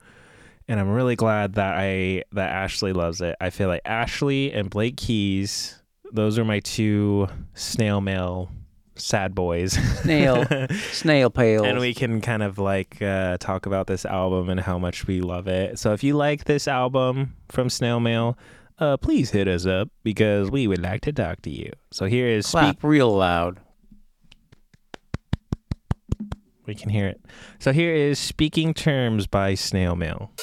Speaker 1: And I'm really glad that I that Ashley loves it. I feel like Ashley and Blake Keys, those are my two snail mail sad boys.
Speaker 2: Snail, snail pale.
Speaker 1: and we can kind of like uh, talk about this album and how much we love it. So if you like this album from Snail Mail, uh, please hit us up because we would like to talk to you. So here is Speak
Speaker 2: clap real loud.
Speaker 1: We can hear it. So here is Speaking Terms by Snail Mail.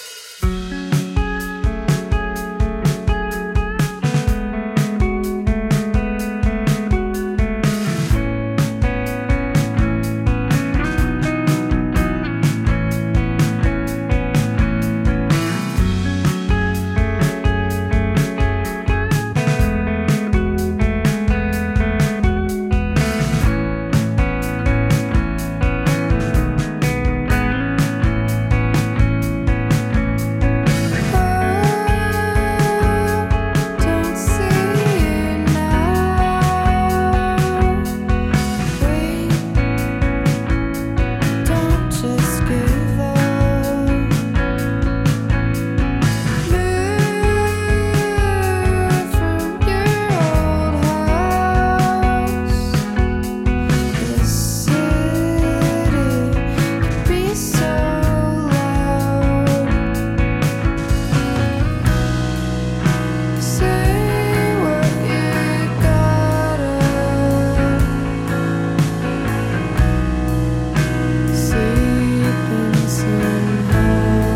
Speaker 7: Don't see you now. Wait, don't just give up. Move from your old house. This city could be so loud. Say what you gotta sleep somehow.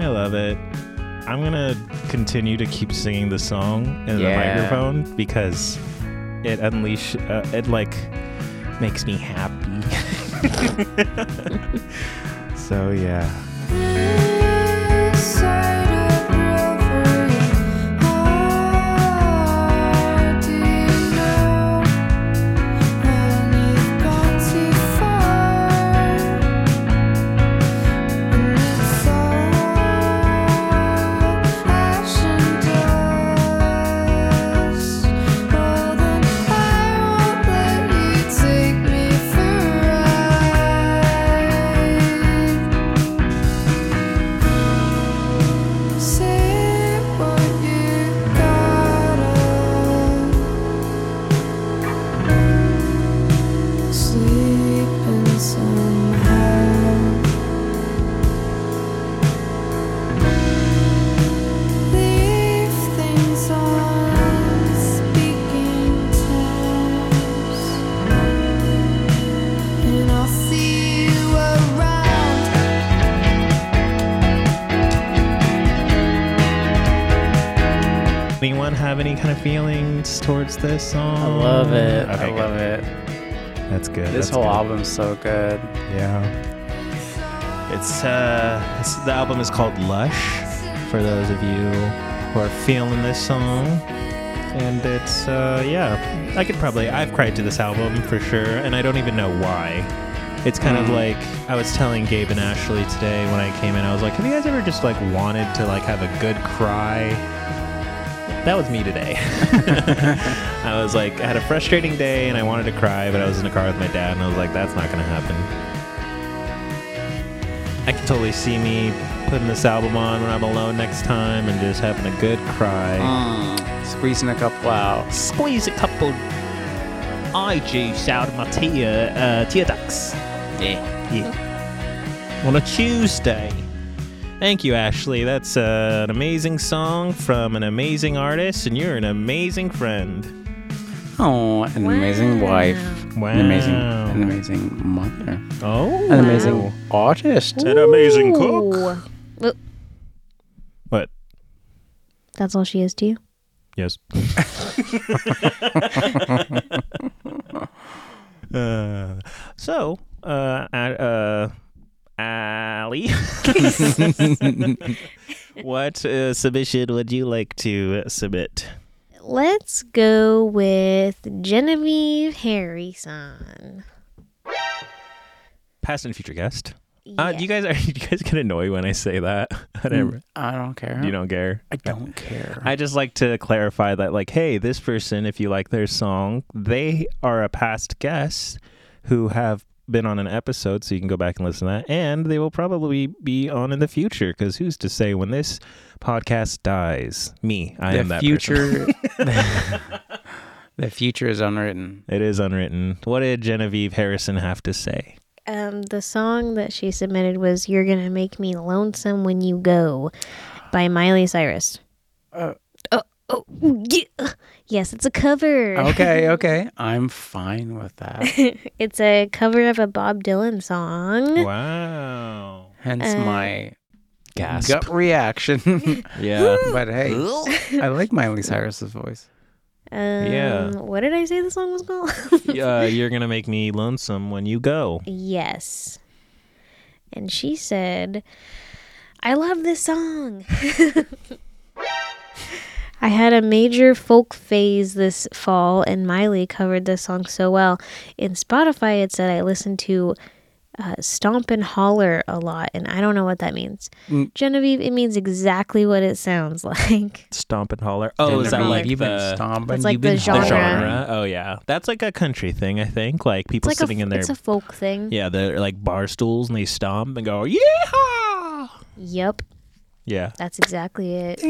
Speaker 1: I love it. I'm going to continue to keep singing the song in
Speaker 2: Yeah.
Speaker 1: the microphone because it unleash uh, it like makes me happy. so yeah.
Speaker 7: Inside a reverie, hard to know when you've gone too far, and it's all ash and dust. Well then, I won't let you take me for a ride.
Speaker 1: anyone have any kind of feelings towards this song?
Speaker 2: I love it. I
Speaker 1: Okay, good.
Speaker 2: love it.
Speaker 1: That's good.
Speaker 2: This
Speaker 1: that's
Speaker 2: whole
Speaker 1: good.
Speaker 2: album's so good.
Speaker 1: Yeah. It's uh it's, the album is called Lush for those of you who are feeling this song. And it's uh yeah, I could probably I've cried to this album for sure and I don't even know why. It's kind of
Speaker 2: Mm.
Speaker 1: like I was telling Gabe and Ashley today when I came in I was like, "Have you guys ever just like wanted to like have a good cry?" That was me today. I was like, I had a frustrating day and I wanted to cry, but I was in the car with my dad and I was like, that's not going to happen. I can totally see me putting this album on when I'm alone next time and just having a good cry.
Speaker 2: Mm, squeezing a couple out.
Speaker 1: Squeeze a couple eye juice out of my tear, uh, tear ducts.
Speaker 2: Yeah.
Speaker 1: Yeah. On a Tuesday. Thank you, Ashley. That's uh, an amazing song from an amazing artist, and you're an amazing friend.
Speaker 2: Oh, an amazing wife.
Speaker 1: Wow.
Speaker 2: An amazing, an amazing mother.
Speaker 1: Oh.
Speaker 2: An amazing artist.
Speaker 1: An amazing cook.
Speaker 3: Ooh. Look,
Speaker 1: What?
Speaker 3: That's all she is to you.
Speaker 1: Yes. uh, so, uh, uh, uh, Ali, what uh, submission would you like to submit?
Speaker 3: Let's go with Genevieve Harrison.
Speaker 1: Past and future guest. Uh, do you guys are you guys get annoyed when I say that? I don't-
Speaker 2: Mm, I don't care.
Speaker 1: You don't care.
Speaker 2: I don't care.
Speaker 1: I just like to clarify that, like, hey, this person, if you like their song, they are a past guest who have been on an episode, so you can go back and listen to that. And they will probably be on in the future, because who's to say when this podcast dies? Me, I am
Speaker 2: the
Speaker 1: that person.
Speaker 2: future. the future is unwritten.
Speaker 1: it is unwritten. What did Genevieve Harrison have to say?
Speaker 3: Um, the song that she submitted was "You're Gonna Make Me Lonesome When You Go" by Miley Cyrus. oh, oh, yeah. yes, it's a cover.
Speaker 2: Okay, okay. I'm fine with that.
Speaker 3: it's a cover of a Bob Dylan song.
Speaker 1: Wow.
Speaker 2: Hence
Speaker 3: Uh,
Speaker 2: my
Speaker 1: Gasp.
Speaker 2: gut reaction.
Speaker 1: Yeah.
Speaker 2: but hey, I like Miley Cyrus's voice.
Speaker 3: Um,
Speaker 1: Yeah.
Speaker 3: What did I say the song was called?
Speaker 1: uh, you're going to make me lonesome when you go.
Speaker 3: yes. And she said, I love this song. I had a major folk phase this fall, and Miley covered this song so well. In Spotify, it said I listened to uh, Stomp and Holler a lot, and I don't know what that means.
Speaker 2: Mm.
Speaker 3: Genevieve, it means exactly what it sounds like.
Speaker 1: Stomp and holler. Oh, is that
Speaker 2: Genevieve,
Speaker 1: like
Speaker 2: you've been
Speaker 1: the-
Speaker 2: stomping,
Speaker 3: That's like
Speaker 2: you've been
Speaker 3: the
Speaker 1: the
Speaker 3: genre.
Speaker 1: genre. Oh yeah, that's like a country thing, I think. Like people
Speaker 3: It's like
Speaker 1: sitting
Speaker 3: a,
Speaker 1: in their
Speaker 3: It's a folk thing.
Speaker 1: yeah, they're like bar stools and they stomp and go yeah,
Speaker 3: Yep,
Speaker 1: yeah.
Speaker 3: that's exactly it.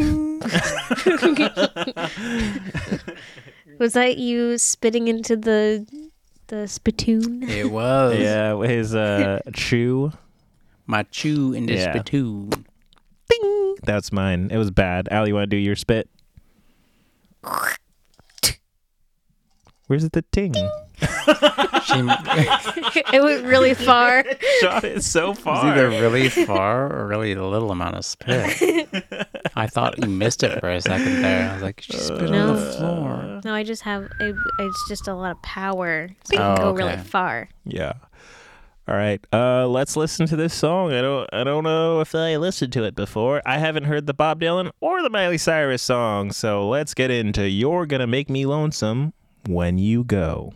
Speaker 3: Was that you spitting into the the spittoon?
Speaker 2: It was.
Speaker 1: Yeah, his uh, chew.
Speaker 2: My chew in this
Speaker 1: Yeah.
Speaker 2: spittoon.
Speaker 1: That's mine. It was bad. Al, you want to do your spit? Where's the ting?
Speaker 2: She
Speaker 3: it went really far.
Speaker 1: Shot it so
Speaker 2: It's either really far or really little amount of spit. I thought you missed it for a second there. I was like, she spit on the
Speaker 3: No.
Speaker 2: floor.
Speaker 3: No, I just have it, it's just a lot of power. So
Speaker 2: Oh,
Speaker 3: I can go
Speaker 2: okay.
Speaker 3: really far.
Speaker 1: Yeah. All right. Uh, let's listen to this song. I don't. I don't know if I listened to it before. I haven't heard the Bob Dylan or the Miley Cyrus song. So let's get into "You're Gonna Make Me Lonesome When You Go."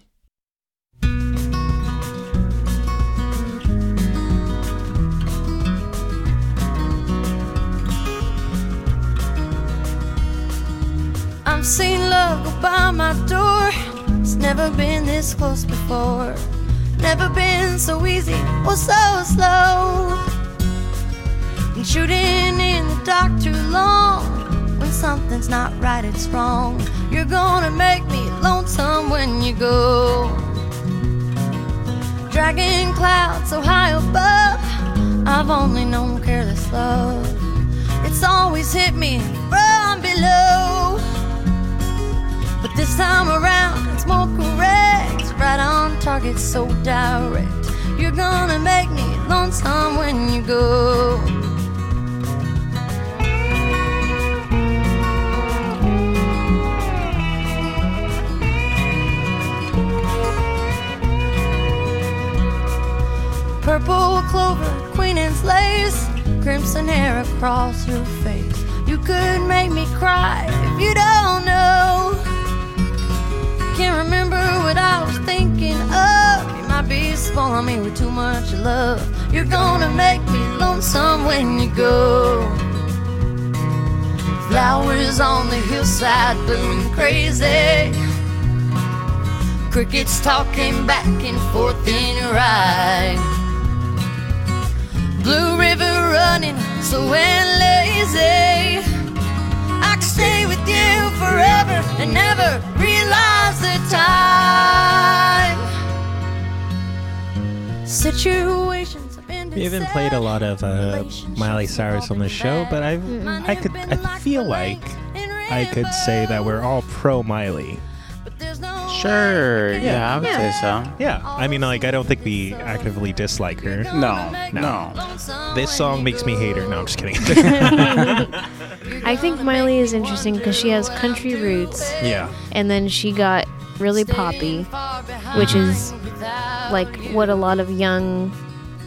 Speaker 6: I'm seeing love go by my door. It's never been this close before. Never been so easy or so slow. And shooting in the dark too long. When something's not right, it's wrong. You're gonna make me lonesome when you go. Dragging clouds so high above. I've only known careless love. It's always hit me from below. But this time around, it's more correct. Right on target, so direct. You're gonna make me lonesome when you go.
Speaker 12: lace, crimson hair across her face. You could make me cry if you don't know. Can't remember what I was thinking of. You might be spoiling me with too much love. You're gonna make me lonesome when you go. Flowers on the hillside blooming crazy. Crickets talking back and forth in her eye. Blue river running so lazy. I could stay with you forever and never realize the time. Situations have been
Speaker 1: We haven't played a lot of uh, Miley Cyrus on the show, but I I could I feel like I could say that we're all pro Miley.
Speaker 2: Sure. Yeah, I would say so.
Speaker 1: Yeah. I mean, like I don't think we actively dislike her.
Speaker 2: No, no.
Speaker 1: This song makes me hate her. No, I'm just kidding.
Speaker 3: I think Miley is interesting because she has country roots.
Speaker 1: Yeah.
Speaker 3: And then she got really poppy, which
Speaker 1: Mm-hmm.
Speaker 3: is like what a lot of young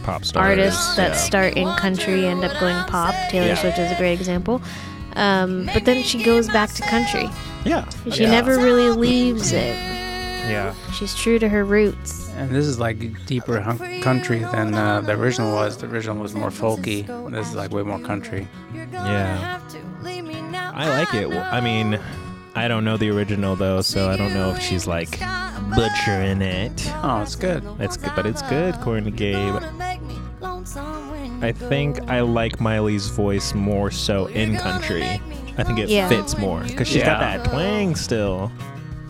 Speaker 1: Pop star.
Speaker 3: artists that
Speaker 1: Yeah.
Speaker 3: start in country end up going pop. Taylor
Speaker 1: Yeah.
Speaker 3: Swift is a great example. Um, but then she goes back to country.
Speaker 1: Yeah.
Speaker 3: She
Speaker 2: Yeah.
Speaker 3: never really leaves it.
Speaker 1: Yeah.
Speaker 3: She's true to her roots.
Speaker 2: And this is like deeper hun- country than uh, the original was. The original was more folky. This is like way more country.
Speaker 1: Yeah. I like it. Well, I mean, I don't know the original though, so I don't know if she's like butchering it.
Speaker 2: Oh, it's good.
Speaker 1: It's good, but it's good, according to Gabe.
Speaker 12: lonesome when
Speaker 1: I think I like Miley's voice more so in country. I think it
Speaker 12: Yeah.
Speaker 1: fits more because she's got
Speaker 2: Yeah.
Speaker 1: that twang still.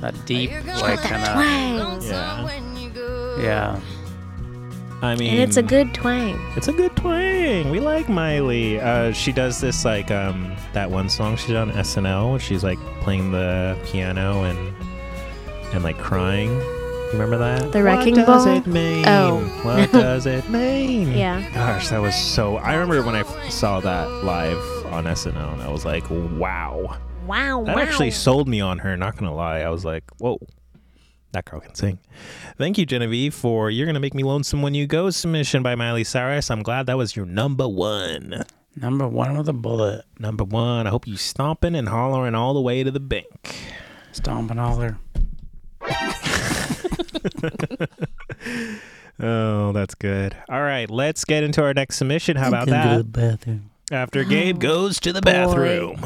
Speaker 2: That deep,
Speaker 3: Got
Speaker 2: like
Speaker 3: that
Speaker 2: kind
Speaker 3: twang.
Speaker 1: Yeah.
Speaker 2: of. Yeah.
Speaker 1: I mean,
Speaker 3: And it's a good twang.
Speaker 1: It's a good twang. We like Miley. Uh, she does this like um, that one song she did on SNL. where She's like playing the piano and and like crying. You remember that?
Speaker 3: The Wrecking
Speaker 1: what does
Speaker 3: Ball?
Speaker 1: it mean?
Speaker 3: Oh.
Speaker 1: What does it mean?
Speaker 3: Yeah.
Speaker 1: Gosh, that was so. I remember when I f- saw that live on SNL, and I was like, wow.
Speaker 3: Wow.
Speaker 1: That
Speaker 3: wow.
Speaker 1: actually sold me on her. Not gonna lie, I was like, whoa. That girl can sing. Thank you, Genevieve, for You're Gonna Make Me Lonesome When You Go submission by Miley Cyrus. I'm glad that was your number one.
Speaker 2: Number one with a bullet.
Speaker 1: Number one. I hope you stomping and hollering all the way to the bank.
Speaker 2: Stomping all her.
Speaker 1: Oh, that's good. All right, let's get into our next submission. How about that?
Speaker 2: bathroom.
Speaker 1: After Gabe goes to the bathroom.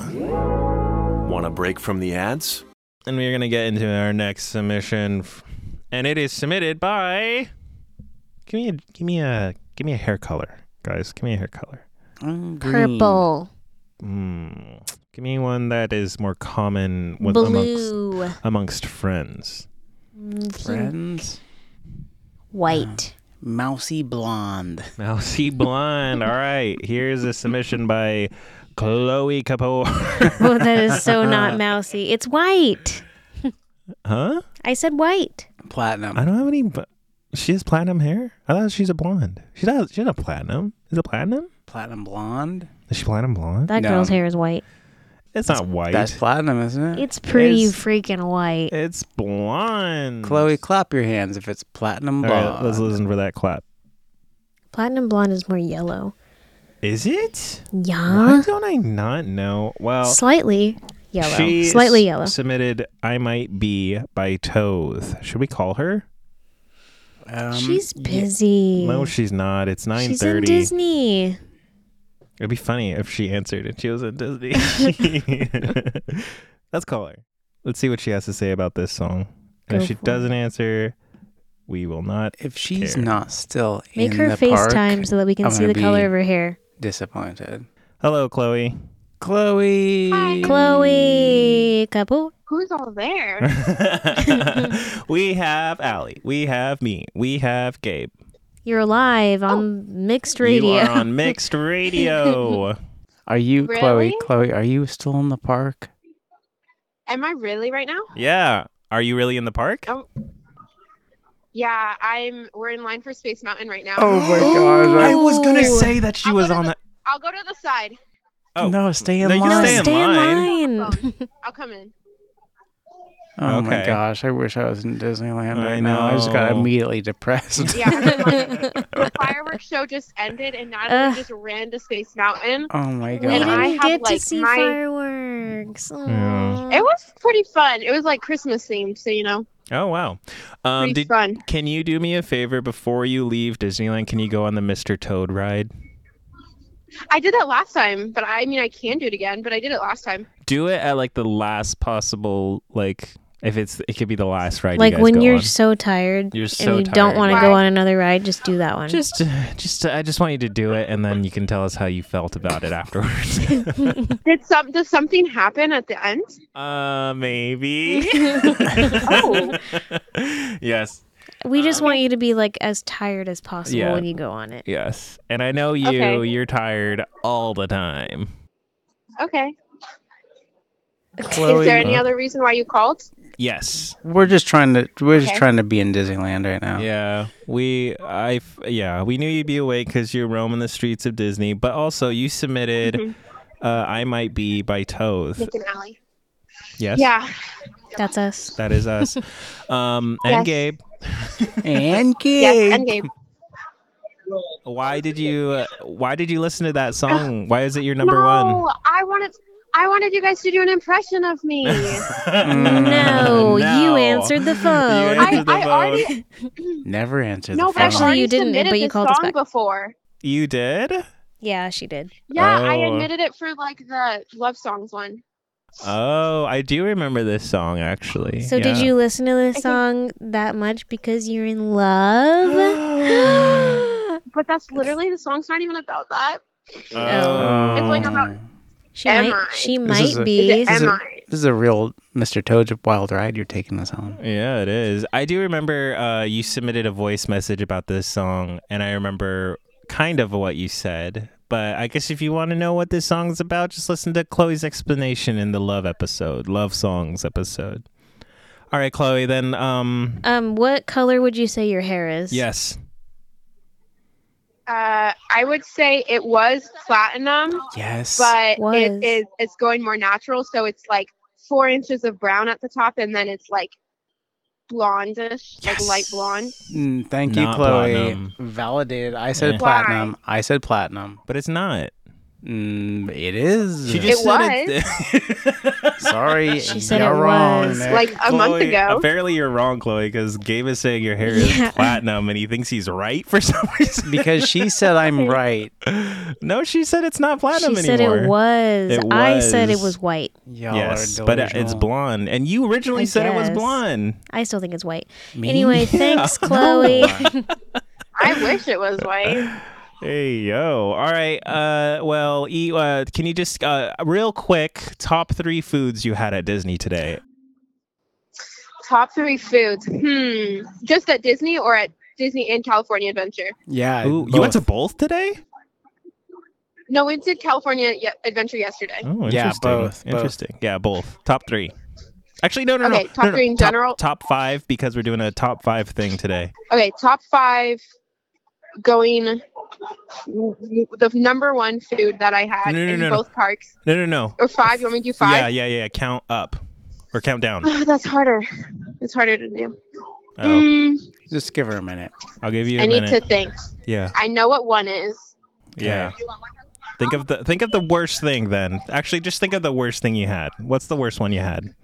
Speaker 5: Want a break from the ads?
Speaker 1: And we're going to get into our next submission. f- And it is submitted by Give me a give me a give me a hair color, guys. Give me a hair color.
Speaker 3: Purple.
Speaker 1: Mm. Give me one that is more common with amongst
Speaker 3: Blue.
Speaker 1: amongst friends. Mm.
Speaker 2: Friends.
Speaker 3: White.
Speaker 2: Mousy blonde.
Speaker 1: Mousy blonde. All right, here's a submission by Chloe Kapoor.
Speaker 3: oh, that is so not mousy. It's white.
Speaker 1: huh?
Speaker 3: I said white.
Speaker 2: Platinum.
Speaker 1: I don't have any. bu- She has platinum hair. I thought she's a blonde. She's not. She's not platinum. Is it platinum?
Speaker 2: Platinum blonde.
Speaker 1: Is she platinum blonde?
Speaker 3: That
Speaker 2: No.
Speaker 3: girl's hair is white.
Speaker 1: it's not white.
Speaker 2: That's platinum, isn't it?
Speaker 3: It's pretty
Speaker 1: It's-
Speaker 3: freaking white.
Speaker 1: it's blonde.
Speaker 2: Chloe, clap your hands if it's platinum
Speaker 1: All right,
Speaker 2: blonde.
Speaker 1: let's listen for that clap.
Speaker 3: Platinum blonde is more yellow.
Speaker 1: Is it?
Speaker 3: Yeah.
Speaker 1: Why don't I not know? Well,
Speaker 3: Slightly yellow.
Speaker 1: She
Speaker 3: Slightly
Speaker 1: s-
Speaker 3: yellow.
Speaker 1: Submitted "I Might Be" by Toth. Should we call her?
Speaker 2: Um,
Speaker 3: She's busy.
Speaker 1: No, she's not. It's nine
Speaker 3: She's in
Speaker 1: thirty.
Speaker 3: Disney.
Speaker 1: It'd be funny if she answered and she was in Disney. Let's call her. Let's see what she has to say about this song. And if
Speaker 3: Go
Speaker 1: she
Speaker 3: for it.
Speaker 1: doesn't answer, we will not.
Speaker 2: if she's
Speaker 1: care.
Speaker 2: not still
Speaker 3: Make
Speaker 2: in
Speaker 3: her
Speaker 2: the park,
Speaker 3: FaceTime so that we can
Speaker 2: I'm
Speaker 3: see
Speaker 2: gonna
Speaker 3: the
Speaker 2: be
Speaker 3: color of her hair.
Speaker 2: Disappointed.
Speaker 1: Hello, Chloe.
Speaker 2: Chloe.
Speaker 3: Chloe Kapoor.
Speaker 10: Who's all there?
Speaker 1: we have Allie. We have me. We have Gabe.
Speaker 3: You're live on mixed radio.
Speaker 1: Oh. You are on mixed radio.
Speaker 2: Are you
Speaker 10: Really?
Speaker 2: Chloe? Chloe, are you still in the park?
Speaker 10: Am I really right now?
Speaker 1: yeah. Are you really in the park?
Speaker 10: Oh. Yeah, I'm. We're in line for Space Mountain right now.
Speaker 2: my gosh.
Speaker 1: Oh I was gonna
Speaker 3: Ooh.
Speaker 1: say that she
Speaker 10: I'll go
Speaker 1: was
Speaker 10: to
Speaker 1: on
Speaker 10: the-
Speaker 1: that.
Speaker 10: I'll go to the side.
Speaker 1: Oh.
Speaker 2: No, stay in
Speaker 1: No, you
Speaker 2: line.
Speaker 3: no,
Speaker 1: Stay in
Speaker 3: stay in
Speaker 1: line.
Speaker 3: line.
Speaker 10: I'll come in.
Speaker 2: Oh my
Speaker 1: Okay.
Speaker 2: gosh! I wish I was in Disneyland
Speaker 1: I
Speaker 2: right now. I just got
Speaker 1: know.
Speaker 2: immediately depressed.
Speaker 13: Yeah, the fireworks show just ended, and Natalie just ran to Space Mountain.
Speaker 2: Oh my
Speaker 13: We didn't
Speaker 2: god! Mm.
Speaker 13: I have,
Speaker 3: get to
Speaker 13: like,
Speaker 3: see
Speaker 13: my-
Speaker 3: fireworks.
Speaker 1: Yeah.
Speaker 13: It was pretty fun. It was like Christmas themed, so you know.
Speaker 1: Oh wow. Um,
Speaker 13: Pretty
Speaker 1: did,
Speaker 13: fun.
Speaker 1: Can you do me a favor before you leave Disneyland? Can you go on the Mr. Toad ride?
Speaker 13: I did that last time, but I mean, I can do it again. But I did it last time.
Speaker 1: Do it at like the last possible like if it's it could be the last ride. you
Speaker 3: Like
Speaker 1: guys
Speaker 3: when
Speaker 1: go
Speaker 3: you're
Speaker 1: on.
Speaker 3: so tired
Speaker 1: You're
Speaker 3: and
Speaker 1: so
Speaker 3: you don't
Speaker 1: tired.
Speaker 3: want to go on another ride, just do that one.
Speaker 1: Just, uh, just I just want you to do it, and then you can tell us how you felt about it afterwards.
Speaker 13: Did some? Does something happen at the end?
Speaker 1: uh, maybe.
Speaker 13: oh,
Speaker 1: yes.
Speaker 3: we just want you to be like as tired as possible
Speaker 1: Um, Yeah.
Speaker 3: when you go on it.
Speaker 1: Yes. And I know you.
Speaker 3: Okay.
Speaker 1: You're tired all the time.
Speaker 13: okay.
Speaker 2: Chloe-
Speaker 13: Is there any other reason why you called?
Speaker 1: Yes.
Speaker 2: We're just trying to. We're just
Speaker 13: Okay.
Speaker 2: trying to be in Disneyland right now.
Speaker 1: Yeah, we I f- yeah we knew you'd be awake because you're roaming the streets of Disney, but also you submitted
Speaker 13: Mhm.
Speaker 3: Mm-hmm.
Speaker 1: uh, "I Might Be" by Toth.
Speaker 13: Nick and Allie.
Speaker 1: Yes.
Speaker 13: Yeah.
Speaker 3: That's us.
Speaker 1: That is us. um, and
Speaker 13: Yes.
Speaker 1: Gabe,
Speaker 2: and
Speaker 13: Yes, and Gabe.
Speaker 1: why did you uh, why did you listen to that song? Why is it your number one?
Speaker 13: No, I wanted. I wanted you guys to do an impression of me.
Speaker 2: Mm.
Speaker 3: No, you
Speaker 1: No.
Speaker 3: answered the phone.
Speaker 1: answered the
Speaker 13: I already-
Speaker 2: Never answer
Speaker 13: no, but
Speaker 2: the
Speaker 13: I've
Speaker 2: phone.
Speaker 3: Actually,
Speaker 13: already
Speaker 3: you didn't,
Speaker 13: submitted
Speaker 3: but you
Speaker 13: this
Speaker 3: called us
Speaker 13: song
Speaker 3: back.
Speaker 13: before.
Speaker 1: You did?
Speaker 3: Yeah, she did.
Speaker 13: Yeah, I
Speaker 1: Oh.
Speaker 13: admitted it for like the love songs one.
Speaker 1: Oh, I do remember this song actually.
Speaker 3: So did
Speaker 1: Yeah.
Speaker 3: you listen to this song that much because you're in love?
Speaker 13: But that's literally the song's not even about that.
Speaker 1: Oh.
Speaker 13: It's like about
Speaker 3: She
Speaker 13: Am
Speaker 3: might,
Speaker 13: I?
Speaker 3: she
Speaker 13: This
Speaker 3: might
Speaker 2: is a-
Speaker 13: Is
Speaker 3: be.
Speaker 13: it
Speaker 2: This is, a,
Speaker 13: Am I?
Speaker 2: this is a real Mr. Toad's wild ride you're taking us on.
Speaker 1: Yeah, it is. I do remember uh, you submitted a voice message about this song, and I remember kind of what you said. But I guess if you want to know what this song's about, just listen to Chloe's explanation in the love episode, love songs episode. All right, Chloe. Then, um,
Speaker 3: Um, what color would you say your hair is?
Speaker 1: yes,
Speaker 13: Uh, I would say it was platinum,
Speaker 2: Yes.
Speaker 13: but
Speaker 3: Was.
Speaker 13: it is it's going more natural. So it's like four inches of brown at the top, and then it's like blondish, like light blonde.
Speaker 2: Mm, thank you,
Speaker 1: Not
Speaker 2: Chloe.
Speaker 1: platinum.
Speaker 2: Validated. I said
Speaker 1: Eh.
Speaker 13: Why?
Speaker 2: platinum. I said platinum.
Speaker 1: but it's not.
Speaker 2: Mm, it is.
Speaker 1: She
Speaker 13: It
Speaker 1: just said
Speaker 13: was
Speaker 2: Sorry,
Speaker 3: She said
Speaker 2: you're
Speaker 3: it
Speaker 2: wrong.
Speaker 3: was.
Speaker 2: Nick.
Speaker 13: like a month
Speaker 1: Chloe,
Speaker 13: ago.
Speaker 1: Apparently, you're wrong, Chloe, because Gabe is saying your hair is
Speaker 3: Yeah.
Speaker 1: platinum, and he thinks he's right for some reason.
Speaker 2: because she said I'm right.
Speaker 1: no, she said it's not platinum
Speaker 3: She
Speaker 1: anymore.
Speaker 3: said it was.
Speaker 1: It
Speaker 3: I said it
Speaker 1: was.
Speaker 3: was white.
Speaker 2: Y'all
Speaker 1: yes,
Speaker 2: are
Speaker 1: but uh, it's
Speaker 2: delusional.
Speaker 1: blonde, and you originally
Speaker 3: I
Speaker 1: said it was
Speaker 3: guess.
Speaker 1: blonde.
Speaker 3: I still think it's white.
Speaker 2: Me?
Speaker 3: Anyway, thanks, Chloe.
Speaker 13: I wish it was white.
Speaker 1: Hey yo! All right. Uh, well, e- uh, can you just uh, real quick top three foods you had at Disney today?
Speaker 13: Top three foods. Hmm. Just at Disney or at Disney and California Adventure.
Speaker 2: Yeah.
Speaker 1: Ooh, you went to both
Speaker 2: both.
Speaker 1: today?
Speaker 13: No, we did California Ye- Adventure yesterday.
Speaker 1: Oh,
Speaker 2: Yeah,
Speaker 1: interesting.
Speaker 2: both, both.
Speaker 1: Interesting. Yeah, both. Top three. Actually, no, no, no.
Speaker 13: Okay, top
Speaker 1: no, no.
Speaker 13: three in
Speaker 1: top,
Speaker 13: general?
Speaker 1: Top five because we're doing a top five thing today.
Speaker 13: Okay, top five going. w- w- The number one food that I had
Speaker 1: No, no,
Speaker 13: in
Speaker 1: no, no.
Speaker 13: both parks,
Speaker 1: No, no, no.
Speaker 13: or five. You want me to do five?
Speaker 1: Yeah, yeah, yeah. Count up or count down.
Speaker 13: Oh, that's harder. It's harder to do.
Speaker 1: Oh,
Speaker 13: Mm,
Speaker 2: Just give her a minute.
Speaker 1: I'll give you a
Speaker 13: I need to
Speaker 1: minute.
Speaker 13: think.
Speaker 1: Yeah,
Speaker 13: I know what one is.
Speaker 1: yeah. Think of the think of the worst thing then. Actually, just think of the worst thing you had. What's the worst one you had?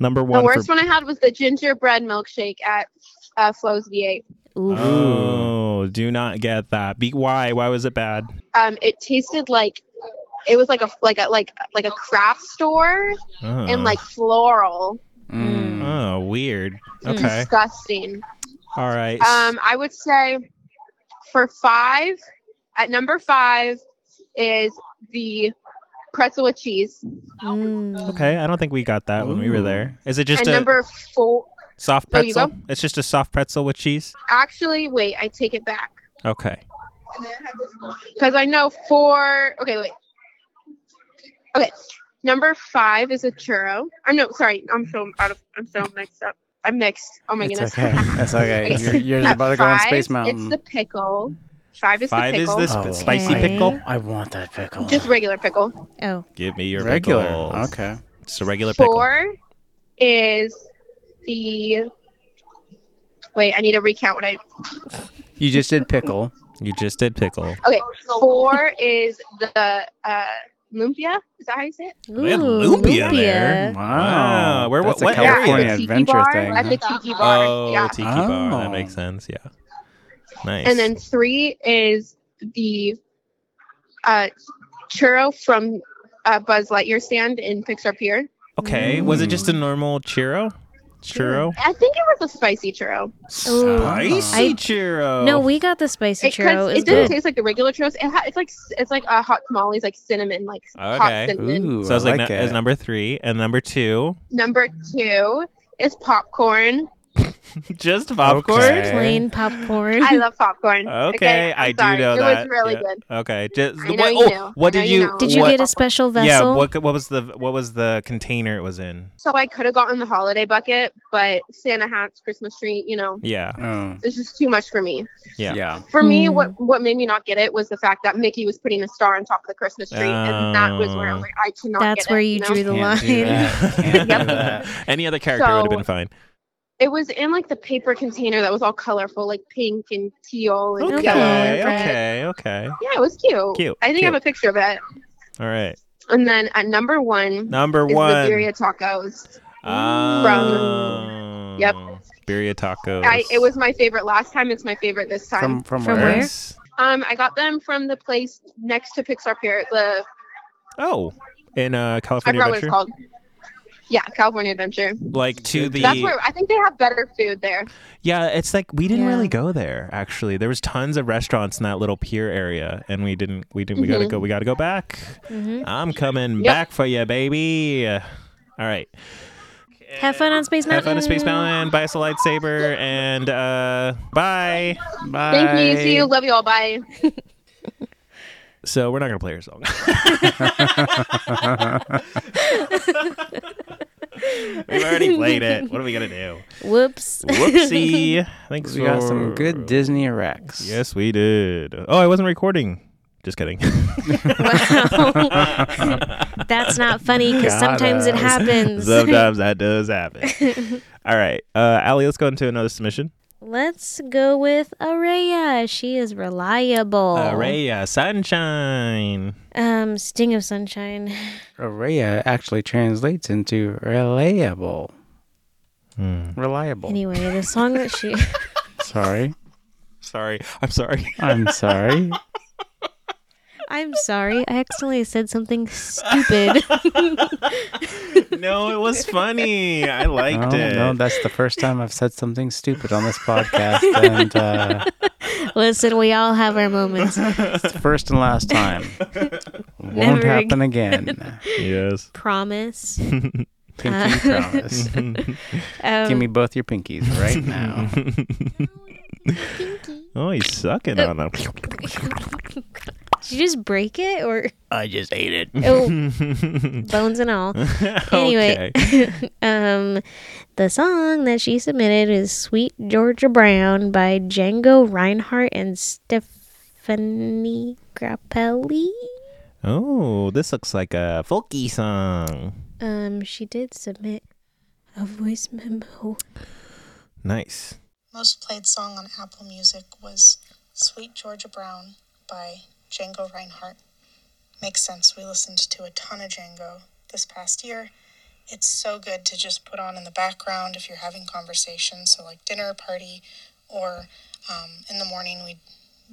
Speaker 1: Number
Speaker 13: The
Speaker 1: one.
Speaker 13: worst
Speaker 1: for-
Speaker 13: one I had was the gingerbread milkshake at uh, Flo's V8.
Speaker 3: Ooh.
Speaker 1: Oh, do not get that. Be why? Why was it bad?
Speaker 13: Um, it tasted like it was like a like a like like a craft store
Speaker 1: Oh,
Speaker 13: and like floral.
Speaker 2: Mm.
Speaker 1: oh weird.
Speaker 13: It's
Speaker 1: Okay,
Speaker 13: Disgusting.
Speaker 1: all right.
Speaker 13: Mm. Um, I would say for five, at number five is the pretzel with cheese.
Speaker 3: Mm.
Speaker 1: okay, I don't think we got that when we were
Speaker 2: Ooh.
Speaker 1: there. Is it just
Speaker 13: and
Speaker 1: a
Speaker 13: number four,
Speaker 1: soft
Speaker 13: Oh, you
Speaker 1: pretzel? it's just a soft pretzel with cheese.
Speaker 13: actually, wait, I take it back
Speaker 1: Okay.
Speaker 13: because I know four. Okay, wait. Okay, number five is a churro. I'm no, sorry, I'm so out of, I'm so mixed up. I'm mixed. Oh my
Speaker 2: it's
Speaker 13: goodness.
Speaker 2: okay. That's okay.
Speaker 13: Okay.
Speaker 2: You're, you're
Speaker 13: At
Speaker 2: about to go on
Speaker 13: five,
Speaker 2: Space Mountain.
Speaker 13: It's the pickle. Five is
Speaker 1: Five
Speaker 13: the
Speaker 1: is
Speaker 13: pickle.
Speaker 1: this
Speaker 2: Oh.
Speaker 1: spicy
Speaker 3: Okay.
Speaker 1: pickle.
Speaker 2: I want that Oh, pickle.
Speaker 13: Just regular pickle.
Speaker 3: Oh,
Speaker 1: Give me your
Speaker 2: regular.
Speaker 1: pickle.
Speaker 2: Okay.
Speaker 1: It's a regular pickle.
Speaker 13: Four is the. Wait, I need to recount what I.
Speaker 2: You just did pickle.
Speaker 1: You just did pickle.
Speaker 13: Okay, four is the uh, lumpia. Is that how you say it?
Speaker 1: We had lumpia, there.
Speaker 2: Wow.
Speaker 1: Where
Speaker 2: That's
Speaker 1: what,
Speaker 2: a
Speaker 1: what
Speaker 2: California
Speaker 1: area?
Speaker 2: Tiki adventure bar? thing,
Speaker 13: At the
Speaker 1: huh?
Speaker 13: tiki bar,
Speaker 1: Oh,
Speaker 13: yeah.
Speaker 1: tiki bar. That
Speaker 2: Oh.
Speaker 1: makes sense. Yeah. Nice.
Speaker 13: And then three is the uh, churro from uh, Buzz Lightyear stand in Pixar Pier.
Speaker 1: okay, was it just a normal churro? Churro.
Speaker 13: I think it was a spicy churro.
Speaker 1: Spicy churro.
Speaker 3: No, we got the spicy
Speaker 13: It, 'cause
Speaker 3: churro. It's
Speaker 13: it doesn't
Speaker 3: good.
Speaker 13: taste like the regular churros. It ha- it's like it's like a hot tamales, like cinnamon, like hot
Speaker 1: Okay.
Speaker 13: cinnamon.
Speaker 1: so I was
Speaker 2: I
Speaker 1: like,
Speaker 2: like
Speaker 1: nu- as
Speaker 2: it.
Speaker 1: number three and number two,
Speaker 13: Number two is popcorn.
Speaker 1: just popcorn.
Speaker 2: Okay.
Speaker 3: Plain popcorn.
Speaker 13: I love popcorn.
Speaker 1: Okay,
Speaker 13: I'm
Speaker 1: I do
Speaker 13: sorry.
Speaker 1: know
Speaker 13: it
Speaker 1: that.
Speaker 13: was really
Speaker 1: yeah.
Speaker 13: good.
Speaker 1: Okay, just
Speaker 13: I know
Speaker 1: what,
Speaker 13: you
Speaker 1: oh,
Speaker 13: know.
Speaker 1: what
Speaker 13: I know
Speaker 1: did
Speaker 13: you
Speaker 1: you?
Speaker 13: know.
Speaker 3: Did you
Speaker 1: what-
Speaker 3: get a special vessel?
Speaker 1: Yeah. What what was the what was the container it was in?
Speaker 13: So I could have gotten the holiday bucket, but Santa hats, Christmas tree, you know,
Speaker 1: Yeah.
Speaker 13: it's just too much for me.
Speaker 1: Yeah.
Speaker 2: Oh, Yeah.
Speaker 13: For
Speaker 1: Hmm.
Speaker 13: me, what what made me not get it was the fact that Mickey was putting a star on top of the Christmas tree, and that was
Speaker 1: Oh.
Speaker 13: where I was like, I cannot.
Speaker 3: That's
Speaker 13: get it,
Speaker 3: where you
Speaker 13: know?
Speaker 3: drew the
Speaker 2: Can't do
Speaker 3: line.
Speaker 2: that. Can't do that.
Speaker 1: Any other character would have been
Speaker 13: So-
Speaker 1: fine.
Speaker 13: It was in like the paper container that was all colorful, like pink and teal and
Speaker 1: Okay.
Speaker 13: yellow. and red.
Speaker 1: Okay. Okay.
Speaker 13: Yeah, it was cute.
Speaker 1: Cute,
Speaker 13: I think I have a picture of it.
Speaker 1: All right.
Speaker 13: And then at number one
Speaker 1: Number
Speaker 13: is
Speaker 1: one.
Speaker 13: the birria tacos.
Speaker 1: Oh.
Speaker 13: Yep.
Speaker 1: Birria tacos.
Speaker 13: I, it was my favorite last time. It's my favorite this time.
Speaker 2: From from,
Speaker 3: From
Speaker 2: where?
Speaker 3: where?
Speaker 13: Um, I got them from the place next to Pixar Pier. The
Speaker 1: Oh, in uh,
Speaker 2: Oh,
Speaker 13: I
Speaker 1: California
Speaker 13: forgot what
Speaker 1: Adventure,
Speaker 13: it's called. Yeah, California Adventure.
Speaker 1: like to the
Speaker 13: That's where I think they have better food there.
Speaker 1: yeah. It's like we didn't
Speaker 3: Yeah.
Speaker 1: really go there actually. There was tons of restaurants in that little pier area, and we didn't. We didn't. We gotta
Speaker 13: Mhm.
Speaker 1: go. We gotta go back.
Speaker 3: Mhm.
Speaker 1: I'm coming
Speaker 13: Yep.
Speaker 1: back for you, baby. All right.
Speaker 3: Have fun on Space
Speaker 1: Have
Speaker 3: Mountain.
Speaker 1: fun in Space Mountain. Buy us a lightsaber, and uh, bye.
Speaker 2: Bye.
Speaker 13: Thank you. See you. Love you all. Bye.
Speaker 1: So we're not gonna play her song. We've already played it. What are we gonna do?
Speaker 3: Whoops.
Speaker 1: Whoopsie. Thanks.
Speaker 2: We got
Speaker 1: for-
Speaker 2: some good Disney Rex.
Speaker 1: Yes, we did. Oh, I wasn't recording. Just kidding.
Speaker 3: That's not funny because
Speaker 2: Got
Speaker 3: sometimes it
Speaker 2: us.
Speaker 3: happens.
Speaker 1: Sometimes that does happen. All right, uh, Allie, let's go into another submission.
Speaker 3: Let's go with Araya. She is reliable.
Speaker 1: Araya Sunshine.
Speaker 3: Um, Sting of Sunshine.
Speaker 2: Araya actually translates into reliable.
Speaker 1: Hmm.
Speaker 2: Reliable.
Speaker 3: Anyway, the song that she.
Speaker 2: Sorry.
Speaker 1: Sorry, I'm sorry.
Speaker 2: I'm sorry.
Speaker 3: I'm sorry, I accidentally said something stupid.
Speaker 1: no, it was funny. I
Speaker 2: No,
Speaker 1: liked it.
Speaker 2: no, that's the first time I've said something stupid on this podcast, and uh,
Speaker 3: Listen, we all have our moments.
Speaker 2: it's the first and last time. Won't
Speaker 3: Never
Speaker 2: happen again.
Speaker 1: yes.
Speaker 3: Promise. Uh,
Speaker 2: Pinky promise.
Speaker 3: Um,
Speaker 2: Give me both your pinkies right now.
Speaker 1: oh, he's sucking on him.
Speaker 3: Did you just break it or
Speaker 2: I just ate it.
Speaker 3: oh, bones and all? Anyway, um, the song that she submitted is "Sweet Georgia Brown" by Django Reinhardt and Stephanie Grappelli.
Speaker 1: Oh, this looks like a folky song.
Speaker 3: Um, she did submit a voice memo.
Speaker 1: Nice.
Speaker 14: most played song on Apple Music was Sweet Georgia Brown by Django Reinhardt. Makes sense. We listened to a ton of Django this past year. It's so good to just put on in the background if you're having conversations, so like dinner party, or um, in the morning we'd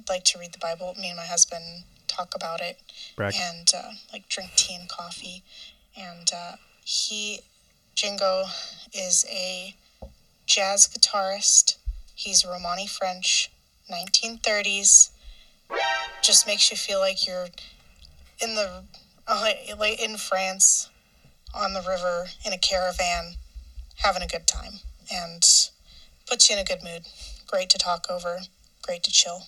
Speaker 14: like to read the Bible. Me and my husband talk about it
Speaker 1: Brack.
Speaker 14: and uh, like drink tea and coffee. And uh, he, Django, is a jazz guitarist. He's Romani French, 1930s. Just makes you feel like you're in the like in France, on the river, in a caravan, having a good time, and puts you in a good mood. Great to talk over. Great to chill.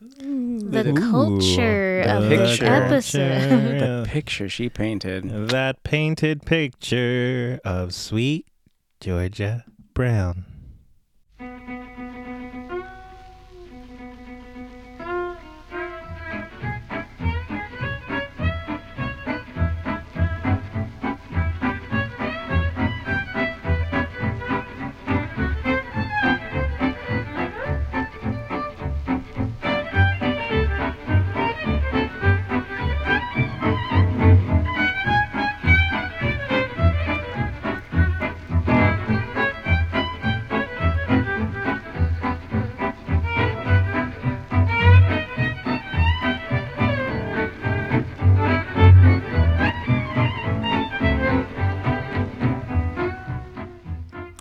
Speaker 3: The culture of
Speaker 1: Mm. the
Speaker 3: the
Speaker 2: picture.
Speaker 3: episode.
Speaker 2: The
Speaker 1: Yeah.
Speaker 2: picture she painted.
Speaker 1: That painted picture of sweet Georgia Brown.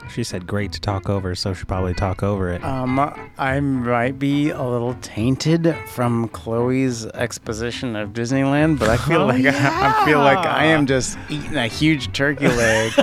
Speaker 1: She said great to talk over, so she probably talk over it.
Speaker 2: Um, I might be a little tainted from Chloe's exposition of Disneyland, but I feel
Speaker 1: Oh,
Speaker 2: like I, I feel like I
Speaker 1: yeah.
Speaker 2: am just eating a huge turkey leg,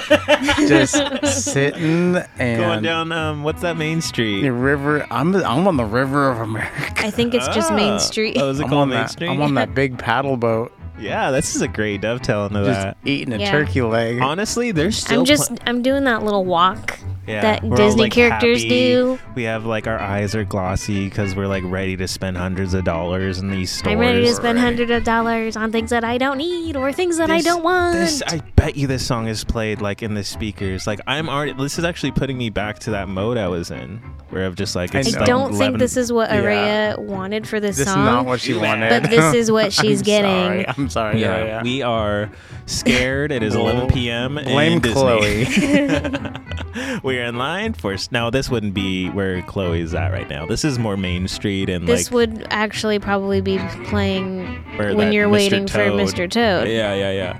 Speaker 2: just sitting and
Speaker 1: Going down, um, what's that main street?
Speaker 2: the river. I'm I'm on the river of America.
Speaker 3: I think it's just Main
Speaker 1: Ah.
Speaker 3: Street.
Speaker 1: Oh, is it
Speaker 2: I'm
Speaker 1: called
Speaker 2: on
Speaker 1: Main
Speaker 2: that,
Speaker 1: Street?
Speaker 2: I'm on that big paddle boat.
Speaker 1: Yeah, this is a great dovetail into
Speaker 2: Just
Speaker 1: that.
Speaker 2: eating
Speaker 3: a Yeah. turkey
Speaker 2: leg.
Speaker 1: Honestly, there's still
Speaker 3: I'm just
Speaker 1: pl-
Speaker 3: I'm doing that little walk
Speaker 1: yeah,
Speaker 3: that
Speaker 1: we're all,
Speaker 3: Disney
Speaker 1: like,
Speaker 3: characters
Speaker 1: happy.
Speaker 3: do.
Speaker 1: We have like our eyes are glossy because we're like ready to spend hundreds of dollars in these stores.
Speaker 3: I'm ready to spend hundreds of dollars on things that I don't need or things that I
Speaker 1: This-
Speaker 3: don't want.
Speaker 1: This, I bet you this song is played like in the speakers. Like I'm already. This is actually putting me back to that mode I was in, where I've just like.
Speaker 3: I
Speaker 1: It's like
Speaker 3: don't think
Speaker 1: 11
Speaker 3: this is what
Speaker 1: Yeah.
Speaker 3: Araya wanted for this,
Speaker 2: This is
Speaker 3: song.
Speaker 2: not what she wanted.
Speaker 3: But this is what she's
Speaker 2: I'm
Speaker 3: getting.
Speaker 2: Sorry. I'm sorry.
Speaker 1: Yeah,
Speaker 2: Yeah, yeah.
Speaker 1: we are scared. It is 11 p.m.
Speaker 2: Blame
Speaker 1: in Disney.
Speaker 2: Chloe.
Speaker 1: we are in line for. s- Now this wouldn't be where Chloe's at right now. This is more Main Street and
Speaker 3: This
Speaker 1: like
Speaker 3: would actually probably be playing
Speaker 1: where
Speaker 3: when
Speaker 1: that
Speaker 3: you're
Speaker 1: Mr.
Speaker 3: waiting
Speaker 1: Toad-
Speaker 3: for Mr. Toad.
Speaker 1: Yeah, yeah, yeah.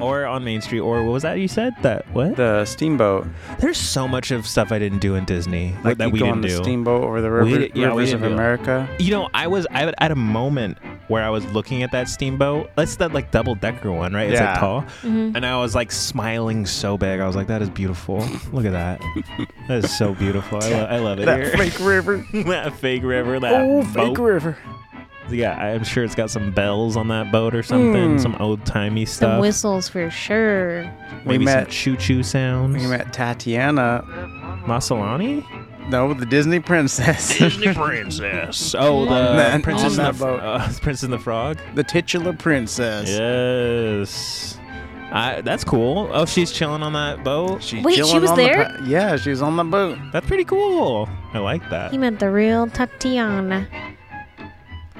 Speaker 1: Or on Main Street, or what was that you said? That what?
Speaker 2: Hmm. The steamboat.
Speaker 1: There's so much of stuff I didn't do in Disney
Speaker 2: Like
Speaker 1: that
Speaker 2: you
Speaker 1: we
Speaker 2: go
Speaker 1: didn't
Speaker 2: on the
Speaker 1: do.
Speaker 2: steamboat over the
Speaker 1: We
Speaker 2: river,
Speaker 1: did- yeah, we
Speaker 2: rivers
Speaker 1: didn't do
Speaker 2: of
Speaker 1: it.
Speaker 2: America.
Speaker 1: You know, I was I had a moment where I was looking at that steamboat. That's that like double decker one, right? It's like
Speaker 2: Yeah.
Speaker 1: tall,
Speaker 3: Mm-hmm.
Speaker 2: Mhm.
Speaker 1: and I was like smiling so big. I was like, "That is beautiful. Look at that. That is so beautiful. I, lo- I love it
Speaker 2: That
Speaker 1: here.
Speaker 2: fake river.
Speaker 1: that fake river. That
Speaker 2: oh, fake
Speaker 1: boat.
Speaker 2: river.
Speaker 1: Yeah, I'm sure it's got some bells on that boat or something.
Speaker 2: Mm.
Speaker 1: Some old timey
Speaker 3: Hmm. Some
Speaker 1: stuff.
Speaker 3: whistles for sure.
Speaker 1: Maybe
Speaker 2: we
Speaker 1: some
Speaker 2: met
Speaker 1: choo-choo sounds.
Speaker 2: we met Tatiana.
Speaker 1: Masalani?
Speaker 2: No, the Disney princess.
Speaker 1: Disney princess. Oh, the
Speaker 2: Man,
Speaker 1: princess
Speaker 2: on
Speaker 1: and
Speaker 2: that
Speaker 1: the
Speaker 2: boat.
Speaker 1: uh, Princess and the Frog.
Speaker 2: the titular princess.
Speaker 1: Yes. I, that's cool. Oh, she's chilling on that boat.
Speaker 2: She
Speaker 3: Wait, she
Speaker 2: chilling
Speaker 3: was
Speaker 2: on the
Speaker 3: there?
Speaker 2: pa- yeah, she was on the boat.
Speaker 1: That's pretty cool. I like that.
Speaker 3: He meant the real Tatiana.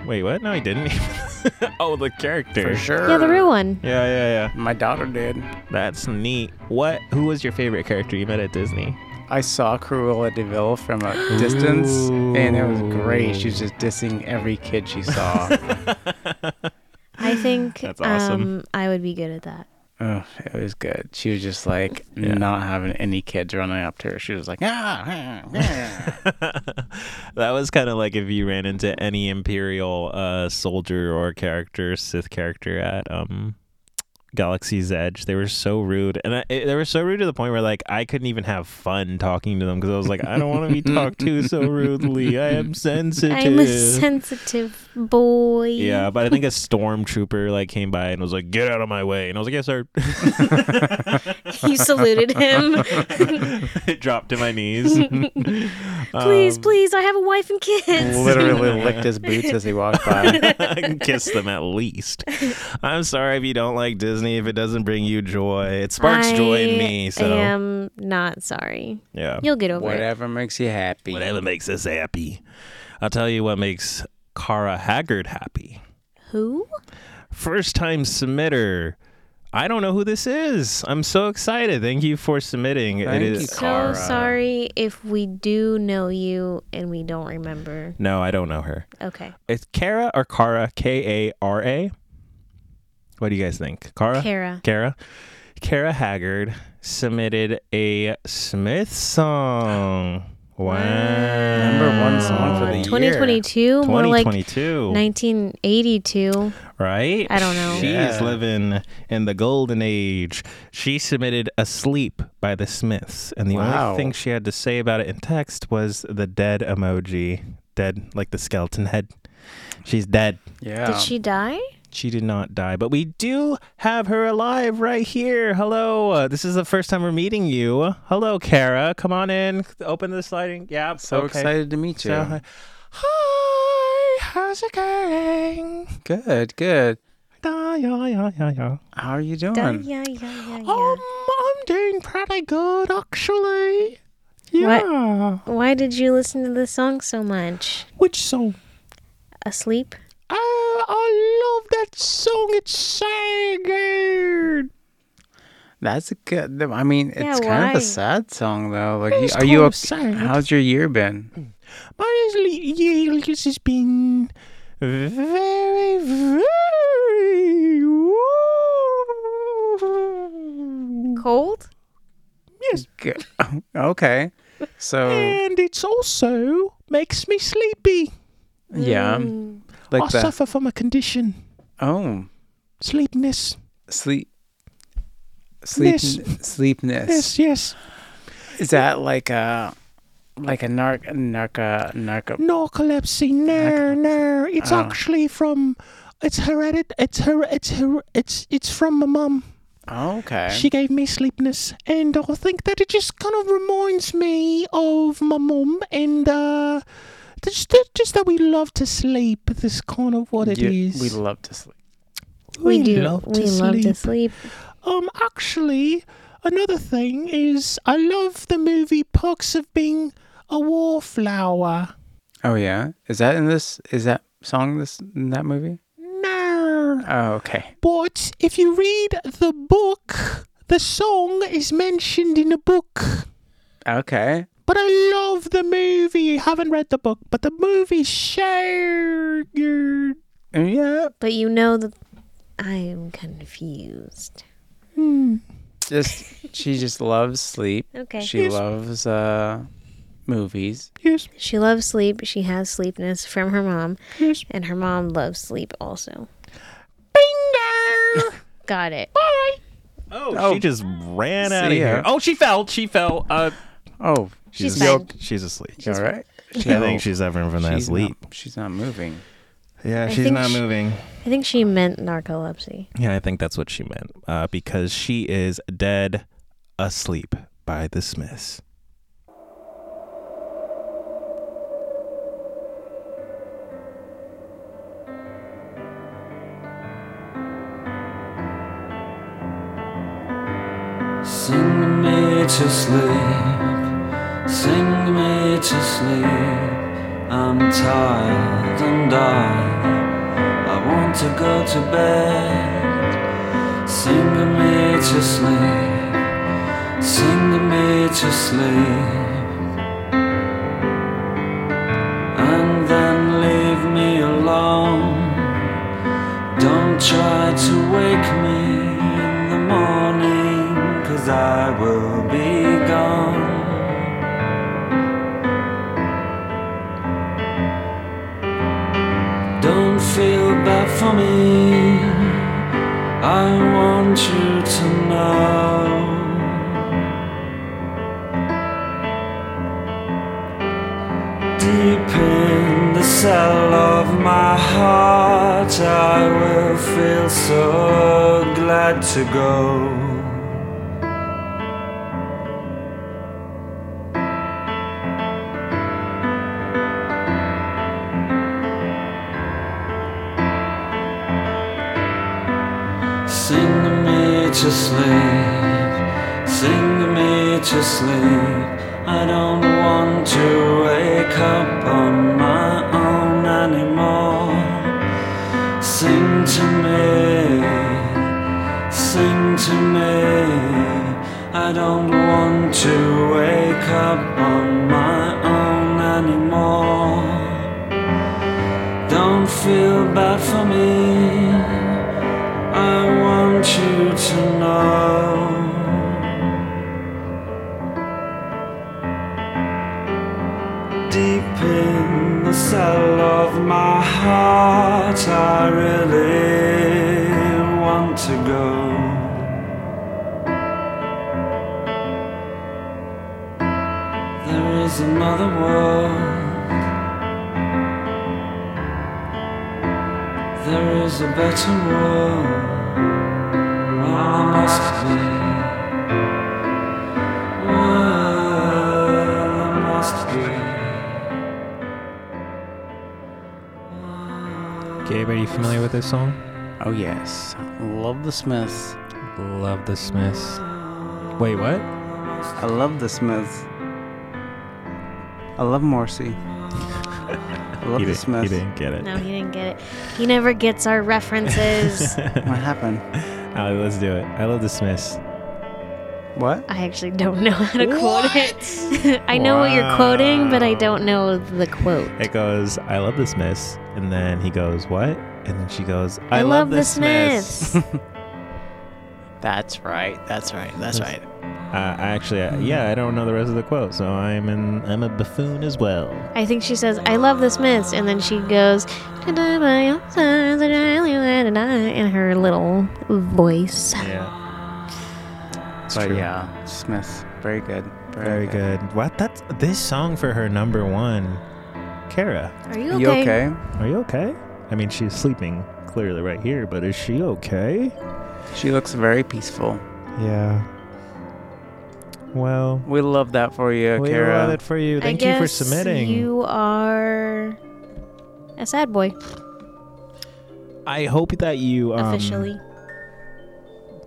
Speaker 1: Wait, what? No, he didn't. oh, the character.
Speaker 2: For sure.
Speaker 3: Yeah, the real one.
Speaker 1: Yeah, yeah,
Speaker 2: My daughter did.
Speaker 1: yeah. That's neat. What? Who was your favorite character you met at Disney?
Speaker 2: I saw Cruella Deville from a distance, and it was great. She was just dissing every kid she saw.
Speaker 3: I think
Speaker 1: That's awesome.
Speaker 3: um, I would be good at that.
Speaker 2: Ugh, it was good. She was just like not having any kids running up to her. She was like, ah, ah, ah."
Speaker 1: That was kind of like if you ran into any Imperial uh, soldier or character, Sith character at um, Galaxy's Edge. They were so rude, and I, it- they were so rude to the point where like I couldn't even have fun talking to them because I was like, I don't want to be talked to so rudely. I am sensitive.
Speaker 3: I'm a sensitive boy.
Speaker 1: yeah, but I think a stormtrooper like came by and was like, "Get out of my way," and I was like, "Yes, sir."
Speaker 3: You saluted him.
Speaker 1: it dropped to my knees. Um,
Speaker 3: please, please, I have a wife and kids.
Speaker 2: literally licked his boots as he walked by.
Speaker 1: I can kiss them at least. I'm sorry if you don't like Disney, if it doesn't bring you joy. It sparks joy in me. So
Speaker 3: I am not sorry.
Speaker 1: yeah.
Speaker 3: You'll get over it.
Speaker 2: Whatever makes you happy.
Speaker 1: Whatever makes us happy. I'll tell you what makes Cara Haggard happy.
Speaker 3: Who?
Speaker 1: First time submitter. I don't know who this is. I'm so excited. Thank you for submitting.
Speaker 2: Thank
Speaker 1: it
Speaker 2: you,
Speaker 1: is
Speaker 3: So
Speaker 2: Cara.
Speaker 3: sorry if we do know you and we don't remember.
Speaker 1: No, I don't know her.
Speaker 3: Okay.
Speaker 1: It's Kara or Kara? K A R A. What do you guys think? Kara?
Speaker 3: Kara.
Speaker 1: Kara. Kara Haggard submitted a Smith song. Wow.
Speaker 2: Number one song for the year.
Speaker 3: 2022, more like
Speaker 1: 2022.
Speaker 3: 1982.
Speaker 1: right?
Speaker 3: I don't know.
Speaker 1: She is
Speaker 2: Yeah.
Speaker 1: living in the golden age. She submitted Asleep by the Smiths. And the
Speaker 2: Wow.
Speaker 1: only thing she had to say about it in text was the dead emoji. Dead, like the skeleton head. She's dead.
Speaker 2: Yeah.
Speaker 3: Did she die?
Speaker 1: She did not die, but we do have her alive right here. Hello. Uh, this is the first time we're meeting you. Hello, Kara. Come on in. Open the sliding. Yeah.
Speaker 2: so
Speaker 1: okay.
Speaker 2: excited to meet you.
Speaker 1: So, hi. Hi. How's it going?
Speaker 2: good, good.
Speaker 1: Da, yeah, yeah, yeah, yeah.
Speaker 2: How are you
Speaker 3: Die,
Speaker 2: doing?
Speaker 3: yeah, yeah, yeah, yeah.
Speaker 1: Um, I'm doing pretty good, actually. Yeah.
Speaker 3: Why did you listen to this song so much?
Speaker 1: Which song?
Speaker 3: Asleep?
Speaker 1: Uh, I love that "Oh, song. It's so good.
Speaker 2: That's a good. I mean, it's
Speaker 3: Yeah,
Speaker 2: kind of
Speaker 3: why?
Speaker 2: a sad song though. Like,
Speaker 1: It's
Speaker 2: you- are you
Speaker 1: kinda
Speaker 2: up?
Speaker 1: sad.
Speaker 2: How's your year been?
Speaker 1: My Years has been very, very
Speaker 3: Cold?
Speaker 1: yes,
Speaker 2: like, okay. So,
Speaker 1: And it's also makes me sleepy.
Speaker 2: yeah.
Speaker 3: mm,
Speaker 2: Like
Speaker 1: I
Speaker 2: that.
Speaker 1: suffer from a condition,
Speaker 2: Oh,
Speaker 1: sleepiness.
Speaker 2: sleep. Sleep,
Speaker 1: Ness.
Speaker 2: sleepness.
Speaker 1: Yes, yes.
Speaker 2: Is that like a, like a narc, narca, narco?
Speaker 1: Narcolepsy. No, no. It's
Speaker 2: Oh.
Speaker 1: actually from. It's heredit. It's her. It's her. It's it's from my mum.
Speaker 2: Okay.
Speaker 1: She gave me sleepiness, and I think that it just kind of reminds me of my mum, and uh, just that- just that we love to sleep. That's kind of what it
Speaker 2: You-
Speaker 1: is.
Speaker 2: We love to sleep.
Speaker 3: We do. We love to
Speaker 1: sleep. Um, actually, another thing is I love the movie Perks of Being a Wallflower.
Speaker 2: Oh yeah, is that in this? Is that song this in that movie?
Speaker 1: No.
Speaker 2: Oh okay.
Speaker 1: But if you read the book, the song is mentioned in the book.
Speaker 2: Okay.
Speaker 1: But I love the movie. I haven't read the book, but the movie's so good.
Speaker 2: Yeah.
Speaker 3: But you know that I'm confused.
Speaker 1: Hmm,
Speaker 2: Just she just loves sleep.
Speaker 3: Okay.
Speaker 2: She
Speaker 3: Yes.
Speaker 2: loves uh movies.
Speaker 1: Yes.
Speaker 3: She loves sleep. She has sleepness from her mom. And her mom loves sleep also.
Speaker 1: Bingo!
Speaker 3: Got it.
Speaker 1: Bye. Oh,
Speaker 2: she
Speaker 1: just ran
Speaker 2: outta here.
Speaker 1: Oh, she fell. She fell. Uh,
Speaker 2: Oh,
Speaker 3: She's She's fine.
Speaker 1: She's asleep.
Speaker 2: you all right?
Speaker 1: I think she's suffering from that
Speaker 2: She's
Speaker 1: sleep.
Speaker 2: not- she's not moving.
Speaker 1: Yeah,
Speaker 3: I think she- I think she meant narcolepsy.
Speaker 1: Yeah, I think that's what she meant. Uh, because she is dead asleep by the Smiths.
Speaker 8: Sing me to sleep, sing me to sleep. I'm tired and I, I want to go to bed. Sing me to sleep, sing me to sleep. And then leave me alone. Don't try to wake me in the morning, cause I will be gone. Don't feel bad for me, I want you to know. Deep in the cell of my heart, I will feel so glad to go. Sing me to sleep, sing me to sleep. I don't want to wake up on my own anymore. Sing to me, sing to me. I don't want to wake up on my own anymore. Don't feel bad for me. I want you to know. deep in the cell of my heart, I really want to go. There is another world. There is a better world. I must be. Well, I must be.
Speaker 1: Okay, everybody familiar with this song?
Speaker 2: Oh yes. Love the Smiths.
Speaker 1: Love the Smiths. Wait, what?
Speaker 2: I love the Smiths. I love Morrissey. I love
Speaker 1: He
Speaker 2: the
Speaker 1: di- he
Speaker 2: Smiths.
Speaker 1: didn't get it.
Speaker 3: No, he didn't get it. He never gets our references.
Speaker 2: What happened?
Speaker 1: Alright, Uh, let's do it. I love the Smiths.
Speaker 2: What?
Speaker 3: I actually don't know how to quote it. I know what you're quoting, but I don't know the quote.
Speaker 1: It goes, I love the Smiths. And then he goes, What? And then she goes, I,
Speaker 3: I love the
Speaker 1: Smiths.
Speaker 3: Smiths.
Speaker 2: That's right. That's right. That's right.
Speaker 1: Uh, I actually, uh, yeah, I don't know the rest of the quote, so I'm an I'm a buffoon as well.
Speaker 3: I think she says, I love this mist. And then she goes, in her little voice.
Speaker 1: Yeah.
Speaker 2: but yeah, Smith, very good.
Speaker 1: Very good. What? That's this song for her number one. Kara.
Speaker 3: Are you Are you okay? okay?
Speaker 1: Are you okay? I mean, she's sleeping clearly right here, but is she okay?
Speaker 2: She looks very peaceful.
Speaker 1: Yeah. Well,
Speaker 2: we love that for you,
Speaker 1: we
Speaker 2: Kara.
Speaker 1: love it for you. Thank you for submitting.
Speaker 3: You are a sad boy,
Speaker 1: I hope that you um,
Speaker 3: officially.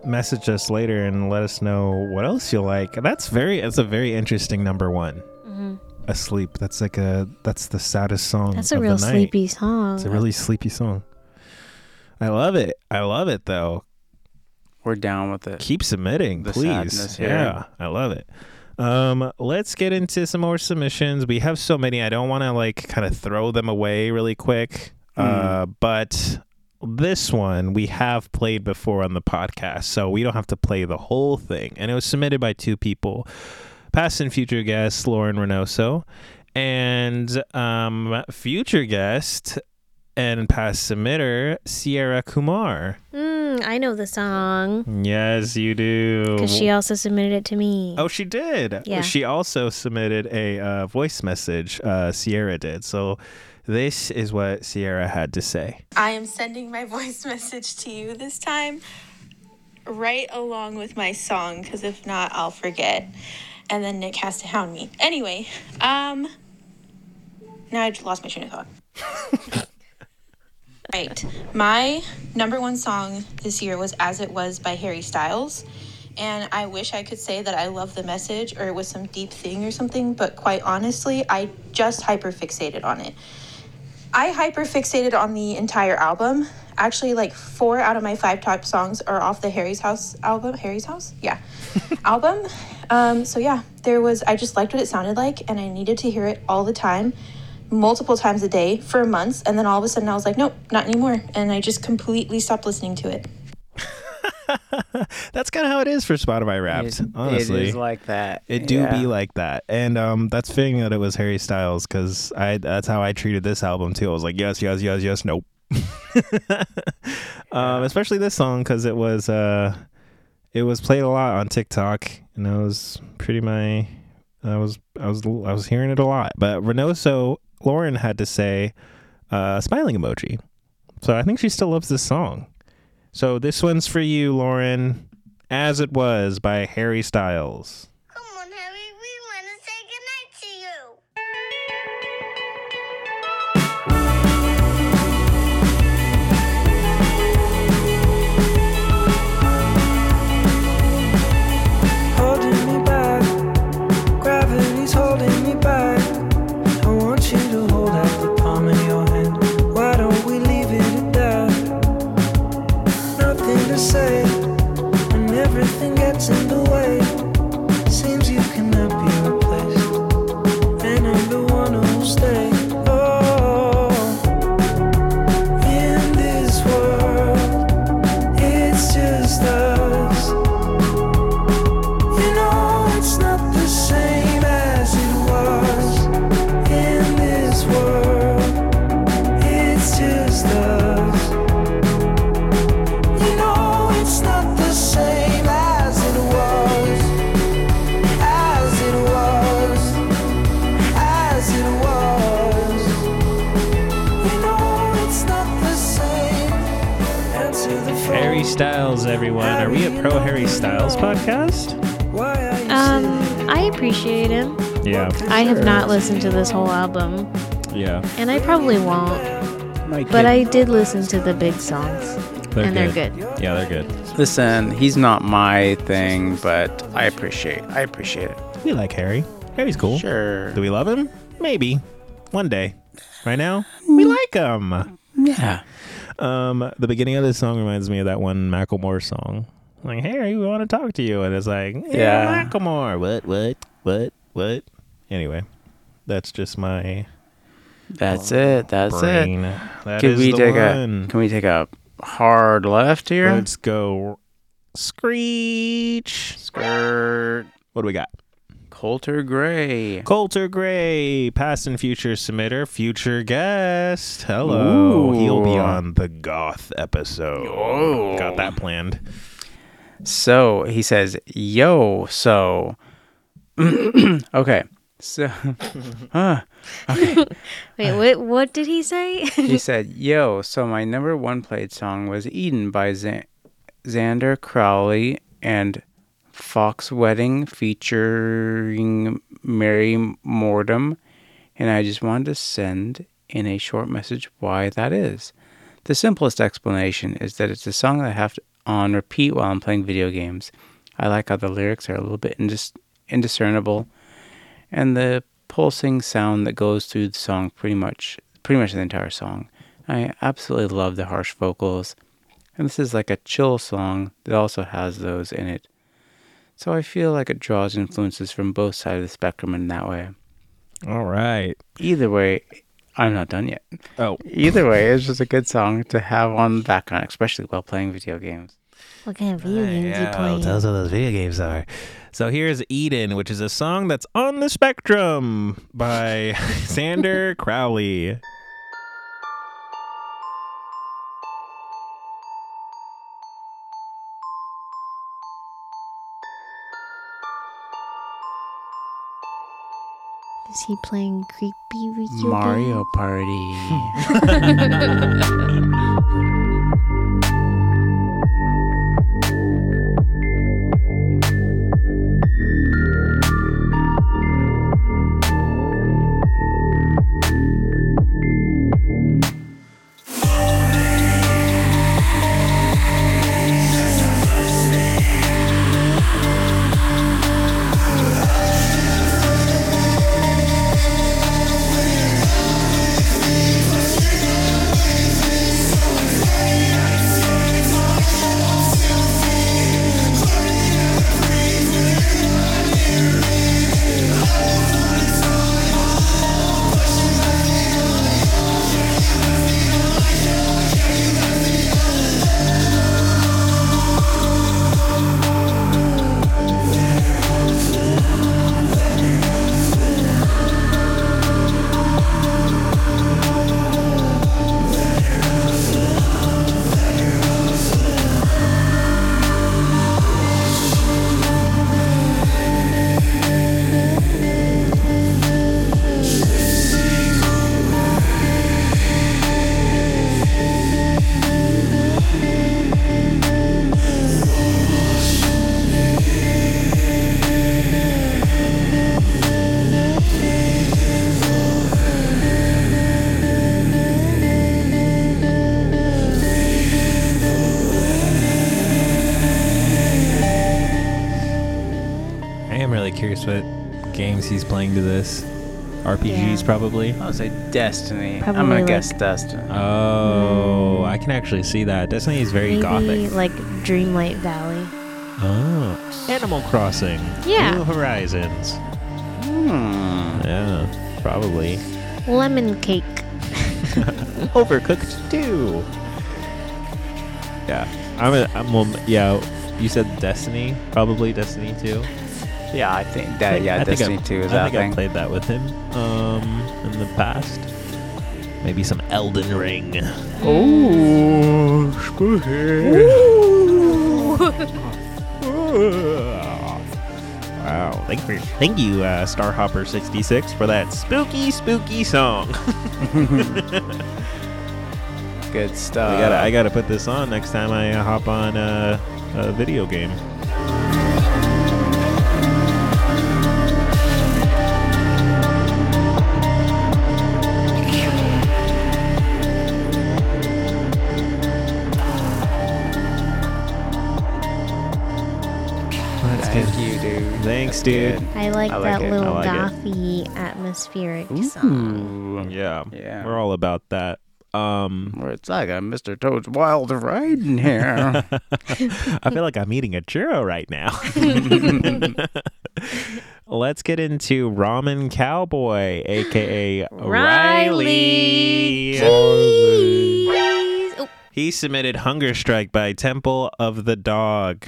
Speaker 1: message us later and let us know what else you like. That's very. That's a very interesting number one.
Speaker 3: Mhm.
Speaker 1: Asleep. That's like a. That's the saddest song.
Speaker 3: That's a
Speaker 1: of the
Speaker 3: real
Speaker 1: night.
Speaker 3: sleepy song.
Speaker 1: It's a really sleepy song. I love it. I love it though.
Speaker 2: We're down with it.
Speaker 1: Keep submitting,
Speaker 2: The
Speaker 1: please.
Speaker 2: sadness here.
Speaker 1: Yeah, I love it. Um, let's get into some more submissions. We have so many. I don't want to like kind of throw them away really quick. Uh,
Speaker 2: Mm.
Speaker 1: but this one we have played before on the podcast, so we don't have to play the whole thing. And it was submitted by two people, past and future guest Lauren Reynoso, and um, future guest and past submitter Sierra Kumar.
Speaker 3: Mm, I know the song
Speaker 1: Yes, you do.
Speaker 3: because she also submitted it to me.
Speaker 1: Oh, she did.
Speaker 3: Yeah.
Speaker 1: She also submitted a uh, voice message. Uh, Sierra did. So this is what Sierra had to say.
Speaker 15: I am sending my voice message to you this time, right along with my song, because if not, I'll forget. And then Nick has to hound me. Anyway, um, now I just lost my train of thought. right. My number one song this year was As It Was by Harry Styles. And I wish I could say that I love the message or it was some deep thing or something, but quite honestly, I just hyperfixated on it. I hyperfixated on the entire album. Actually, like four out of my five top songs are off the Harry's House album. Harry's House? Yeah. album. Um, so, yeah, there was, I just liked what it sounded like and I needed to hear it all the time, multiple times a day for months. And then all of a sudden I was like, nope, not anymore. And I just completely stopped listening to it.
Speaker 1: That's kind of how it is for Spotify Wrapped. honestly,
Speaker 2: it is like that.
Speaker 1: It do
Speaker 2: Yeah.
Speaker 1: be like that, and um, that's fitting that it was Harry Styles because I that's how I treated this album too. I was like, yes, yes, yes, yes, nope. um, especially this song because it was uh, it was played a lot on TikTok, and I was pretty my, I was I was I was hearing it a lot. But Renoso Lauren had to say, uh, smiling emoji. So I think she still loves this song. So this one's for you, Lauren. As it was by Harry Styles.
Speaker 7: Holding me back, gravity's holding me back. I want you to hold out the palm of your hand. Why don't we leave it at that? Nothing to say, and everything gets in the way. Seems you cannot be replaced, and I'm the one who'll stay. Oh, in this world, it's just us. You know it's not the same as it was in this world. It's just us. You know it's not the same as it was, as it was, as it was. You know it's not the same. Answer the phone.
Speaker 1: Harry Styles, everyone. Are we a pro Harry Styles podcast?
Speaker 3: Um, I appreciate him.
Speaker 1: Yeah.
Speaker 3: I have not listened to this whole album,
Speaker 1: Yeah.
Speaker 3: and I probably won't. But I did listen to the big songs, and they're good.
Speaker 1: Yeah, they're good.
Speaker 2: Listen, he's not my thing, but I appreciate. I appreciate it.
Speaker 1: We like Harry. Harry's cool.
Speaker 2: Sure.
Speaker 1: Do we love him? Maybe. One day. Right now, we like him.
Speaker 2: Yeah.
Speaker 1: Um, the beginning of this song reminds me of that one Macklemore song. Like, Harry, we want to talk to you. And it's like, yeah,
Speaker 2: Yeah.
Speaker 1: Macklemore. What, what, what, what? Anyway, that's just my.
Speaker 2: That's it. That's
Speaker 1: Brain.
Speaker 2: it.
Speaker 1: That
Speaker 2: can
Speaker 1: is
Speaker 2: we
Speaker 1: the
Speaker 2: take
Speaker 1: one.
Speaker 2: a Can we take a hard left here?
Speaker 1: Let's go Screech. Skirt. What do we got?
Speaker 2: Coulter Gray.
Speaker 1: Coulter Gray, past and future submitter, future guest. Hello.
Speaker 2: Ooh.
Speaker 1: He'll be on the Goth episode. Got that planned.
Speaker 2: So he says, "Yo, so okay, so huh, okay."
Speaker 3: Wait, what, what did he say?
Speaker 2: he said, "Yo, so my number one played song was Eden by Xan- Xander Crowley and Fox Wedding featuring Mary Mordam, and I just wanted to send in a short message why that is. The simplest explanation is that it's a song that I have to, on repeat while I'm playing video games. I like how the lyrics are a little bit indis- indiscernible." and the pulsing sound that goes through the song pretty much pretty much the entire song. I absolutely love the harsh vocals. And this is like a chill song that also has those in it. So I feel like it draws influences from both sides of the spectrum in that way.
Speaker 1: All right.
Speaker 2: Either way, I'm not done yet.
Speaker 1: Oh.
Speaker 2: Either way, it's just a good song to have on the background, especially while playing video games.
Speaker 3: what kind of video games you playing?
Speaker 1: Tell us what those video games are. So here's Eden, which is a song that's on the spectrum by Sander Crowley.
Speaker 3: Is he playing creepy video
Speaker 2: Mario Party.
Speaker 3: games?
Speaker 1: I am really curious what games he's playing to this. RPGs,
Speaker 3: Yeah.
Speaker 1: probably.
Speaker 2: I would say Destiny. I'm
Speaker 3: Probably
Speaker 2: gonna
Speaker 3: like-
Speaker 2: guess Destiny.
Speaker 1: Oh, I can actually see that. Destiny is very
Speaker 3: Maybe
Speaker 1: gothic.
Speaker 3: like Dreamlight Valley.
Speaker 1: Oh, Animal Crossing.
Speaker 3: Yeah.
Speaker 1: New Horizons.
Speaker 2: Hmm.
Speaker 1: Yeah, probably.
Speaker 3: Lemon cake.
Speaker 1: Overcooked too. Yeah, I'm. A, I'm. A, yeah, you said Destiny. Probably Destiny too.
Speaker 2: Yeah, I think that. yeah,
Speaker 1: I think
Speaker 2: Destiny
Speaker 1: I've-
Speaker 2: 2 is
Speaker 1: I
Speaker 2: that
Speaker 1: think I've
Speaker 2: thing.
Speaker 1: played that with him um, in the past. Maybe some Elden Ring.
Speaker 2: Oh, spooky.
Speaker 1: Wow, thank you, thank you, uh, Starhopper66, for that spooky, spooky song.
Speaker 2: Good stuff.
Speaker 1: I gotta, I gotta put this on next time I uh, hop on uh, a video game.
Speaker 2: Thank you, dude.
Speaker 1: Thanks,
Speaker 2: That's
Speaker 1: dude.
Speaker 2: good.
Speaker 3: I like,
Speaker 2: I like
Speaker 3: that
Speaker 2: it.
Speaker 3: little
Speaker 1: I like
Speaker 3: gothy atmospheric song.
Speaker 2: Ooh.
Speaker 1: Yeah,
Speaker 2: Yeah.
Speaker 1: we're all about that. Um,
Speaker 2: Where it's like a Mr. Toad's wild ride in here.
Speaker 1: I feel like I'm eating a churro right now. Let's get into Ramen Cowboy, aka Riley.
Speaker 3: Riley. Keys. Oh,
Speaker 1: He submitted Hunger Strike by Temple of the Dog.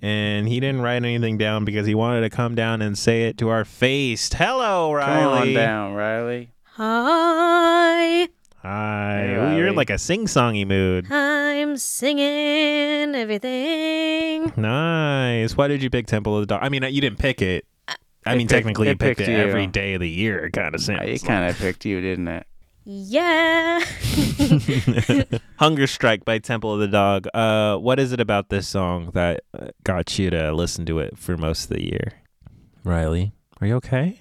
Speaker 1: And he didn't write anything down because he wanted to come down and say it to our face. Hello,
Speaker 2: Come
Speaker 1: Riley.
Speaker 2: on down, Riley.
Speaker 3: Hi,
Speaker 1: Hi.
Speaker 2: Hey,
Speaker 1: Ooh, you're in
Speaker 2: Riley.
Speaker 1: like a sing-songy mood.
Speaker 3: I'm singing everything.
Speaker 1: Nice. Why did you pick Temple of the Dog? I mean, you didn't pick it. I mean,
Speaker 2: picked-
Speaker 1: technically,
Speaker 2: it
Speaker 1: you picked,
Speaker 2: picked
Speaker 1: it
Speaker 2: you. Uh,
Speaker 1: every day of the year. It kind of sounds.
Speaker 2: It kind of picked you, didn't it?
Speaker 3: Yeah.
Speaker 1: Hunger Strike by Temple of the Dog. Uh, what is it about this song that uh, got you to listen to it for most of the year? Riley, are you okay?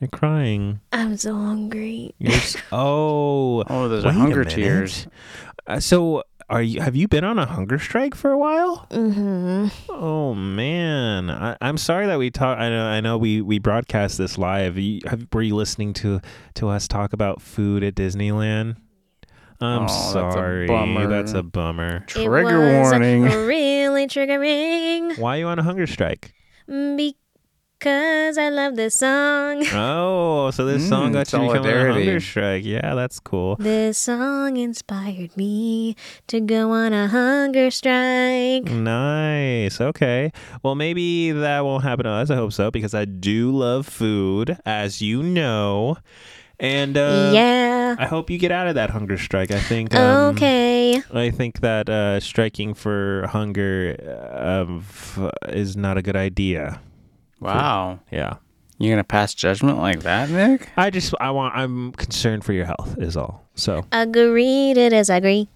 Speaker 1: You're crying.
Speaker 3: I'm so hungry.
Speaker 1: You're s- oh,
Speaker 2: oh, those
Speaker 3: are hunger
Speaker 2: tears.
Speaker 1: Uh, so, are you? Have you been on a hunger strike for a while?
Speaker 3: Mm-hmm.
Speaker 1: Oh man, I, I'm sorry that we talk. I know, I know, we we broadcast this live. You, have, were you listening to to us talk about food at Disneyland? I'm
Speaker 2: Oh, that's a
Speaker 1: sorry.
Speaker 2: bummer.
Speaker 1: That's a bummer.
Speaker 3: it was Really triggering
Speaker 1: Why are you on a hunger strike?
Speaker 3: because I love this song.
Speaker 1: Oh, so this song
Speaker 2: Mm,
Speaker 1: got you to become on a
Speaker 2: solidarity.
Speaker 1: hunger strike. Yeah, that's cool.
Speaker 3: This song inspired me to go on a hunger strike.
Speaker 1: Nice. Okay. Well, maybe that won't happen to us. I hope so because I do love food, as you know. And uh,
Speaker 3: Yeah.
Speaker 1: I hope you get out of that hunger strike. I think. Um,
Speaker 3: okay.
Speaker 1: I think that uh, striking for hunger uh, of, is not a good idea.
Speaker 2: Wow.
Speaker 1: Yeah.
Speaker 2: You're gonna pass judgment like that, Nick?
Speaker 1: I just I want I'm concerned for your health is all. So
Speaker 3: Agreed it is agree.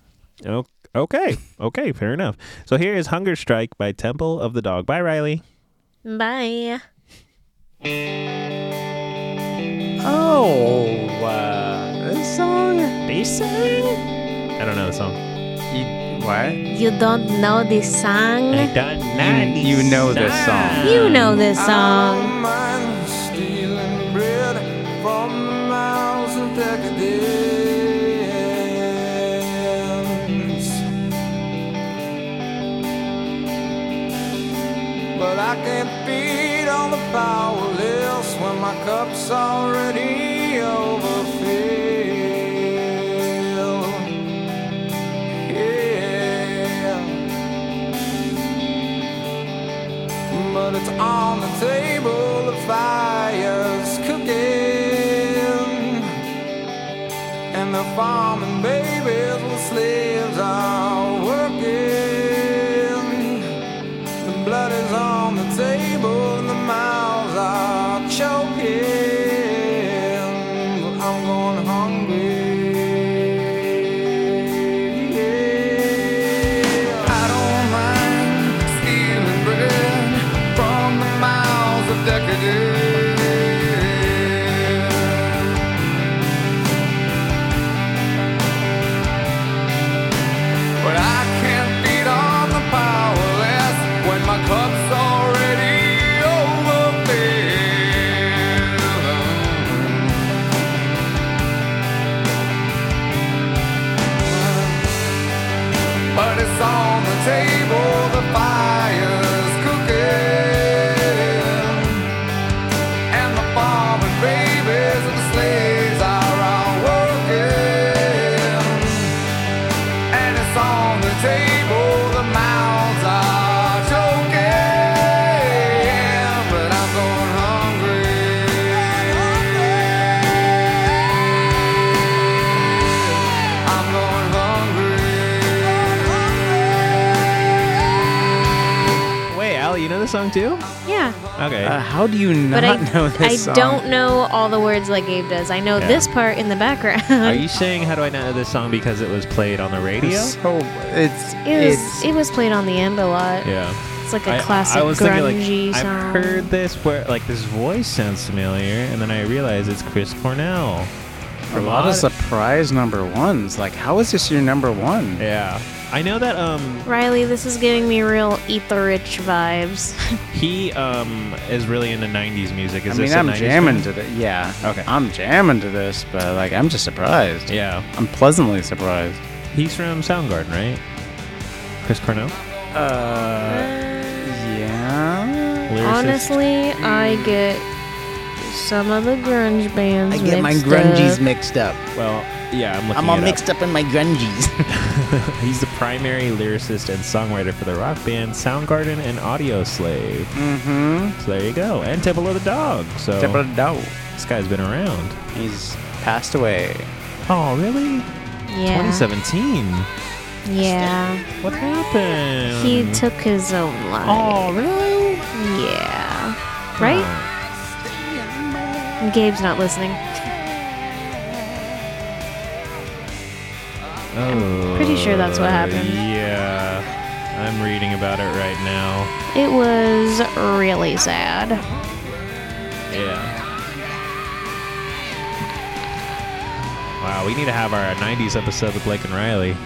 Speaker 1: o- okay, okay, fair enough. So here is Hunger Strike by Temple of the Dog. Bye, Riley.
Speaker 3: Bye.
Speaker 2: Oh, uh, this song.
Speaker 1: This song. I don't know the song.
Speaker 2: You, what?
Speaker 3: You don't know this song?
Speaker 1: I don't know.
Speaker 2: You, you know this song.
Speaker 3: You know this song.
Speaker 7: stealing bread from the mouths of decadence. But I can't feed on the powerless when my cup's already overfilled. Yeah. But it's on the table, the fire's cooking. And the farming babies with slaves are working. The blood is on the table, and the mouths are choking. I'm going hungry. Yeah. I don't mind stealing bread from the mouths of decadence. But I can't beat on the powerless when my cup's already overfilled. But it's on the table, the fire's cooking. And the farm and babies and the slaves are all working. And it's on the table, the mouths are choking. But I'm going hungry. I'm going
Speaker 1: Wait, Allie, you know this song too?
Speaker 3: Yeah.
Speaker 1: Okay.
Speaker 2: Uh, how do you not
Speaker 3: But I,
Speaker 2: know this
Speaker 3: I
Speaker 2: song?
Speaker 3: don't know all the words like Gabe does. I know
Speaker 1: Yeah.
Speaker 3: this part in the
Speaker 1: Are
Speaker 3: background.
Speaker 1: you saying how do I not know this song because it was played on the radio?
Speaker 2: It's so it's
Speaker 3: It was
Speaker 2: it's
Speaker 3: it was played on the Amp a lot.
Speaker 1: Yeah.
Speaker 3: It's like a
Speaker 1: I-
Speaker 3: classic
Speaker 1: I was
Speaker 3: grungy
Speaker 1: thinking, like,
Speaker 3: song.
Speaker 1: I've heard this where like this voice sounds familiar, and then I realize it's Chris Cornell.
Speaker 2: a lot of surprise number ones. Like, how is this your number one?
Speaker 1: Yeah. I know that um
Speaker 3: Riley, this is giving me real eat the rich vibes.
Speaker 1: he um is really into '90s music. Is
Speaker 2: I mean,
Speaker 1: this a
Speaker 2: I'm
Speaker 1: 90s
Speaker 2: jamming
Speaker 1: band?
Speaker 2: to this. Yeah. Okay. I'm jamming to this, but like, I'm just surprised.
Speaker 1: Yeah.
Speaker 2: I'm pleasantly surprised.
Speaker 1: He's from Soundgarden, right? Chris Cornell.
Speaker 2: Uh, yeah.
Speaker 3: Honestly, I get some of the grunge bands. mixed up.
Speaker 2: mixed up.
Speaker 1: Well, Yeah, I'm looking.
Speaker 16: I'm all
Speaker 1: it
Speaker 16: mixed up in my grungies.
Speaker 1: He's the primary lyricist and songwriter for the rock band Soundgarden and Audio Slave.
Speaker 2: Mm-hmm.
Speaker 1: So there you go. And Tipple of the Dog. So
Speaker 2: Tipple of the Dog.
Speaker 1: This guy's been around.
Speaker 2: He's passed away.
Speaker 1: Oh, really?
Speaker 3: Yeah.
Speaker 1: 2017.
Speaker 3: Yeah.
Speaker 1: What happened?
Speaker 3: He took his own life.
Speaker 1: Oh, really?
Speaker 3: Yeah. Right? Gabe's not listening.
Speaker 1: Oh,
Speaker 3: pretty sure that's what happened.
Speaker 1: Yeah. I'm reading about it right now.
Speaker 3: It was really sad.
Speaker 1: Yeah. Wow, we need to have our 90s episode with Blake and Riley.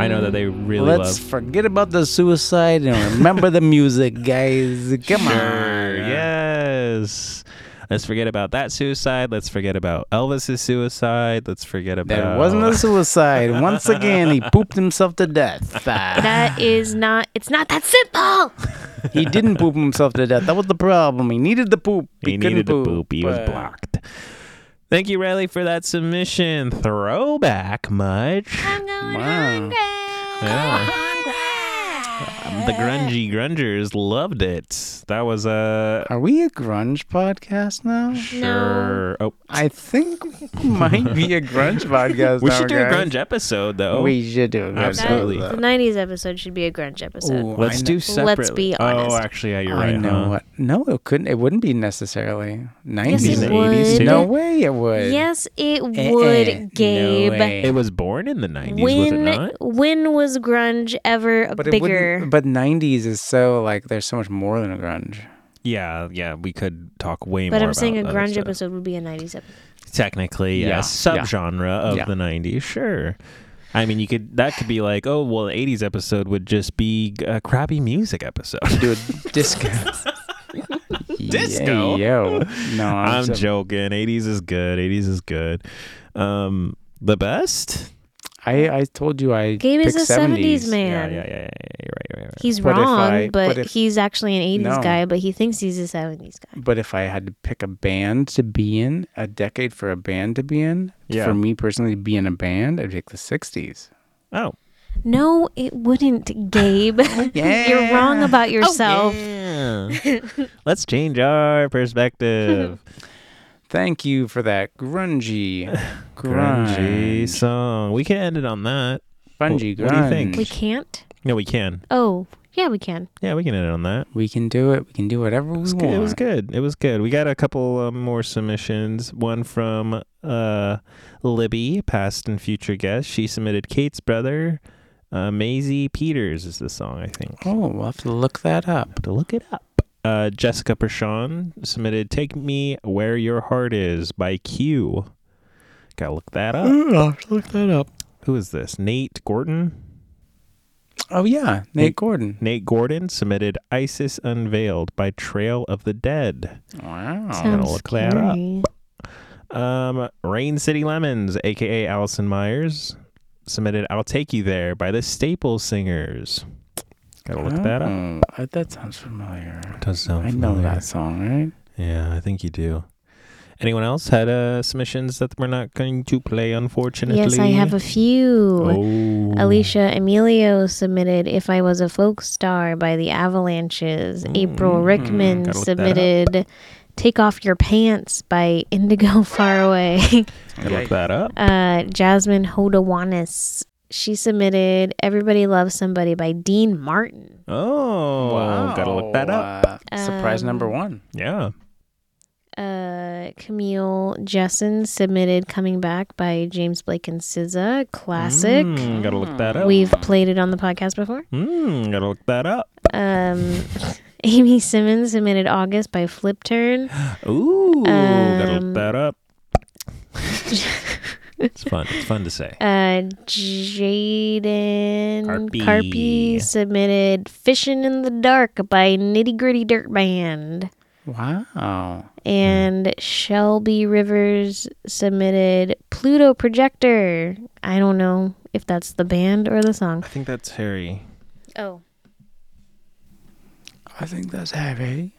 Speaker 1: I know that they really
Speaker 2: Let's
Speaker 1: love.
Speaker 2: forget about the suicide and remember the music, guys. Come
Speaker 1: Sure,
Speaker 2: on.
Speaker 1: Yes. Let's forget about that suicide. Let's forget about Elvis's suicide. Let's forget about.
Speaker 2: That wasn't a suicide. Once again, he pooped himself to death. Ah,
Speaker 3: That is not. It's not that simple.
Speaker 2: he didn't poop himself to death. That was the problem. He needed the poop.
Speaker 1: He,
Speaker 2: couldn't
Speaker 1: needed to poop. He was
Speaker 2: but-
Speaker 1: blocked. Thank you, Riley, for that submission. Throwback, much. I'm going Yeah. Um, The grungy grungers loved it. That was a.
Speaker 2: Are we a grunge podcast now?
Speaker 1: Sure. Oh.
Speaker 2: I think we might be a grunge podcast.
Speaker 1: We
Speaker 2: now,
Speaker 1: should do a
Speaker 2: guys.
Speaker 1: grunge episode, though.
Speaker 2: We should do a grunge
Speaker 1: Absolutely.
Speaker 3: The 90s episode should be a grunge episode.
Speaker 2: Ooh, I
Speaker 1: Let's
Speaker 2: know-
Speaker 1: do separately.
Speaker 3: Let's be honest.
Speaker 1: Oh, actually, yeah, you're
Speaker 2: I
Speaker 1: right.
Speaker 2: know
Speaker 1: huh?
Speaker 2: what. No, it couldn't. It wouldn't be necessarily
Speaker 3: Yes,
Speaker 2: nineties.
Speaker 3: it would.
Speaker 2: No way it Oh, would.
Speaker 3: Yes, it
Speaker 2: Eh,
Speaker 3: would,
Speaker 2: eh, no
Speaker 3: Gabe.
Speaker 2: way.
Speaker 1: It was born in the 90s, was it
Speaker 3: when
Speaker 1: not?
Speaker 3: when was grunge ever a
Speaker 2: But it
Speaker 3: bigger?
Speaker 2: wouldn't- But nineties is so like there's so much more than a grunge.
Speaker 1: Yeah, yeah, we could talk way more
Speaker 3: but I'm
Speaker 1: about
Speaker 3: saying a
Speaker 1: other
Speaker 3: grunge
Speaker 1: stuff.
Speaker 3: episode would be a 90s episode.
Speaker 1: Technically, yeah,
Speaker 2: Yeah, yeah.
Speaker 1: subgenre of
Speaker 2: Yeah.
Speaker 1: the 90s, sure. I mean, you could that could be like, oh, well, the 80s episode would just be a crappy music episode.
Speaker 2: Do a disco.
Speaker 1: Disco?
Speaker 2: Yeah, yo. No, I'm,
Speaker 1: I'm
Speaker 2: so-
Speaker 1: joking. 80s is good. 80s is good. Um, the best?
Speaker 2: I I told you I
Speaker 3: Gabe is
Speaker 2: picked
Speaker 3: a 70s, man.
Speaker 1: Yeah, yeah, yeah, yeah, yeah, You're right, you're right, you're right.
Speaker 3: He's
Speaker 2: But if
Speaker 3: wrong,
Speaker 2: I-
Speaker 3: but,
Speaker 2: but if-
Speaker 3: he's actually an 80s
Speaker 2: No.
Speaker 3: guy, but he thinks he's a 70s guy.
Speaker 2: But if I had to pick a band to be in, a decade for a band to be in,
Speaker 1: Yeah.
Speaker 2: for me personally to be in a band, I'd pick the '60s.
Speaker 1: Oh,
Speaker 3: No, it wouldn't, Gabe. You're wrong
Speaker 1: Oh,
Speaker 3: about yourself.
Speaker 1: yeah. Let's change our perspective.
Speaker 2: Thank you for that grungy,
Speaker 1: Grungy
Speaker 2: grungy,
Speaker 1: song. We can end it on that.
Speaker 2: grungy.
Speaker 1: What do you think?
Speaker 3: We can't?
Speaker 1: No, we can.
Speaker 3: Oh, yeah, we can.
Speaker 1: Yeah, we can end it on that.
Speaker 2: We can do it. We can do whatever we
Speaker 1: It was
Speaker 2: want.
Speaker 1: good. It was good. It was good. We got a couple uh, more submissions. One from uh, Libby, past and future guest. She submitted Kate's brother, uh, Maisie Peters is the song, I think.
Speaker 2: Oh, we'll have to look that up.
Speaker 1: To look it up. Uh, Jessica Pershawn submitted "Take Me Where Your Heart Is" by Q. Gotta look that up.
Speaker 2: look that up.
Speaker 1: Who is this? Nate Gordon.
Speaker 2: Oh yeah, Nate,
Speaker 1: Nate-
Speaker 2: Gordon.
Speaker 1: Nate Gordon submitted "Isis Unveiled" by Trail of the Dead.
Speaker 2: Wow.
Speaker 1: gonna
Speaker 3: Sounds
Speaker 1: look that up.
Speaker 3: scary.
Speaker 1: Um, Rain City Lemons, aka Allison Myers, submitted "I'll Take You There" by the Staple Singers. Gotta look that up.
Speaker 2: Oh, I- that sounds familiar.
Speaker 1: Does sound
Speaker 2: I know
Speaker 1: familiar.
Speaker 2: that song, right?
Speaker 1: Yeah, I think you do. Anyone else had uh, submissions that we're not going to play, unfortunately?
Speaker 3: Yes, I have a few.
Speaker 1: Oh.
Speaker 3: Alicia Emilio submitted If I Was a Folk Star by the Avalanches. April Rickman
Speaker 1: Hmm. gotta look that up.
Speaker 3: submitted Take Off Your Pants by Indigo Far Away.
Speaker 1: Gotta look that up.
Speaker 3: uh, Jasmine Hodawanis. She submitted Everybody Loves Somebody by Dean Martin.
Speaker 1: Oh, gotta look that up.
Speaker 2: Uh, surprise number
Speaker 3: Um,
Speaker 2: one.
Speaker 1: Yeah.
Speaker 3: Uh, Camille Jessen submitted Coming Back by James Blake and SZA. Classic.
Speaker 1: Mm, gotta look that up.
Speaker 3: We've played it on the podcast before.
Speaker 1: Mm, gotta look that up.
Speaker 3: Um, Amy Simmons submitted August by Flip Turn.
Speaker 1: Ooh, gotta look
Speaker 3: Um,
Speaker 1: that up. it's fun. It's fun to say.
Speaker 3: Uh, Jaden
Speaker 1: Carpy.
Speaker 3: Carpy submitted Fishing in the Dark by Nitty Gritty Dirt Band.
Speaker 2: Wow.
Speaker 3: And Shelby Rivers submitted Pluto Projector. I don't know if that's the band or the song.
Speaker 1: I think that's Harry.
Speaker 3: Oh.
Speaker 2: I think that's heavy.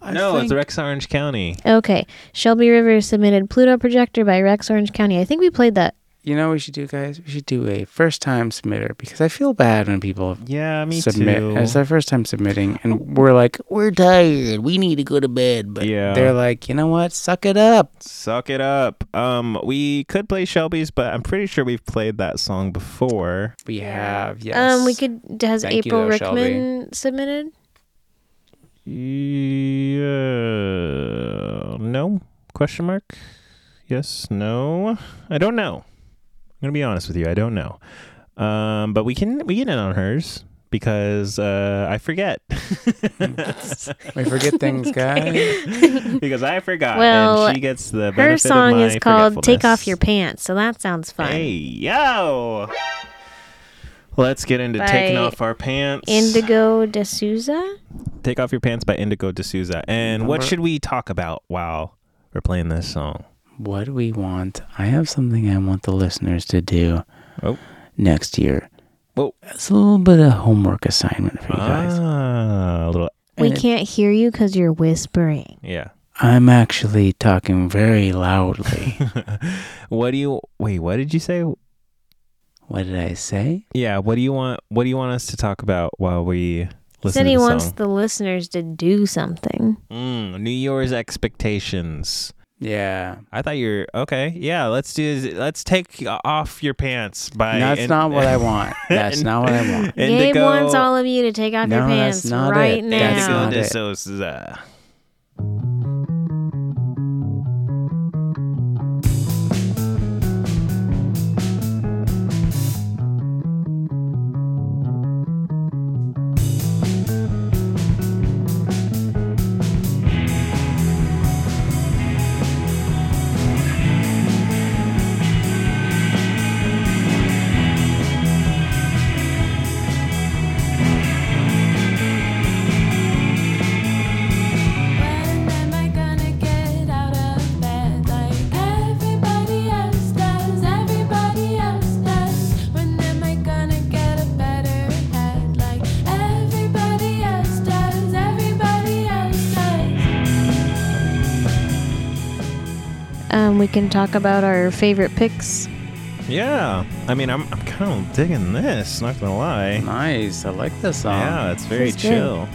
Speaker 11: I
Speaker 1: no, it's
Speaker 11: think-
Speaker 1: Rex Orange County.
Speaker 3: Okay. Shelby Rivers submitted Pluto Projector by Rex Orange County. I think we played that.
Speaker 2: You know what we should do, guys? We should do a first time submitter because I feel bad when people
Speaker 1: Yeah, me
Speaker 2: submit.
Speaker 1: too.
Speaker 2: It's their first time submitting, and we're like, we're tired. We need to go to bed. But
Speaker 1: Yeah.
Speaker 2: they're like, you know what? Suck it up.
Speaker 1: Suck it up. Um, we could play Shelby's, but I'm pretty sure we've played that song before.
Speaker 2: We have, yes.
Speaker 3: Um, we could. Has
Speaker 1: Thank you,
Speaker 3: April
Speaker 1: though, Shelby.
Speaker 3: Rickman submitted?
Speaker 1: Yeah. No? Question mark? Yes? No? I don't know. I'm gonna be honest with you. I don't know. Um, but we can we get in on hers because uh, I forget.
Speaker 2: we forget things,
Speaker 1: guys. because I forgot,
Speaker 3: well,
Speaker 1: and she gets the benefit
Speaker 3: her
Speaker 1: of
Speaker 3: song is
Speaker 1: my
Speaker 3: called "Take Off
Speaker 1: forgetfulness.
Speaker 3: Your Pants," so that sounds fun.
Speaker 1: Hey yo! Let's get into
Speaker 3: By
Speaker 1: taking off our pants.
Speaker 3: Indigo D'Souza.
Speaker 1: Take Off Your Pants by Indigo D'Souza. And what
Speaker 3: Number-
Speaker 1: should we talk about while we're playing this song?
Speaker 2: What do we want? I have something I want the listeners to do next year.
Speaker 1: Oh. Whoa.
Speaker 2: It's a little bit of homework assignment for you guys.
Speaker 1: Ah, a little.
Speaker 3: We can't hear you because you're whispering.
Speaker 1: Yeah.
Speaker 2: I'm actually talking very loudly.
Speaker 1: What do you wait? What did you say?
Speaker 2: What did I say?
Speaker 1: Yeah. What do you want? What do you want us to talk about while we
Speaker 3: He
Speaker 1: listen
Speaker 3: said
Speaker 1: to
Speaker 3: he
Speaker 1: the
Speaker 3: wants
Speaker 1: song?
Speaker 3: the listeners to do something.
Speaker 1: Mm, New Year's expectations.
Speaker 2: Yeah.
Speaker 1: I thought you were okay. Yeah. Let's do. Let's take off your pants by.
Speaker 2: That's
Speaker 1: In-
Speaker 2: not what I want. That's not what I want.
Speaker 1: Indigo.
Speaker 3: Gabe wants all of you to take off your
Speaker 2: No, that's
Speaker 3: pants
Speaker 2: not
Speaker 3: right
Speaker 2: it.
Speaker 3: now.
Speaker 2: That's
Speaker 1: Indigo
Speaker 2: not it.
Speaker 1: D'Souza.
Speaker 6: When am I gonna get out of bed like everybody else does? Everybody else does. When am I gonna get a better head like everybody else does? Everybody else does.
Speaker 3: Um, we can talk about our favorite picks.
Speaker 1: Yeah. I mean, I'm, I'm kind of digging this, not going to lie.
Speaker 2: Nice. I like this song.
Speaker 1: Yeah, it's very
Speaker 6: That's good.
Speaker 1: chill.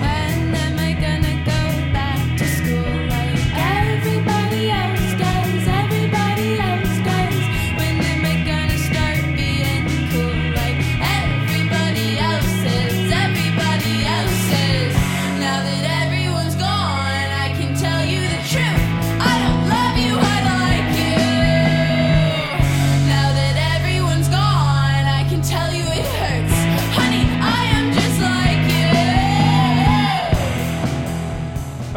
Speaker 6: When am I gonna go back to school like everybody else does? Everybody else does. When am I gonna start being cool like everybody else is? Everybody else is. Now that everyone's gone, I can tell you the truth. I don't love you. I don't like you. Now that everyone's gone, I can tell you it hurts, honey. I am just like you.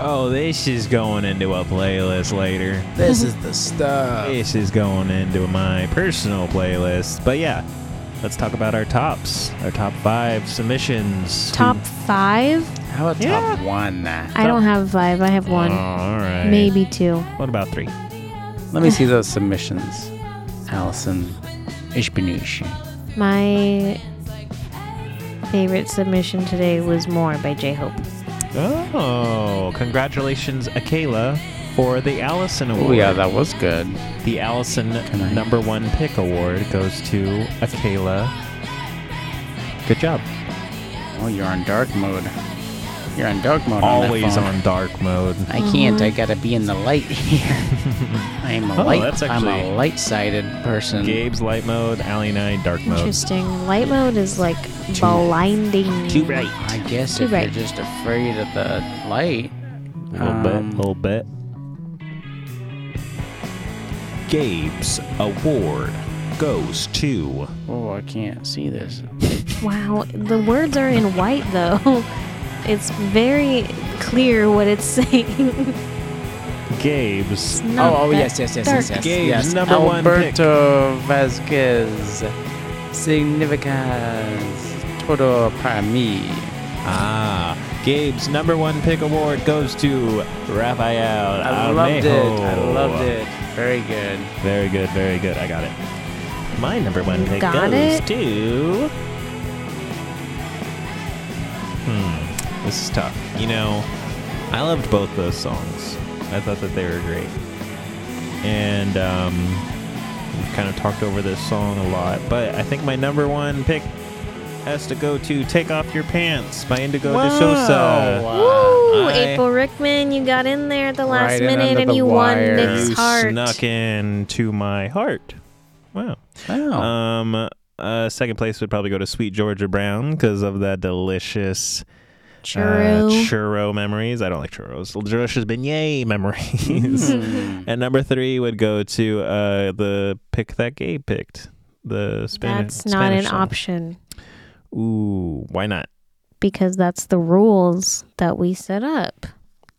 Speaker 1: Oh, this is going into a playlist later.
Speaker 2: This is the stuff.
Speaker 1: This is going into my personal playlist. But yeah, let's talk about our tops, our top five submissions.
Speaker 3: Top five?
Speaker 2: How about top one?
Speaker 3: I don't have five. I have one.
Speaker 2: Oh, all right.
Speaker 3: Maybe two.
Speaker 1: What about three?
Speaker 2: Let me see those submissions. Allison Ishbinushi.
Speaker 3: My favorite submission today was "More" by J Hope.
Speaker 1: Oh, congratulations, Akela, for the Allison Award.
Speaker 2: Oh, yeah, that was good.
Speaker 1: Uh, The Allison number one pick award goes to Akela. Good job.
Speaker 2: Oh, you're on dark mode. You're on dark mode.
Speaker 1: Always
Speaker 2: on, that phone.
Speaker 1: on dark mode.
Speaker 2: I can't. I gotta be in the light here. I'm a
Speaker 1: Oh,
Speaker 2: light.
Speaker 1: that's
Speaker 2: I'm
Speaker 1: actually-
Speaker 2: a light-sided person.
Speaker 1: Gabe's light mode, Allie and I dark mode.
Speaker 3: Interesting. Light mode is like blinding.
Speaker 2: I guess
Speaker 3: Too
Speaker 2: if
Speaker 3: bright.
Speaker 2: you're just afraid of the light. um,
Speaker 1: A little bit, a little bit. Gabe's award goes to.
Speaker 2: Oh, I can't see this.
Speaker 3: Wow, the words are in white though. It's very clear what it's saying.
Speaker 1: Gabe's.
Speaker 3: not
Speaker 2: oh, oh
Speaker 3: that
Speaker 2: yes, yes, yes, yes,
Speaker 3: dark.
Speaker 2: yes.
Speaker 1: Gabe's
Speaker 2: yes.
Speaker 1: number one pick.
Speaker 2: Alberto Vasquez. Significance. Todo para mí.
Speaker 1: Ah, Gabe's number one pick award goes to Rafael.
Speaker 2: I loved it. I
Speaker 1: Amejo.
Speaker 2: loved it. Very good.
Speaker 1: Very good, very good. I got it. My number one pick
Speaker 3: got
Speaker 1: goes
Speaker 3: it?
Speaker 1: to. Hmm. this is tough. You know, I loved both those songs. I thought that they were great. And um, we've kind of talked over this song a lot, but I think my number one pick has to go to "Take Off Your Pants" by Indigo De Sosa.
Speaker 3: Woo!
Speaker 1: I-
Speaker 3: April Rickman, you got in there at the last
Speaker 1: Right in
Speaker 3: minute
Speaker 1: under
Speaker 3: and
Speaker 1: the
Speaker 3: you
Speaker 1: wire.
Speaker 3: won Nick's
Speaker 1: You
Speaker 3: heart.
Speaker 1: snuck into my heart. Wow.
Speaker 2: Wow.
Speaker 1: Um, uh, second place would probably go to Sweet Georgia Brown because of that delicious uh,
Speaker 3: Churro.
Speaker 1: churro memories. I don't like churros. Delicious beignet memories.
Speaker 3: Mm-hmm.
Speaker 1: and number three would go to uh, the pick that Gabe picked. The Spanish.
Speaker 3: That's not an
Speaker 1: Spanish song.
Speaker 3: option
Speaker 1: Ooh, why not?
Speaker 3: because that's the rules that we set up.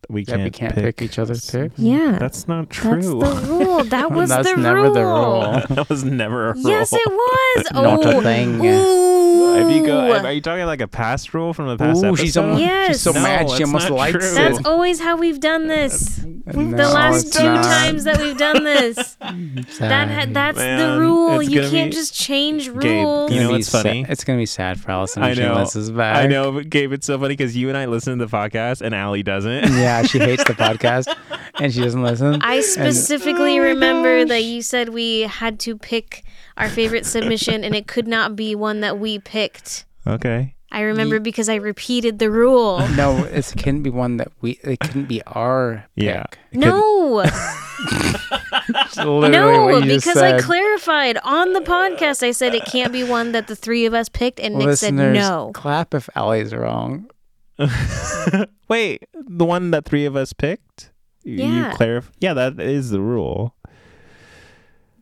Speaker 1: We
Speaker 2: Yeah,
Speaker 1: can't,
Speaker 2: we can't pick each other's picks?
Speaker 3: Yeah.
Speaker 1: That's not
Speaker 3: That's
Speaker 1: true.
Speaker 3: the rule. That was
Speaker 2: That's
Speaker 3: the
Speaker 2: never
Speaker 3: rule.
Speaker 2: the rule.
Speaker 1: that was never a rule.
Speaker 3: Yes, it was.
Speaker 2: Not
Speaker 3: oh,
Speaker 2: a thing.
Speaker 1: If you go, are you talking like a past rule from the past
Speaker 2: Ooh,
Speaker 1: episode?
Speaker 2: she's almost- she's Yes. so mad she
Speaker 1: that's
Speaker 2: almost
Speaker 1: not
Speaker 2: likes Uh,
Speaker 1: true.
Speaker 3: That's always how we've done this. the last
Speaker 1: it's
Speaker 3: two
Speaker 1: not.
Speaker 3: times that we've done this, that ha-
Speaker 2: Sad.
Speaker 3: that's
Speaker 2: Man,
Speaker 3: the rule.
Speaker 2: it's
Speaker 3: You
Speaker 2: gonna
Speaker 3: can't
Speaker 2: be-
Speaker 3: just change
Speaker 1: Gabe,
Speaker 3: rules.
Speaker 1: you know
Speaker 2: Gonna be
Speaker 1: what's funny?
Speaker 2: sa- it's gonna be sad for Allison.
Speaker 1: I
Speaker 2: I
Speaker 1: know.
Speaker 2: She is back.
Speaker 1: I know, but Gabe, it's so funny because you and I listen to the podcast and Allie doesn't.
Speaker 2: yeah, she hates the podcast and she doesn't listen.
Speaker 3: I
Speaker 2: And- Oh
Speaker 3: specifically remember that you said we had to pick our favorite submission, and it could not be one that we picked.
Speaker 1: okay.
Speaker 3: I remember because I repeated the rule.
Speaker 2: No, it couldn't be one that we. It couldn't be our.
Speaker 1: Yeah.
Speaker 3: No,
Speaker 2: Literally
Speaker 3: no,
Speaker 2: what you
Speaker 3: because
Speaker 2: just
Speaker 3: I
Speaker 2: said.
Speaker 3: clarified on the podcast. I said it can't be one that the three of us picked, and Nick said
Speaker 2: Listeners,
Speaker 3: no.
Speaker 2: clap if Allie's wrong.
Speaker 1: Wait, the one that three of us picked? You-
Speaker 3: Yeah.
Speaker 1: You clarify. Yeah, that is the rule.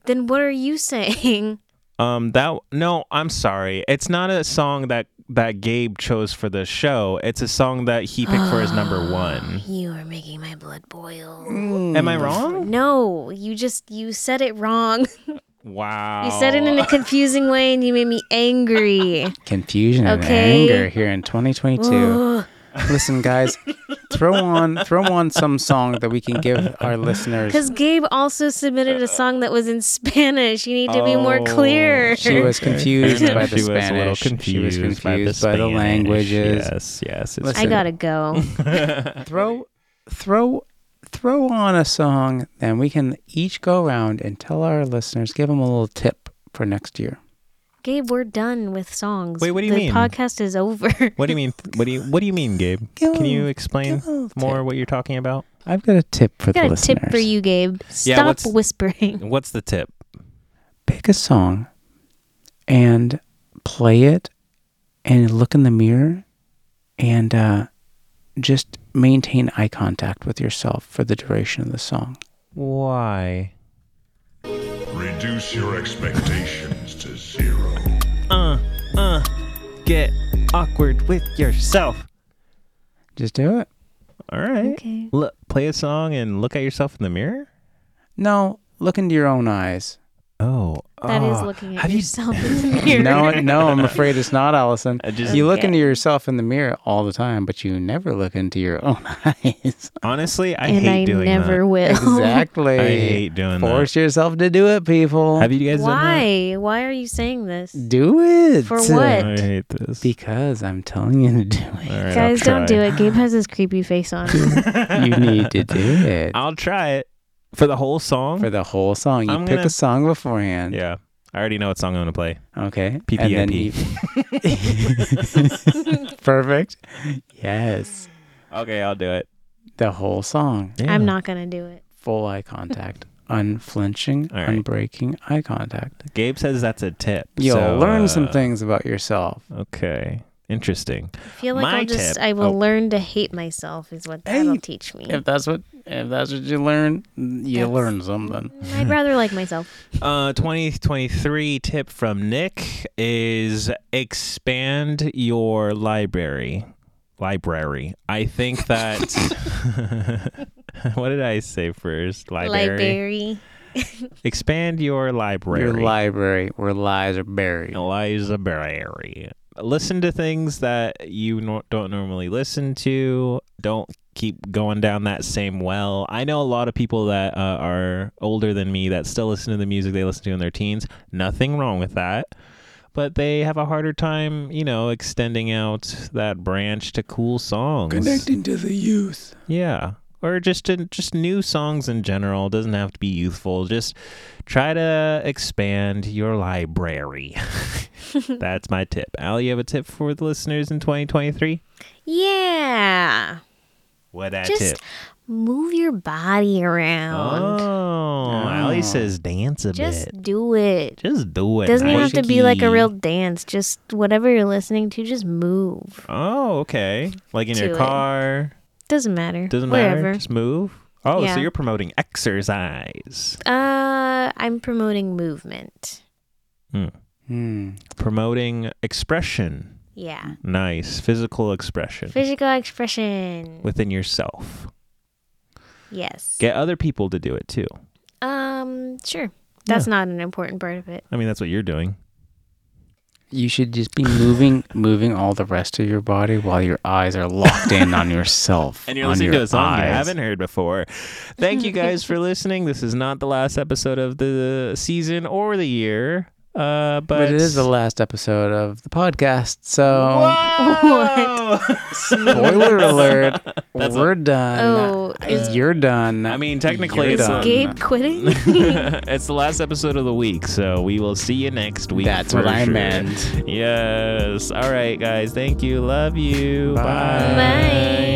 Speaker 3: Then what are you saying?
Speaker 1: Um, that no, I'm sorry. It's not a song that that Gabe chose for the show. It's a song that he picked for his number one.
Speaker 3: You are making my blood boil.
Speaker 2: Mm.
Speaker 1: Am I wrong?
Speaker 3: No, you just you said it wrong.
Speaker 1: Wow.
Speaker 3: You said it in
Speaker 2: Oh.
Speaker 3: a confusing way, and you made me angry.
Speaker 2: Confusion
Speaker 3: Okay.
Speaker 2: and anger here in 2022.
Speaker 3: Ugh.
Speaker 2: Listen, guys, throw on throw on some song that we can give our listeners.
Speaker 3: Because Gabe also submitted a song that was in Spanish. You need to be more clear.
Speaker 2: Oh. She was confused
Speaker 1: Oh.
Speaker 2: by the
Speaker 1: She was a little
Speaker 2: Spanish. she was
Speaker 1: confused by the
Speaker 2: confused by the,
Speaker 1: Spanish.
Speaker 2: languages.
Speaker 1: Yes, yes, it's
Speaker 3: I gotta go.
Speaker 2: throw throw throw on a song, then we can each go around and tell our listeners, give them a little tip for next year.
Speaker 3: Gabe, we're done with songs.
Speaker 1: Wait, what do you
Speaker 3: the
Speaker 1: mean?
Speaker 3: podcast is over.
Speaker 1: What do you mean? What do you What do you mean, Gabe? Can you explain more what you're talking about?
Speaker 2: I've got a tip for
Speaker 3: I got
Speaker 2: the
Speaker 3: a
Speaker 2: listeners.
Speaker 3: tip for you, Gabe.
Speaker 1: Yeah,
Speaker 3: Stop
Speaker 1: what's-
Speaker 3: whispering.
Speaker 1: What's the tip?
Speaker 2: Pick a song and play it and look in the mirror and uh, just maintain eye contact with yourself for the duration of the song.
Speaker 1: Why?
Speaker 4: Reduce your expectations to zero.
Speaker 1: Uh, uh, get awkward with yourself.
Speaker 2: Just do it.
Speaker 1: All right.
Speaker 3: Okay.
Speaker 1: Look, play a song and look at yourself in the mirror.
Speaker 2: No, look into your own eyes.
Speaker 1: Oh,
Speaker 3: That is looking at yourself in the mirror.
Speaker 2: no, no, I'm afraid it's not, Allison. you look
Speaker 3: Okay.
Speaker 2: into yourself in the mirror all the time, but you never look into your own eyes.
Speaker 1: Honestly, I
Speaker 3: and
Speaker 1: hate
Speaker 3: I
Speaker 1: doing
Speaker 3: never
Speaker 1: that.
Speaker 3: will.
Speaker 2: Exactly.
Speaker 1: I hate doing that.
Speaker 2: Force yourself to do it, people.
Speaker 1: Have you guys done
Speaker 3: Why? Why are you saying this?
Speaker 2: that? Do it.
Speaker 3: For what?
Speaker 1: that? I hate this.
Speaker 2: Because I'm telling you to do it.
Speaker 1: All right,
Speaker 3: Guys,
Speaker 1: I'll
Speaker 3: don't do it. Gabe has his creepy face on.
Speaker 2: you need to do it
Speaker 1: I'll try it for the whole song.
Speaker 2: for the whole song. You
Speaker 1: I'm
Speaker 2: pick
Speaker 1: gonna-
Speaker 2: a song beforehand.
Speaker 1: yeah, I already know what song I'm gonna play.
Speaker 2: Okay. And then
Speaker 1: PPMP.
Speaker 2: you- Perfect. Yes.
Speaker 1: Okay, I'll do it.
Speaker 2: The whole song.
Speaker 3: I'm not gonna do it.
Speaker 2: Full eye contact. Unflinching,
Speaker 1: All right.
Speaker 2: unbreaking eye contact.
Speaker 1: Gabe says that's a tip.
Speaker 2: You'll
Speaker 1: so,
Speaker 2: learn some
Speaker 1: uh,
Speaker 2: things about yourself.
Speaker 1: Okay, interesting.
Speaker 3: I feel like
Speaker 1: My
Speaker 3: I'll just
Speaker 1: tip-
Speaker 3: I will
Speaker 1: oh.
Speaker 3: learn to hate myself is what that'll teach me.
Speaker 2: If that's what if that's what you learn, you
Speaker 3: That's-
Speaker 2: learn something.
Speaker 3: I'd rather like myself.
Speaker 1: Uh, 2023 tip from Nick is expand your library. Library. I think that. what did I say first? Library.
Speaker 3: Library.
Speaker 1: Expand your library.
Speaker 2: Your library where lies are buried.
Speaker 1: Library. Listen to things that you nor don't normally listen to. Don't keep going down that same well. I know a lot of people that uh, are older than me that still listen to the music they listen to in their teens. Nothing wrong with that. but they have a harder time, you know, extending out that branch to cool songs.
Speaker 11: Connecting to the youth.
Speaker 1: Yeah. Or just to, just new songs in general. It doesn't have to be youthful. Just try to expand your library. That's my tip. Allie, you have a tip for the listeners in 2023?
Speaker 3: Yeah.
Speaker 1: What that
Speaker 3: Just
Speaker 1: tip?
Speaker 3: move your body around.
Speaker 1: Oh, Allie says dance a
Speaker 3: Just
Speaker 1: bit.
Speaker 3: do it.
Speaker 1: Just do it.
Speaker 3: Doesn't have to be like a
Speaker 1: Mikey.
Speaker 3: real dance. Just whatever you're listening to, just move.
Speaker 1: Oh, okay. Like in
Speaker 3: Do
Speaker 1: your
Speaker 3: it.
Speaker 1: car.
Speaker 3: Doesn't matter.
Speaker 1: Doesn't
Speaker 3: Whatever.
Speaker 1: matter. Just move. Oh,
Speaker 3: Yeah.
Speaker 1: so you're promoting exercise.
Speaker 3: Uh, I'm promoting movement.
Speaker 1: Hmm. Promoting expression.
Speaker 3: Yeah.
Speaker 1: Nice. Physical expression
Speaker 3: Physical expression.
Speaker 1: within yourself.
Speaker 3: Yes.
Speaker 1: Get other people to do it too.
Speaker 3: Um, sure. That's not an important part of it.
Speaker 1: I mean, that's what you're doing.
Speaker 2: You should just be moving, moving all the rest of your body while your eyes are locked in on yourself.
Speaker 1: And you're
Speaker 2: on
Speaker 1: listening
Speaker 2: your
Speaker 1: to a song you
Speaker 2: eyes.
Speaker 1: haven't heard before. Thank you guys for listening. This is not the last episode of the season or the year. Uh, but,
Speaker 2: But, it is the last episode of the podcast, so spoiler alert,
Speaker 1: That's a-
Speaker 2: we're done.
Speaker 3: Oh, is-
Speaker 2: Uh, you're done. I
Speaker 1: mean, technically,
Speaker 2: you're
Speaker 1: it's
Speaker 2: done.
Speaker 1: a-
Speaker 3: Gabe quitting?
Speaker 1: it's the last episode of the week, so we will see you next week. That's
Speaker 2: what I meant.
Speaker 1: Yes. All right, guys. Thank you. Love you. Bye.
Speaker 3: Bye.